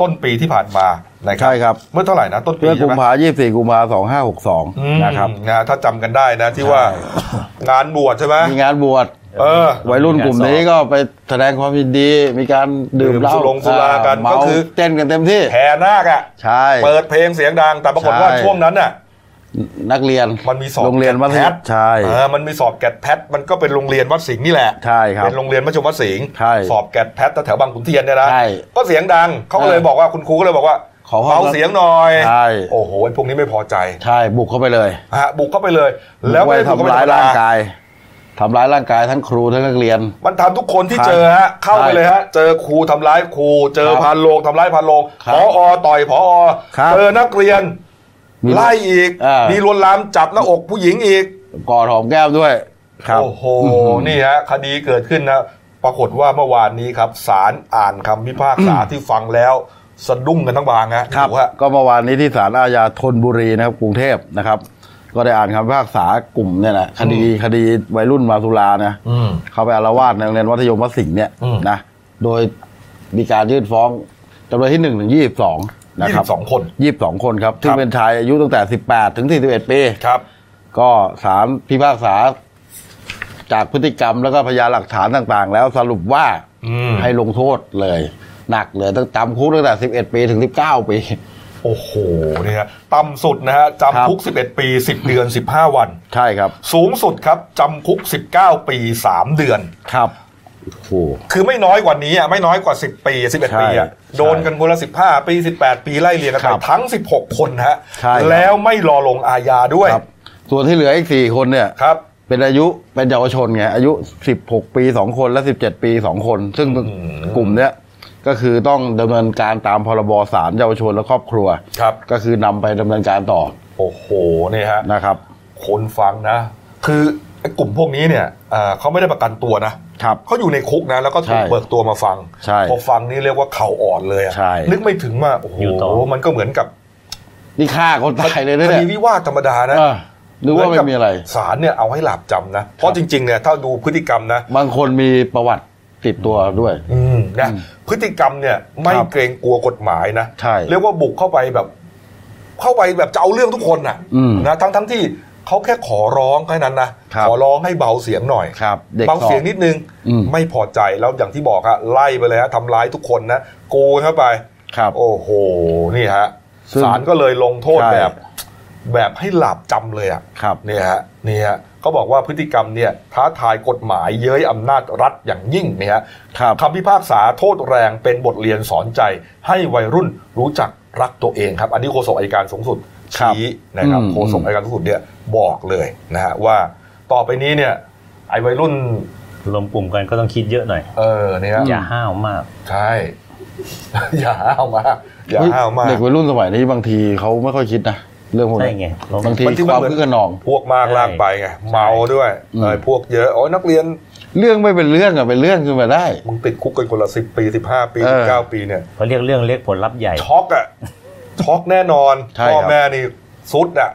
[SPEAKER 1] ต้นปีที่ผ่านมานะครั
[SPEAKER 2] ใช่ครับ
[SPEAKER 1] เมื่อเท่าไหร่นะ ต้นปี
[SPEAKER 2] เพื่อ
[SPEAKER 1] ใช่
[SPEAKER 2] กุม
[SPEAKER 1] ไหม
[SPEAKER 2] ภายี่สี่กุมภาสองห้าหกสอง
[SPEAKER 1] อืม
[SPEAKER 2] นะครับ
[SPEAKER 1] นะถ้าจำกันได้นะที่ว่างานบวชใช่ไหม
[SPEAKER 2] มีงานบวช
[SPEAKER 1] เออ
[SPEAKER 2] วัยรุ่นกลุ่มนี้ก็ไปแสดงความยินดี มีการดื่ม
[SPEAKER 1] ดื่ม
[SPEAKER 2] เหล้า
[SPEAKER 1] สุรงสุรากัน
[SPEAKER 2] เม
[SPEAKER 1] ก็คือ
[SPEAKER 2] เต้นกันเต็มที่
[SPEAKER 1] แห่นาคอ่ะ
[SPEAKER 2] ใช่
[SPEAKER 1] เปิดเพลงเสียงดังแต่ปรากฏว่า
[SPEAKER 2] ใช่
[SPEAKER 1] ช่วงนั้นน่ะ
[SPEAKER 2] นักเรียน
[SPEAKER 1] มันมีสอบ
[SPEAKER 2] โรงเรียนวัด
[SPEAKER 1] แพท
[SPEAKER 2] ใช่
[SPEAKER 1] เออมันมีสอบแกดแพทมันก็เป็นโรงเรียนวัดสิงห์นี่แหละ
[SPEAKER 2] ใช่ครับ
[SPEAKER 1] เป็นโรงเรียนมัธยมวัดสิงห์
[SPEAKER 2] ใช่
[SPEAKER 1] สอบแกดแพทแถวๆบางขุนเทียนเนี่ยนะ
[SPEAKER 2] ใช่
[SPEAKER 1] ก็เสียงดังเขาก็เลยบอกว่าคุณครูก็เลยบอกว่า
[SPEAKER 2] ขอความ
[SPEAKER 1] เบาเสียงหน่อย
[SPEAKER 2] ใช่
[SPEAKER 1] โอ้โหไอ้พวกนี้ไม่พอใจ
[SPEAKER 2] ใช่บุกเข้าไปเลย
[SPEAKER 1] ฮะบุกเข้าไปเลย แล้ว
[SPEAKER 2] บุก
[SPEAKER 1] ไม่
[SPEAKER 2] ไป
[SPEAKER 1] ได้บุกเข้าไปธมด
[SPEAKER 2] ทำร้ายร่างกายทำร้ายร่างกายทั้งครูทั้งนักเรียน
[SPEAKER 1] มันทำทุกคนที่
[SPEAKER 2] ใช่
[SPEAKER 1] เจอฮะเข้าไป
[SPEAKER 2] ใช่
[SPEAKER 1] เลยฮะเจอครูทำร้ายครู เจอ
[SPEAKER 2] ครับ
[SPEAKER 1] พานโรงทำร้ายพานโรง
[SPEAKER 2] ครับ
[SPEAKER 1] พออต่อยพอ
[SPEAKER 2] ครับ
[SPEAKER 1] เจอนักเรียน
[SPEAKER 2] มี
[SPEAKER 1] ไล่อีก
[SPEAKER 2] อ่ามี
[SPEAKER 1] มีลวนลามจับหน้าอกผู้หญิงอีก
[SPEAKER 2] กอดหอมแก้มด้วยครับ
[SPEAKER 1] โอ้โห นี่ฮะคดีเกิดขึ้นนะ ปรากฏว่าเมื่อวานนี้ครับศาลอ่านคำพิพากษาที่ฟังแล้วสะดุ้งกันทั้งบางฮะ
[SPEAKER 2] ครับ
[SPEAKER 1] โอ้โหฮะ
[SPEAKER 2] ก็เมื่อวานนี้ที่ศาลอาญาธนบุรีนะครับกรุงเทพนะครับ ก็ได้อ่านคำพิพากษากลุ่มเนี่ยนะคดีคดีวัยรุ่นมาสุรานะ
[SPEAKER 1] อืม
[SPEAKER 2] เขาไปอารวาสในโรงเรียนวัธยมวดสิงห์เนี่ย
[SPEAKER 1] อืม
[SPEAKER 2] นะโดยมีการยื่นฟ้องจำเลยที่หนึ่งถึงยี่สิบสองนะ
[SPEAKER 1] ยี่
[SPEAKER 2] ครั
[SPEAKER 1] สิ
[SPEAKER 2] บบ
[SPEAKER 1] สองคน
[SPEAKER 2] ยี่สิบสองคนครับซึ่ง
[SPEAKER 1] ครับ
[SPEAKER 2] เป็นชายอายุตั้งแต่สิบแปดถึงสี่สิบเอ็ดปี
[SPEAKER 1] ครับ
[SPEAKER 2] ก็ศาลพิพากษาจากพฤติกรรมแล้วก็พยานหลักฐานต่างๆ แล้วสรุปว่า
[SPEAKER 1] อืม
[SPEAKER 2] ให้ลงโทษเลย หนักเลยตั้งจำคุกตั้งแต่ 11 ปีถึง 19 ปี
[SPEAKER 1] โอ้โห เนี่ยฮะต่ำสุดนะฮะจำคุก 11 ปี 10 เดือน 15 วัน
[SPEAKER 2] ใช่ครับ
[SPEAKER 1] สูงสุดครับจำคุก 19 ปี 3 เดือน
[SPEAKER 2] ครับโอ้โห
[SPEAKER 1] คือไม่น้อยกว่านี้อ่ะไม่น้อยกว่า 10 ปี 11 ปีอ่ะ
[SPEAKER 2] ใช่
[SPEAKER 1] โดนกันคนละ 15 ปี 18 ปีไล่เรียงกันไป
[SPEAKER 2] ครับ
[SPEAKER 1] ทั้ง 16 คนนะฮะ
[SPEAKER 2] ใช่ครับ
[SPEAKER 1] แล้วไม่รอลงอาญาด้วย
[SPEAKER 2] ครับ ส่วนที่เหลืออีก 4 คนเนี่ย
[SPEAKER 1] ครับ
[SPEAKER 2] เป็นอายุเป็นเยาวชนไง อายุ 16 ปี 2 คนและ 17 ปี 2 คน ซึ่งกลุ่มเนี้ยก็คือต้องดำเนินการตามพรบสารเยาวชนและครอบครัว
[SPEAKER 1] ครับ
[SPEAKER 2] ก็คือนำไปดำเนินการต่อ
[SPEAKER 1] โอ้โหเนี่ยฮะ
[SPEAKER 2] นะครับ
[SPEAKER 1] คนฟังนะ คือไอ้กลุ่มพวกนี้เนี่ยเอ่อเขาไม่ได้ประกันตัวนะครับ เขาอยู่ในคุกนะ แล้วก็ถูก
[SPEAKER 2] ใช่
[SPEAKER 1] เบิกตัวมาฟัง
[SPEAKER 2] ใช่
[SPEAKER 1] พอฟังนี่เรียกว่าเข่าอ่อนเลยอะ
[SPEAKER 2] ใช่
[SPEAKER 1] นึกไม่ถึงว่าโอ้โห
[SPEAKER 3] อยู่ต่อ
[SPEAKER 1] มันก็เหมือนกับ
[SPEAKER 2] นี่ฆ่าคนตายเลยนะ
[SPEAKER 1] ค
[SPEAKER 2] เนี่ย
[SPEAKER 1] ดีวิวาทธรรมดานะ
[SPEAKER 2] เออนึกว่าไม่มีอะไร
[SPEAKER 1] ศาลเนี่ยเอาให้หลับจำนะ เพราะจริงๆเนี่ยถ้าดูพฤติกรรมนะ
[SPEAKER 2] บางคนมีประวัติติดตัวด้วย
[SPEAKER 1] อืมนะพฤติกรรมเนี่ยไม่
[SPEAKER 2] ครับ
[SPEAKER 1] เกรงกลัวกฎหมายนะ
[SPEAKER 2] ใช่
[SPEAKER 1] เรียกว่าบุกเข้าไปแบบ เข้าไปแบบจะเอาเรื่องทุกคนน่ะ
[SPEAKER 2] อืม
[SPEAKER 1] นะทั้งทั้งๆที่เขาแค่ขอร้องแค่นั้นนะครับ ขอร้องให้เบาเสียงหน่อย
[SPEAKER 2] ครับ เด็ก
[SPEAKER 1] เบา
[SPEAKER 2] สอ
[SPEAKER 1] เสีย
[SPEAKER 2] บ
[SPEAKER 1] งนิดนึง
[SPEAKER 2] อืม
[SPEAKER 1] ไม่พอใจแล้วอย่างที่บอกฮะไล่ไปเลยฮะทำร้ายทุกคนนะโกงเข้าไป
[SPEAKER 2] ครับ
[SPEAKER 1] โอ้โห นี่ฮะ
[SPEAKER 2] ซึ่ง
[SPEAKER 1] ศาลก็เลยลงโทษ
[SPEAKER 2] ใช่
[SPEAKER 1] แบบ แบบให้หลับจำเลยอ่ะ
[SPEAKER 2] ครับ
[SPEAKER 1] เนี่ยฮะนี่ฮะเขาบอกว่าพฤติกรรมเนี่ยท้าทายกฎหมายเย้ยอำนาจรัฐอย่างยิ่งเนี่ยฮะ
[SPEAKER 2] ครับ
[SPEAKER 1] คำพิพากษาโทษแรงเป็นบทเรียนสอนใจ ให้วัยรุ่นรู้จักรักตัวเองครับ อันนี้โฆษกอัยการสูงสุด
[SPEAKER 2] ครับ
[SPEAKER 1] ชี้นะครับ
[SPEAKER 2] อืม
[SPEAKER 1] โฆษกอัยการสูงสุดเนี่ยบอกเลยนะฮะว่าต่อไปนี้เนี่ยไอ้วัยรุ่น
[SPEAKER 3] รวมกลุ่มกันก็ต้องคิดเยอะหน่อย
[SPEAKER 1] เออเนี่ย
[SPEAKER 3] อย่าห้าวมาก
[SPEAKER 1] ใช่ [laughs] อย่าห้าวมากอย่า
[SPEAKER 2] เฮ้ย
[SPEAKER 1] ห้าวมาก
[SPEAKER 2] เด็กวัยรุ่นสมัยนี้บางทีเขาไม่ค่อยคิดนะ เรื่องพวกนี้
[SPEAKER 3] ใช่ไง
[SPEAKER 2] บางทีความคึกขนอง
[SPEAKER 1] พวกมากลากไปไงเมาด้วย
[SPEAKER 2] อืม
[SPEAKER 1] เออพวกเยอะโอ้ยนักเรียน
[SPEAKER 2] เรื่องไม่เป็นเรื่องอะเป็นเรื่องขึ้นมาได้
[SPEAKER 1] มึงติดคุกกันคนละสิบปีสิบห้าปี
[SPEAKER 2] เอ
[SPEAKER 1] สิบ
[SPEAKER 2] อ
[SPEAKER 1] เก้าปีเนี่ย
[SPEAKER 3] เพราะเรียกเรื่องเล็กผลลัพธ์ใหญ่
[SPEAKER 1] ช็อกอะช็อกแน่นอน
[SPEAKER 2] ใช่
[SPEAKER 1] พ่อ
[SPEAKER 2] ครับ
[SPEAKER 1] แม่นี่สุดอะ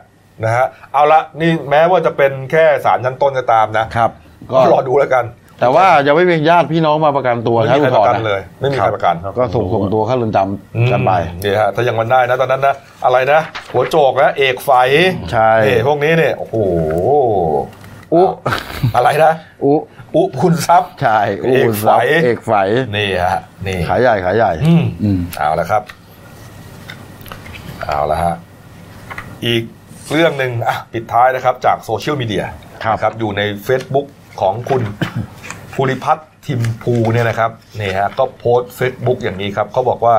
[SPEAKER 1] นะฮะเอาละนี่แม้ว่าจะเป็นแค่ศาลชั้นต้นก็ตามนะครับ
[SPEAKER 2] ก็
[SPEAKER 1] ก็รอดูแล้วกัน
[SPEAKER 2] แต่ว่ายังไม่มีญาติพี่น้องมาประกันตัว
[SPEAKER 1] ไม่
[SPEAKER 2] ครั
[SPEAKER 1] มี
[SPEAKER 2] บ
[SPEAKER 1] ใครป
[SPEAKER 2] คุณพ่อ
[SPEAKER 1] ระกัน
[SPEAKER 2] นะ
[SPEAKER 1] เลย ไม่มีใครประกัน
[SPEAKER 3] ครับ
[SPEAKER 2] ก็ส่งส่งตัวเข้าเรือนจำกันไป
[SPEAKER 1] อืมนี่ฮะถ้ายังมันได้นะตอนนั้นนะอะไรนะหัวโจกนะเอกไฟ
[SPEAKER 2] ใช่
[SPEAKER 1] เอกพวกนี้เนี่ยโอ้โห
[SPEAKER 2] อุ
[SPEAKER 1] อะไรนะ
[SPEAKER 2] อุ
[SPEAKER 1] อุคุณทรัพย์
[SPEAKER 2] ชายอุ
[SPEAKER 1] เอกไฝ
[SPEAKER 2] เอกไฝ
[SPEAKER 1] นี่ฮะนี่
[SPEAKER 2] ขายใหญ่ขายใหญ่
[SPEAKER 1] อืม
[SPEAKER 2] อืม
[SPEAKER 1] เอาละครับ เอาละฮะ อีกเรื่องหนึ่งอ่ะปิดท้ายนะครับ จากโซเชียลมีเดีย
[SPEAKER 2] ครับ
[SPEAKER 1] นะครับ อยู่ใน Facebook ของคุณ [coughs] ภูริพัฒน์ทิมภูเนี่ยนะครับนี่ฮะก็โพสต์ Facebook อย่างนี้ครับเขาบอกว่า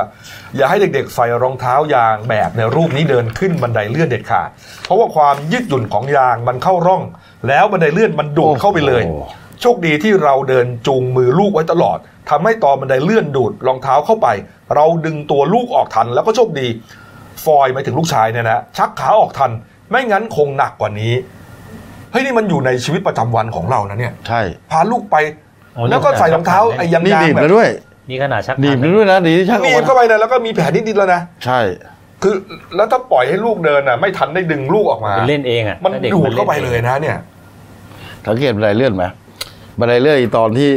[SPEAKER 1] อย่าให้เด็กๆ ใส่รองเท้ายางแบบในรูปนี้เดินขึ้นบันไดเลื่อนเด็ดขาด เพราะว่าความยืดหยุ่นของยางมันเข้าร่อง แล้วบันไดเลื่อนมันดูดเข้าไปเลย
[SPEAKER 2] โอ้โห
[SPEAKER 1] โชคดีที่เราเดินจูงมือลูกไว้ตลอดทำให้ตอนบันไดเลื่อนดูดรองเท้าเข้าไป เราดึงตัวลูกออกทัน แล้วก็โชคดี ฟอยหมายถึงลูกชายเนี่ยนะชักขาออกทัน ไม่งั้นคงหนักกว่านี้เฮ้ยนี่มันอยู่ในชีวิตประจำวันของเรานะเนี่ย
[SPEAKER 2] ใช่
[SPEAKER 1] พาลูกไป
[SPEAKER 3] โอ้ย
[SPEAKER 1] แล้วก็ใส่รองเท้า
[SPEAKER 3] แล้วก็
[SPEAKER 1] ไอ้ยาง
[SPEAKER 2] นี่
[SPEAKER 1] ยาง
[SPEAKER 2] ดีบ
[SPEAKER 1] แบ
[SPEAKER 2] แล้
[SPEAKER 1] บ
[SPEAKER 2] วด้วย
[SPEAKER 3] นี่ขนาดชัก
[SPEAKER 2] ดีบ
[SPEAKER 3] ทั
[SPEAKER 2] แล้ว
[SPEAKER 3] น
[SPEAKER 2] ด้วยนะดีที่ชักอ
[SPEAKER 1] หนี
[SPEAKER 2] อก
[SPEAKER 1] บเข้า
[SPEAKER 2] มา
[SPEAKER 1] ไปนะแล้วก็มีแผลนิดๆแล้วนะ
[SPEAKER 2] ใช่
[SPEAKER 1] คือแล้วถ้าปล่อยให้ลูกเดินอ่ะ ไม่ทันได้ดึงลูกออกมา
[SPEAKER 3] เป็นเล่นเองอ่ะ
[SPEAKER 1] มัน
[SPEAKER 3] ถ้าด็ก
[SPEAKER 1] ดูด
[SPEAKER 3] น
[SPEAKER 1] เข้าไป
[SPEAKER 3] อง
[SPEAKER 1] เลยนะเนี่ย
[SPEAKER 2] สังเกตบันไดเลื่อนไหมบันไดเลื่อนไอ้ตอนที่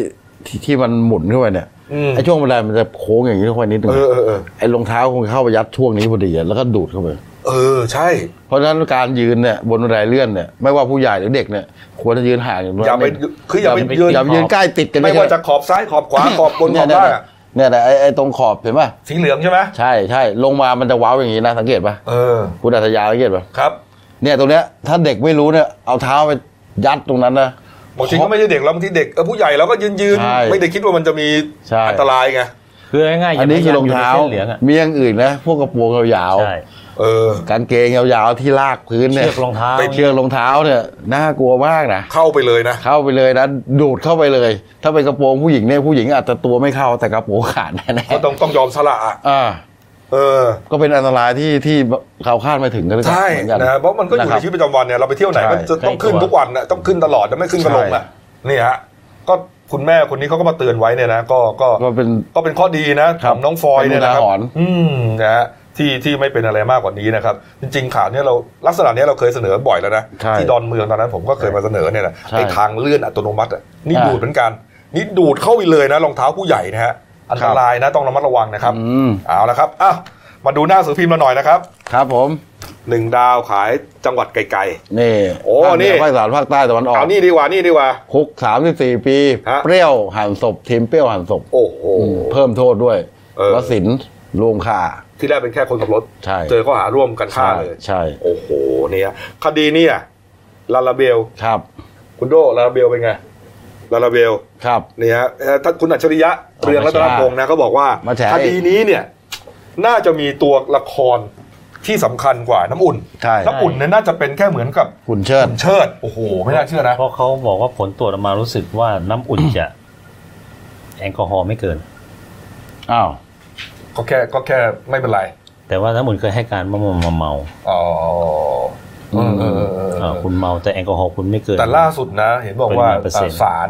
[SPEAKER 2] ที่ที่มันหมุนเข้าไปเนี่ย
[SPEAKER 1] อืม
[SPEAKER 2] ไอ้ช่วงบันไดมันจะโค้งอย่างนี้เข้าไปนิดนึง
[SPEAKER 1] เออเออเออ
[SPEAKER 2] ไอ้รองเท้าคงเข้าไปยัดช่วงนี้พอดีอะแล้วก็ดูดเข้าไป
[SPEAKER 1] เออใช่
[SPEAKER 2] เพราะฉะนั้นการยืนเนี่ยบนบันไดเลื่อนเนี่ยไม่ว่าผู้ใหญ่หรือเด็กเนี่ยควรจะยืนห่างอย่างน้อย
[SPEAKER 1] อย่าไป
[SPEAKER 2] หนึ่ง
[SPEAKER 1] คืออย่าไปยืน
[SPEAKER 2] อย่าไปยืนใกล้ติดกัน
[SPEAKER 1] ไม่ว่าจะขอบซ้ายขอบขวาขอบบนขอบล่างอะ
[SPEAKER 2] เนี่ยแต่ยไอ้ไอ้ตรงขอบเห็นป่ะ
[SPEAKER 1] สีเหลืองใช่ไหม
[SPEAKER 2] ใช่ใช่ลงมามันจะว้าวอย่างนี้นะสังเกตป่ะ
[SPEAKER 1] เออ
[SPEAKER 2] คุณอัธยาสังเกตป่ะ
[SPEAKER 1] ครับ
[SPEAKER 2] เนี่ยตรงเนี้ยถ้าเด็กไม่รู้เนี่ยเอาเท้าไปยัดตรงนั้นนะ
[SPEAKER 1] บางทีก็ไม่ใช่เด็กแล้วบางทีเด็กเออผู้ใหญ่เราก็ยืนยืนๆ
[SPEAKER 2] ใช่
[SPEAKER 1] ไม่ได้คิดว่ามันจะมี
[SPEAKER 2] ใช่
[SPEAKER 1] อันตรายไง
[SPEAKER 3] คือง่ายๆ
[SPEAKER 2] อันนี้
[SPEAKER 3] ย่
[SPEAKER 2] คือ
[SPEAKER 3] พยย
[SPEAKER 2] รองเท้า
[SPEAKER 3] ยู่ในส้นเหลืองอ่ะ
[SPEAKER 2] มีอย่างอื่นนะพวกกระโปรงยาว
[SPEAKER 3] ใช่
[SPEAKER 1] เออ
[SPEAKER 2] ๆกางเกงยาวๆที่ลากพื้นเนี่ย
[SPEAKER 3] เชือกรองเท้า
[SPEAKER 1] ไป
[SPEAKER 2] เชือกรองเท้าเนี่ยน่ากลัวมากนะ
[SPEAKER 1] เข้าไปเลยนะ
[SPEAKER 2] เข้าไปเลยนะดูดเข้าไปเลย ถ้าเป็นกระโปรงผู้หญิงเนี่ยผู้หญิงอาจจะตัวไม่เข้าแต่กระโปรงขาดแน่
[SPEAKER 1] ก็ต้องต้องยอมสละอะ
[SPEAKER 2] ๆอ่า
[SPEAKER 1] เออ
[SPEAKER 2] ก็เป็นอันตรายที่ที่เขาคาดไม่ถึงกันเลย
[SPEAKER 1] ใช่
[SPEAKER 2] เหมือนกัน
[SPEAKER 1] นะเพราะมันก็อยู่
[SPEAKER 2] ค
[SPEAKER 1] ใน
[SPEAKER 2] บ
[SPEAKER 1] ชีวิตประจำวันเนี่ยเราไปเที่ยวไหน
[SPEAKER 2] ใช่
[SPEAKER 1] ก็จะต้องขึ้นทุกวันนะต้องขึ้นตลอดนะไม่ขึ้นก็ลง
[SPEAKER 2] ใช่
[SPEAKER 1] นะนี่ฮะก็คุณแม่คนนี้เขาก็มาเตือนไว้เนี่ยนะก็ก็
[SPEAKER 2] ก็เป็น
[SPEAKER 1] ก็เป็นข้อดีนะข
[SPEAKER 2] ครับ
[SPEAKER 1] องน้องฟอยเนี่ยนะครั
[SPEAKER 2] เป็นอุทาหรณ์
[SPEAKER 1] อืมนะฮะที่ที่ไม่เป็นอะไรมากกว่านี้นะครับ จริงๆข่าวเนี่ยเราลักษณะเนี้ยเราเคยเสนอบ่อยแล้วนะ
[SPEAKER 2] ใช่
[SPEAKER 1] ที่ดอนเมืองตอนนั้นผมก็เคยมาเสนอเนี่ยนะ
[SPEAKER 2] ใช่
[SPEAKER 1] ไอ้ทางเลื่อนอัตโนมัติอะนี่
[SPEAKER 2] อ่า
[SPEAKER 1] ดูดเหมือนกันนี่ดูดเข้าไปเลยนะรองเท้าผู้ใหญ่นะฮะอันตรายนะต้องระมัดระวังนะครับ
[SPEAKER 2] อืม
[SPEAKER 1] เอาละครับอ่ะมาดูหน้าสือพิมพ์เราหน่อยนะครับ
[SPEAKER 2] ครับผม
[SPEAKER 1] หนึ่งดาวขายจังหวัดไกล
[SPEAKER 2] นี่
[SPEAKER 1] โอ้
[SPEAKER 2] ภาคเห
[SPEAKER 1] นี่
[SPEAKER 2] ภาคสานภาคใต้ตะวัน
[SPEAKER 1] ๆ
[SPEAKER 2] ออก
[SPEAKER 1] เอานี่ดีกว่านี่ดีกว่า
[SPEAKER 2] คุกสามสิบสี่ปี
[SPEAKER 1] ฮะ
[SPEAKER 2] เปรี้ยวหั่นศพทีมเปรี้ยวหั่นศพ
[SPEAKER 1] โอ้โห
[SPEAKER 2] อืมเพิ่มโทษด้วย
[SPEAKER 1] เออ
[SPEAKER 2] วสินรวมค่า
[SPEAKER 1] ที่แรกเป็นแค่คนขับรถ
[SPEAKER 2] ใช่
[SPEAKER 1] เจอข้อหาร่วมกันฆ่า
[SPEAKER 2] ใช่
[SPEAKER 1] เลย
[SPEAKER 2] ใช่
[SPEAKER 1] โอ้โหเนี่ยคดีเนี่ยลาลาเบล
[SPEAKER 2] ครับ
[SPEAKER 1] คุณโดลาลาเบลเป็นไงลาลาเบล
[SPEAKER 2] ครับ
[SPEAKER 1] เนี่ยฮะเอ่อท่านคุณอัจฉริยะเรืองรัตนพงศ์นะเขาบอกว่า
[SPEAKER 2] มาแฉ
[SPEAKER 1] คดีนี้เนี่ย น่าจะมีตัวละครที่สำคัญกว่าน้ำอุ่น
[SPEAKER 2] ใช่
[SPEAKER 1] น้ำอุ่นเนี่ยน่าจะเป็นแค่เหมือนกับ
[SPEAKER 2] หุ่นเชิด
[SPEAKER 1] เชิด โอ้โห ไม่น่าเชื่อนะ
[SPEAKER 3] เพราะเขาบอกว่าผลตรวจออกมารู้สึกว่าน้ำอุ่นจะ [coughs] แอลกอฮอล์ไม่เกิน
[SPEAKER 2] อ้าว
[SPEAKER 1] ก็แค่ก็แค่ไม่เป็นไร
[SPEAKER 3] แต่ว่าน้ำอุ่นเคยให้การว่ามันมาเมา
[SPEAKER 1] อ๋อเออเออเออเอ
[SPEAKER 3] อ่า
[SPEAKER 1] อ
[SPEAKER 3] คุณเมาแต่แอลกอฮอล์คุณไม่เกิน
[SPEAKER 1] แต่ล่าสุดนะ เห็นบอกว่า
[SPEAKER 3] ปริมาณเปอร์เซ็นต์
[SPEAKER 1] ศาล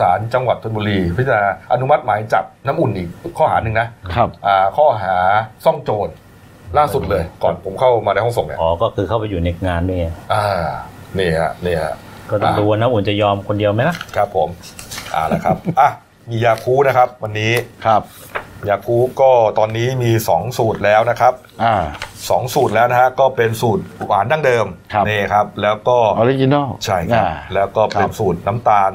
[SPEAKER 1] ศาลจังหวัดธนบุรี พิจารณาอนุมัติหมายจับน้ำอุ่นอีกข้อหาหนึ่งนะครับ อ่าข้อหาซ่องโจรล่าสุดเลย ก่อนผมเข้ามาในห้องส่งเนี่ย
[SPEAKER 3] อ๋อก็คือเข้าไปอยู่ในงานด้วยไง
[SPEAKER 1] อ่านี่ฮะนี่ฮะ
[SPEAKER 3] ก็ต้อง
[SPEAKER 1] อ่า
[SPEAKER 3] ดูว่าน้ำอุ่นจะยอมคนเดียวไหมล่ะ
[SPEAKER 1] ครับผมเอ่าละครับ [laughs] อ่ะมียาคูนะครับ วันนี้
[SPEAKER 2] ครับ
[SPEAKER 1] ยาคูก็ตอนนี้มี 2 สูตรแล้วนะครับ
[SPEAKER 2] อ่า
[SPEAKER 1] 2 สูตรแล้วนะฮะก็เป็นสูตรหวานดั้งเดิม
[SPEAKER 2] ครับ
[SPEAKER 1] นี่ครับ แล้วก็
[SPEAKER 2] ออริจินอล
[SPEAKER 1] ใช่ครับ
[SPEAKER 2] อ่า
[SPEAKER 1] แล้วก็เป็น
[SPEAKER 2] ครับ
[SPEAKER 1] สูตรน้ำตาล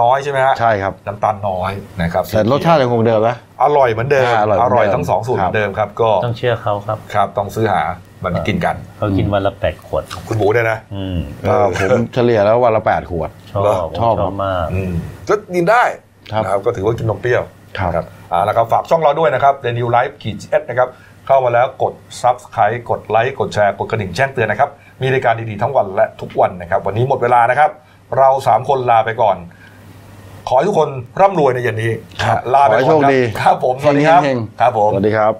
[SPEAKER 1] น้อยใช่ไหมฮะ
[SPEAKER 2] ใช่ครับ
[SPEAKER 1] น้ำตาลน้อยนะครับ
[SPEAKER 2] แต่รสชาติยังคงเดิมนะ
[SPEAKER 1] อร่อยเหมือนเดิม
[SPEAKER 2] อ่าอร่อย
[SPEAKER 1] อ
[SPEAKER 2] เหมือนเดิม
[SPEAKER 1] ร่อยทั้งสองสูตรเห
[SPEAKER 2] ครับ
[SPEAKER 1] มือนเดิมครับ ก็
[SPEAKER 3] ต้องเชื่อเขาครับ
[SPEAKER 1] ครับต้องซื้อหามันกินกัน
[SPEAKER 3] เขากินวันละแปดขวด
[SPEAKER 1] คุณหมูเนี่ยนะ
[SPEAKER 3] อืม
[SPEAKER 2] เอ่อผมเฉลี่ยแล้ววันละแปดขวด
[SPEAKER 3] ชอบ
[SPEAKER 1] เหรอ
[SPEAKER 3] ผม
[SPEAKER 2] ชอบ
[SPEAKER 3] ชอบมาก
[SPEAKER 1] อืมก็กินได้
[SPEAKER 2] ครับ
[SPEAKER 1] นะครับก็ถือว่ากินนมเปรี้ยว
[SPEAKER 2] ครับ
[SPEAKER 1] นะครับอ่าแล้วก็ฝากช่องเราด้วยนะครับ The New Life ขีดเอนะครับ เข้ามาแล้วกด Subscribe กดไลค์กดแชร์กดกระดิ่งแจ้งเตือนนะครับ มีรายการดีๆทั้งวันและทุกวันนะครับ วันนี้หมดเวลานะครับ เราสามคนลาไปก่อน ขอให้ทุกคนร่ำรวยในเย็นนี้
[SPEAKER 2] ครับ
[SPEAKER 1] ลาไปก่อน
[SPEAKER 2] ขอให้โชคดี
[SPEAKER 1] ครับครับผมสวัสดีครับ
[SPEAKER 2] เฮงๆ
[SPEAKER 1] ครับผม
[SPEAKER 2] สวัสดีครับ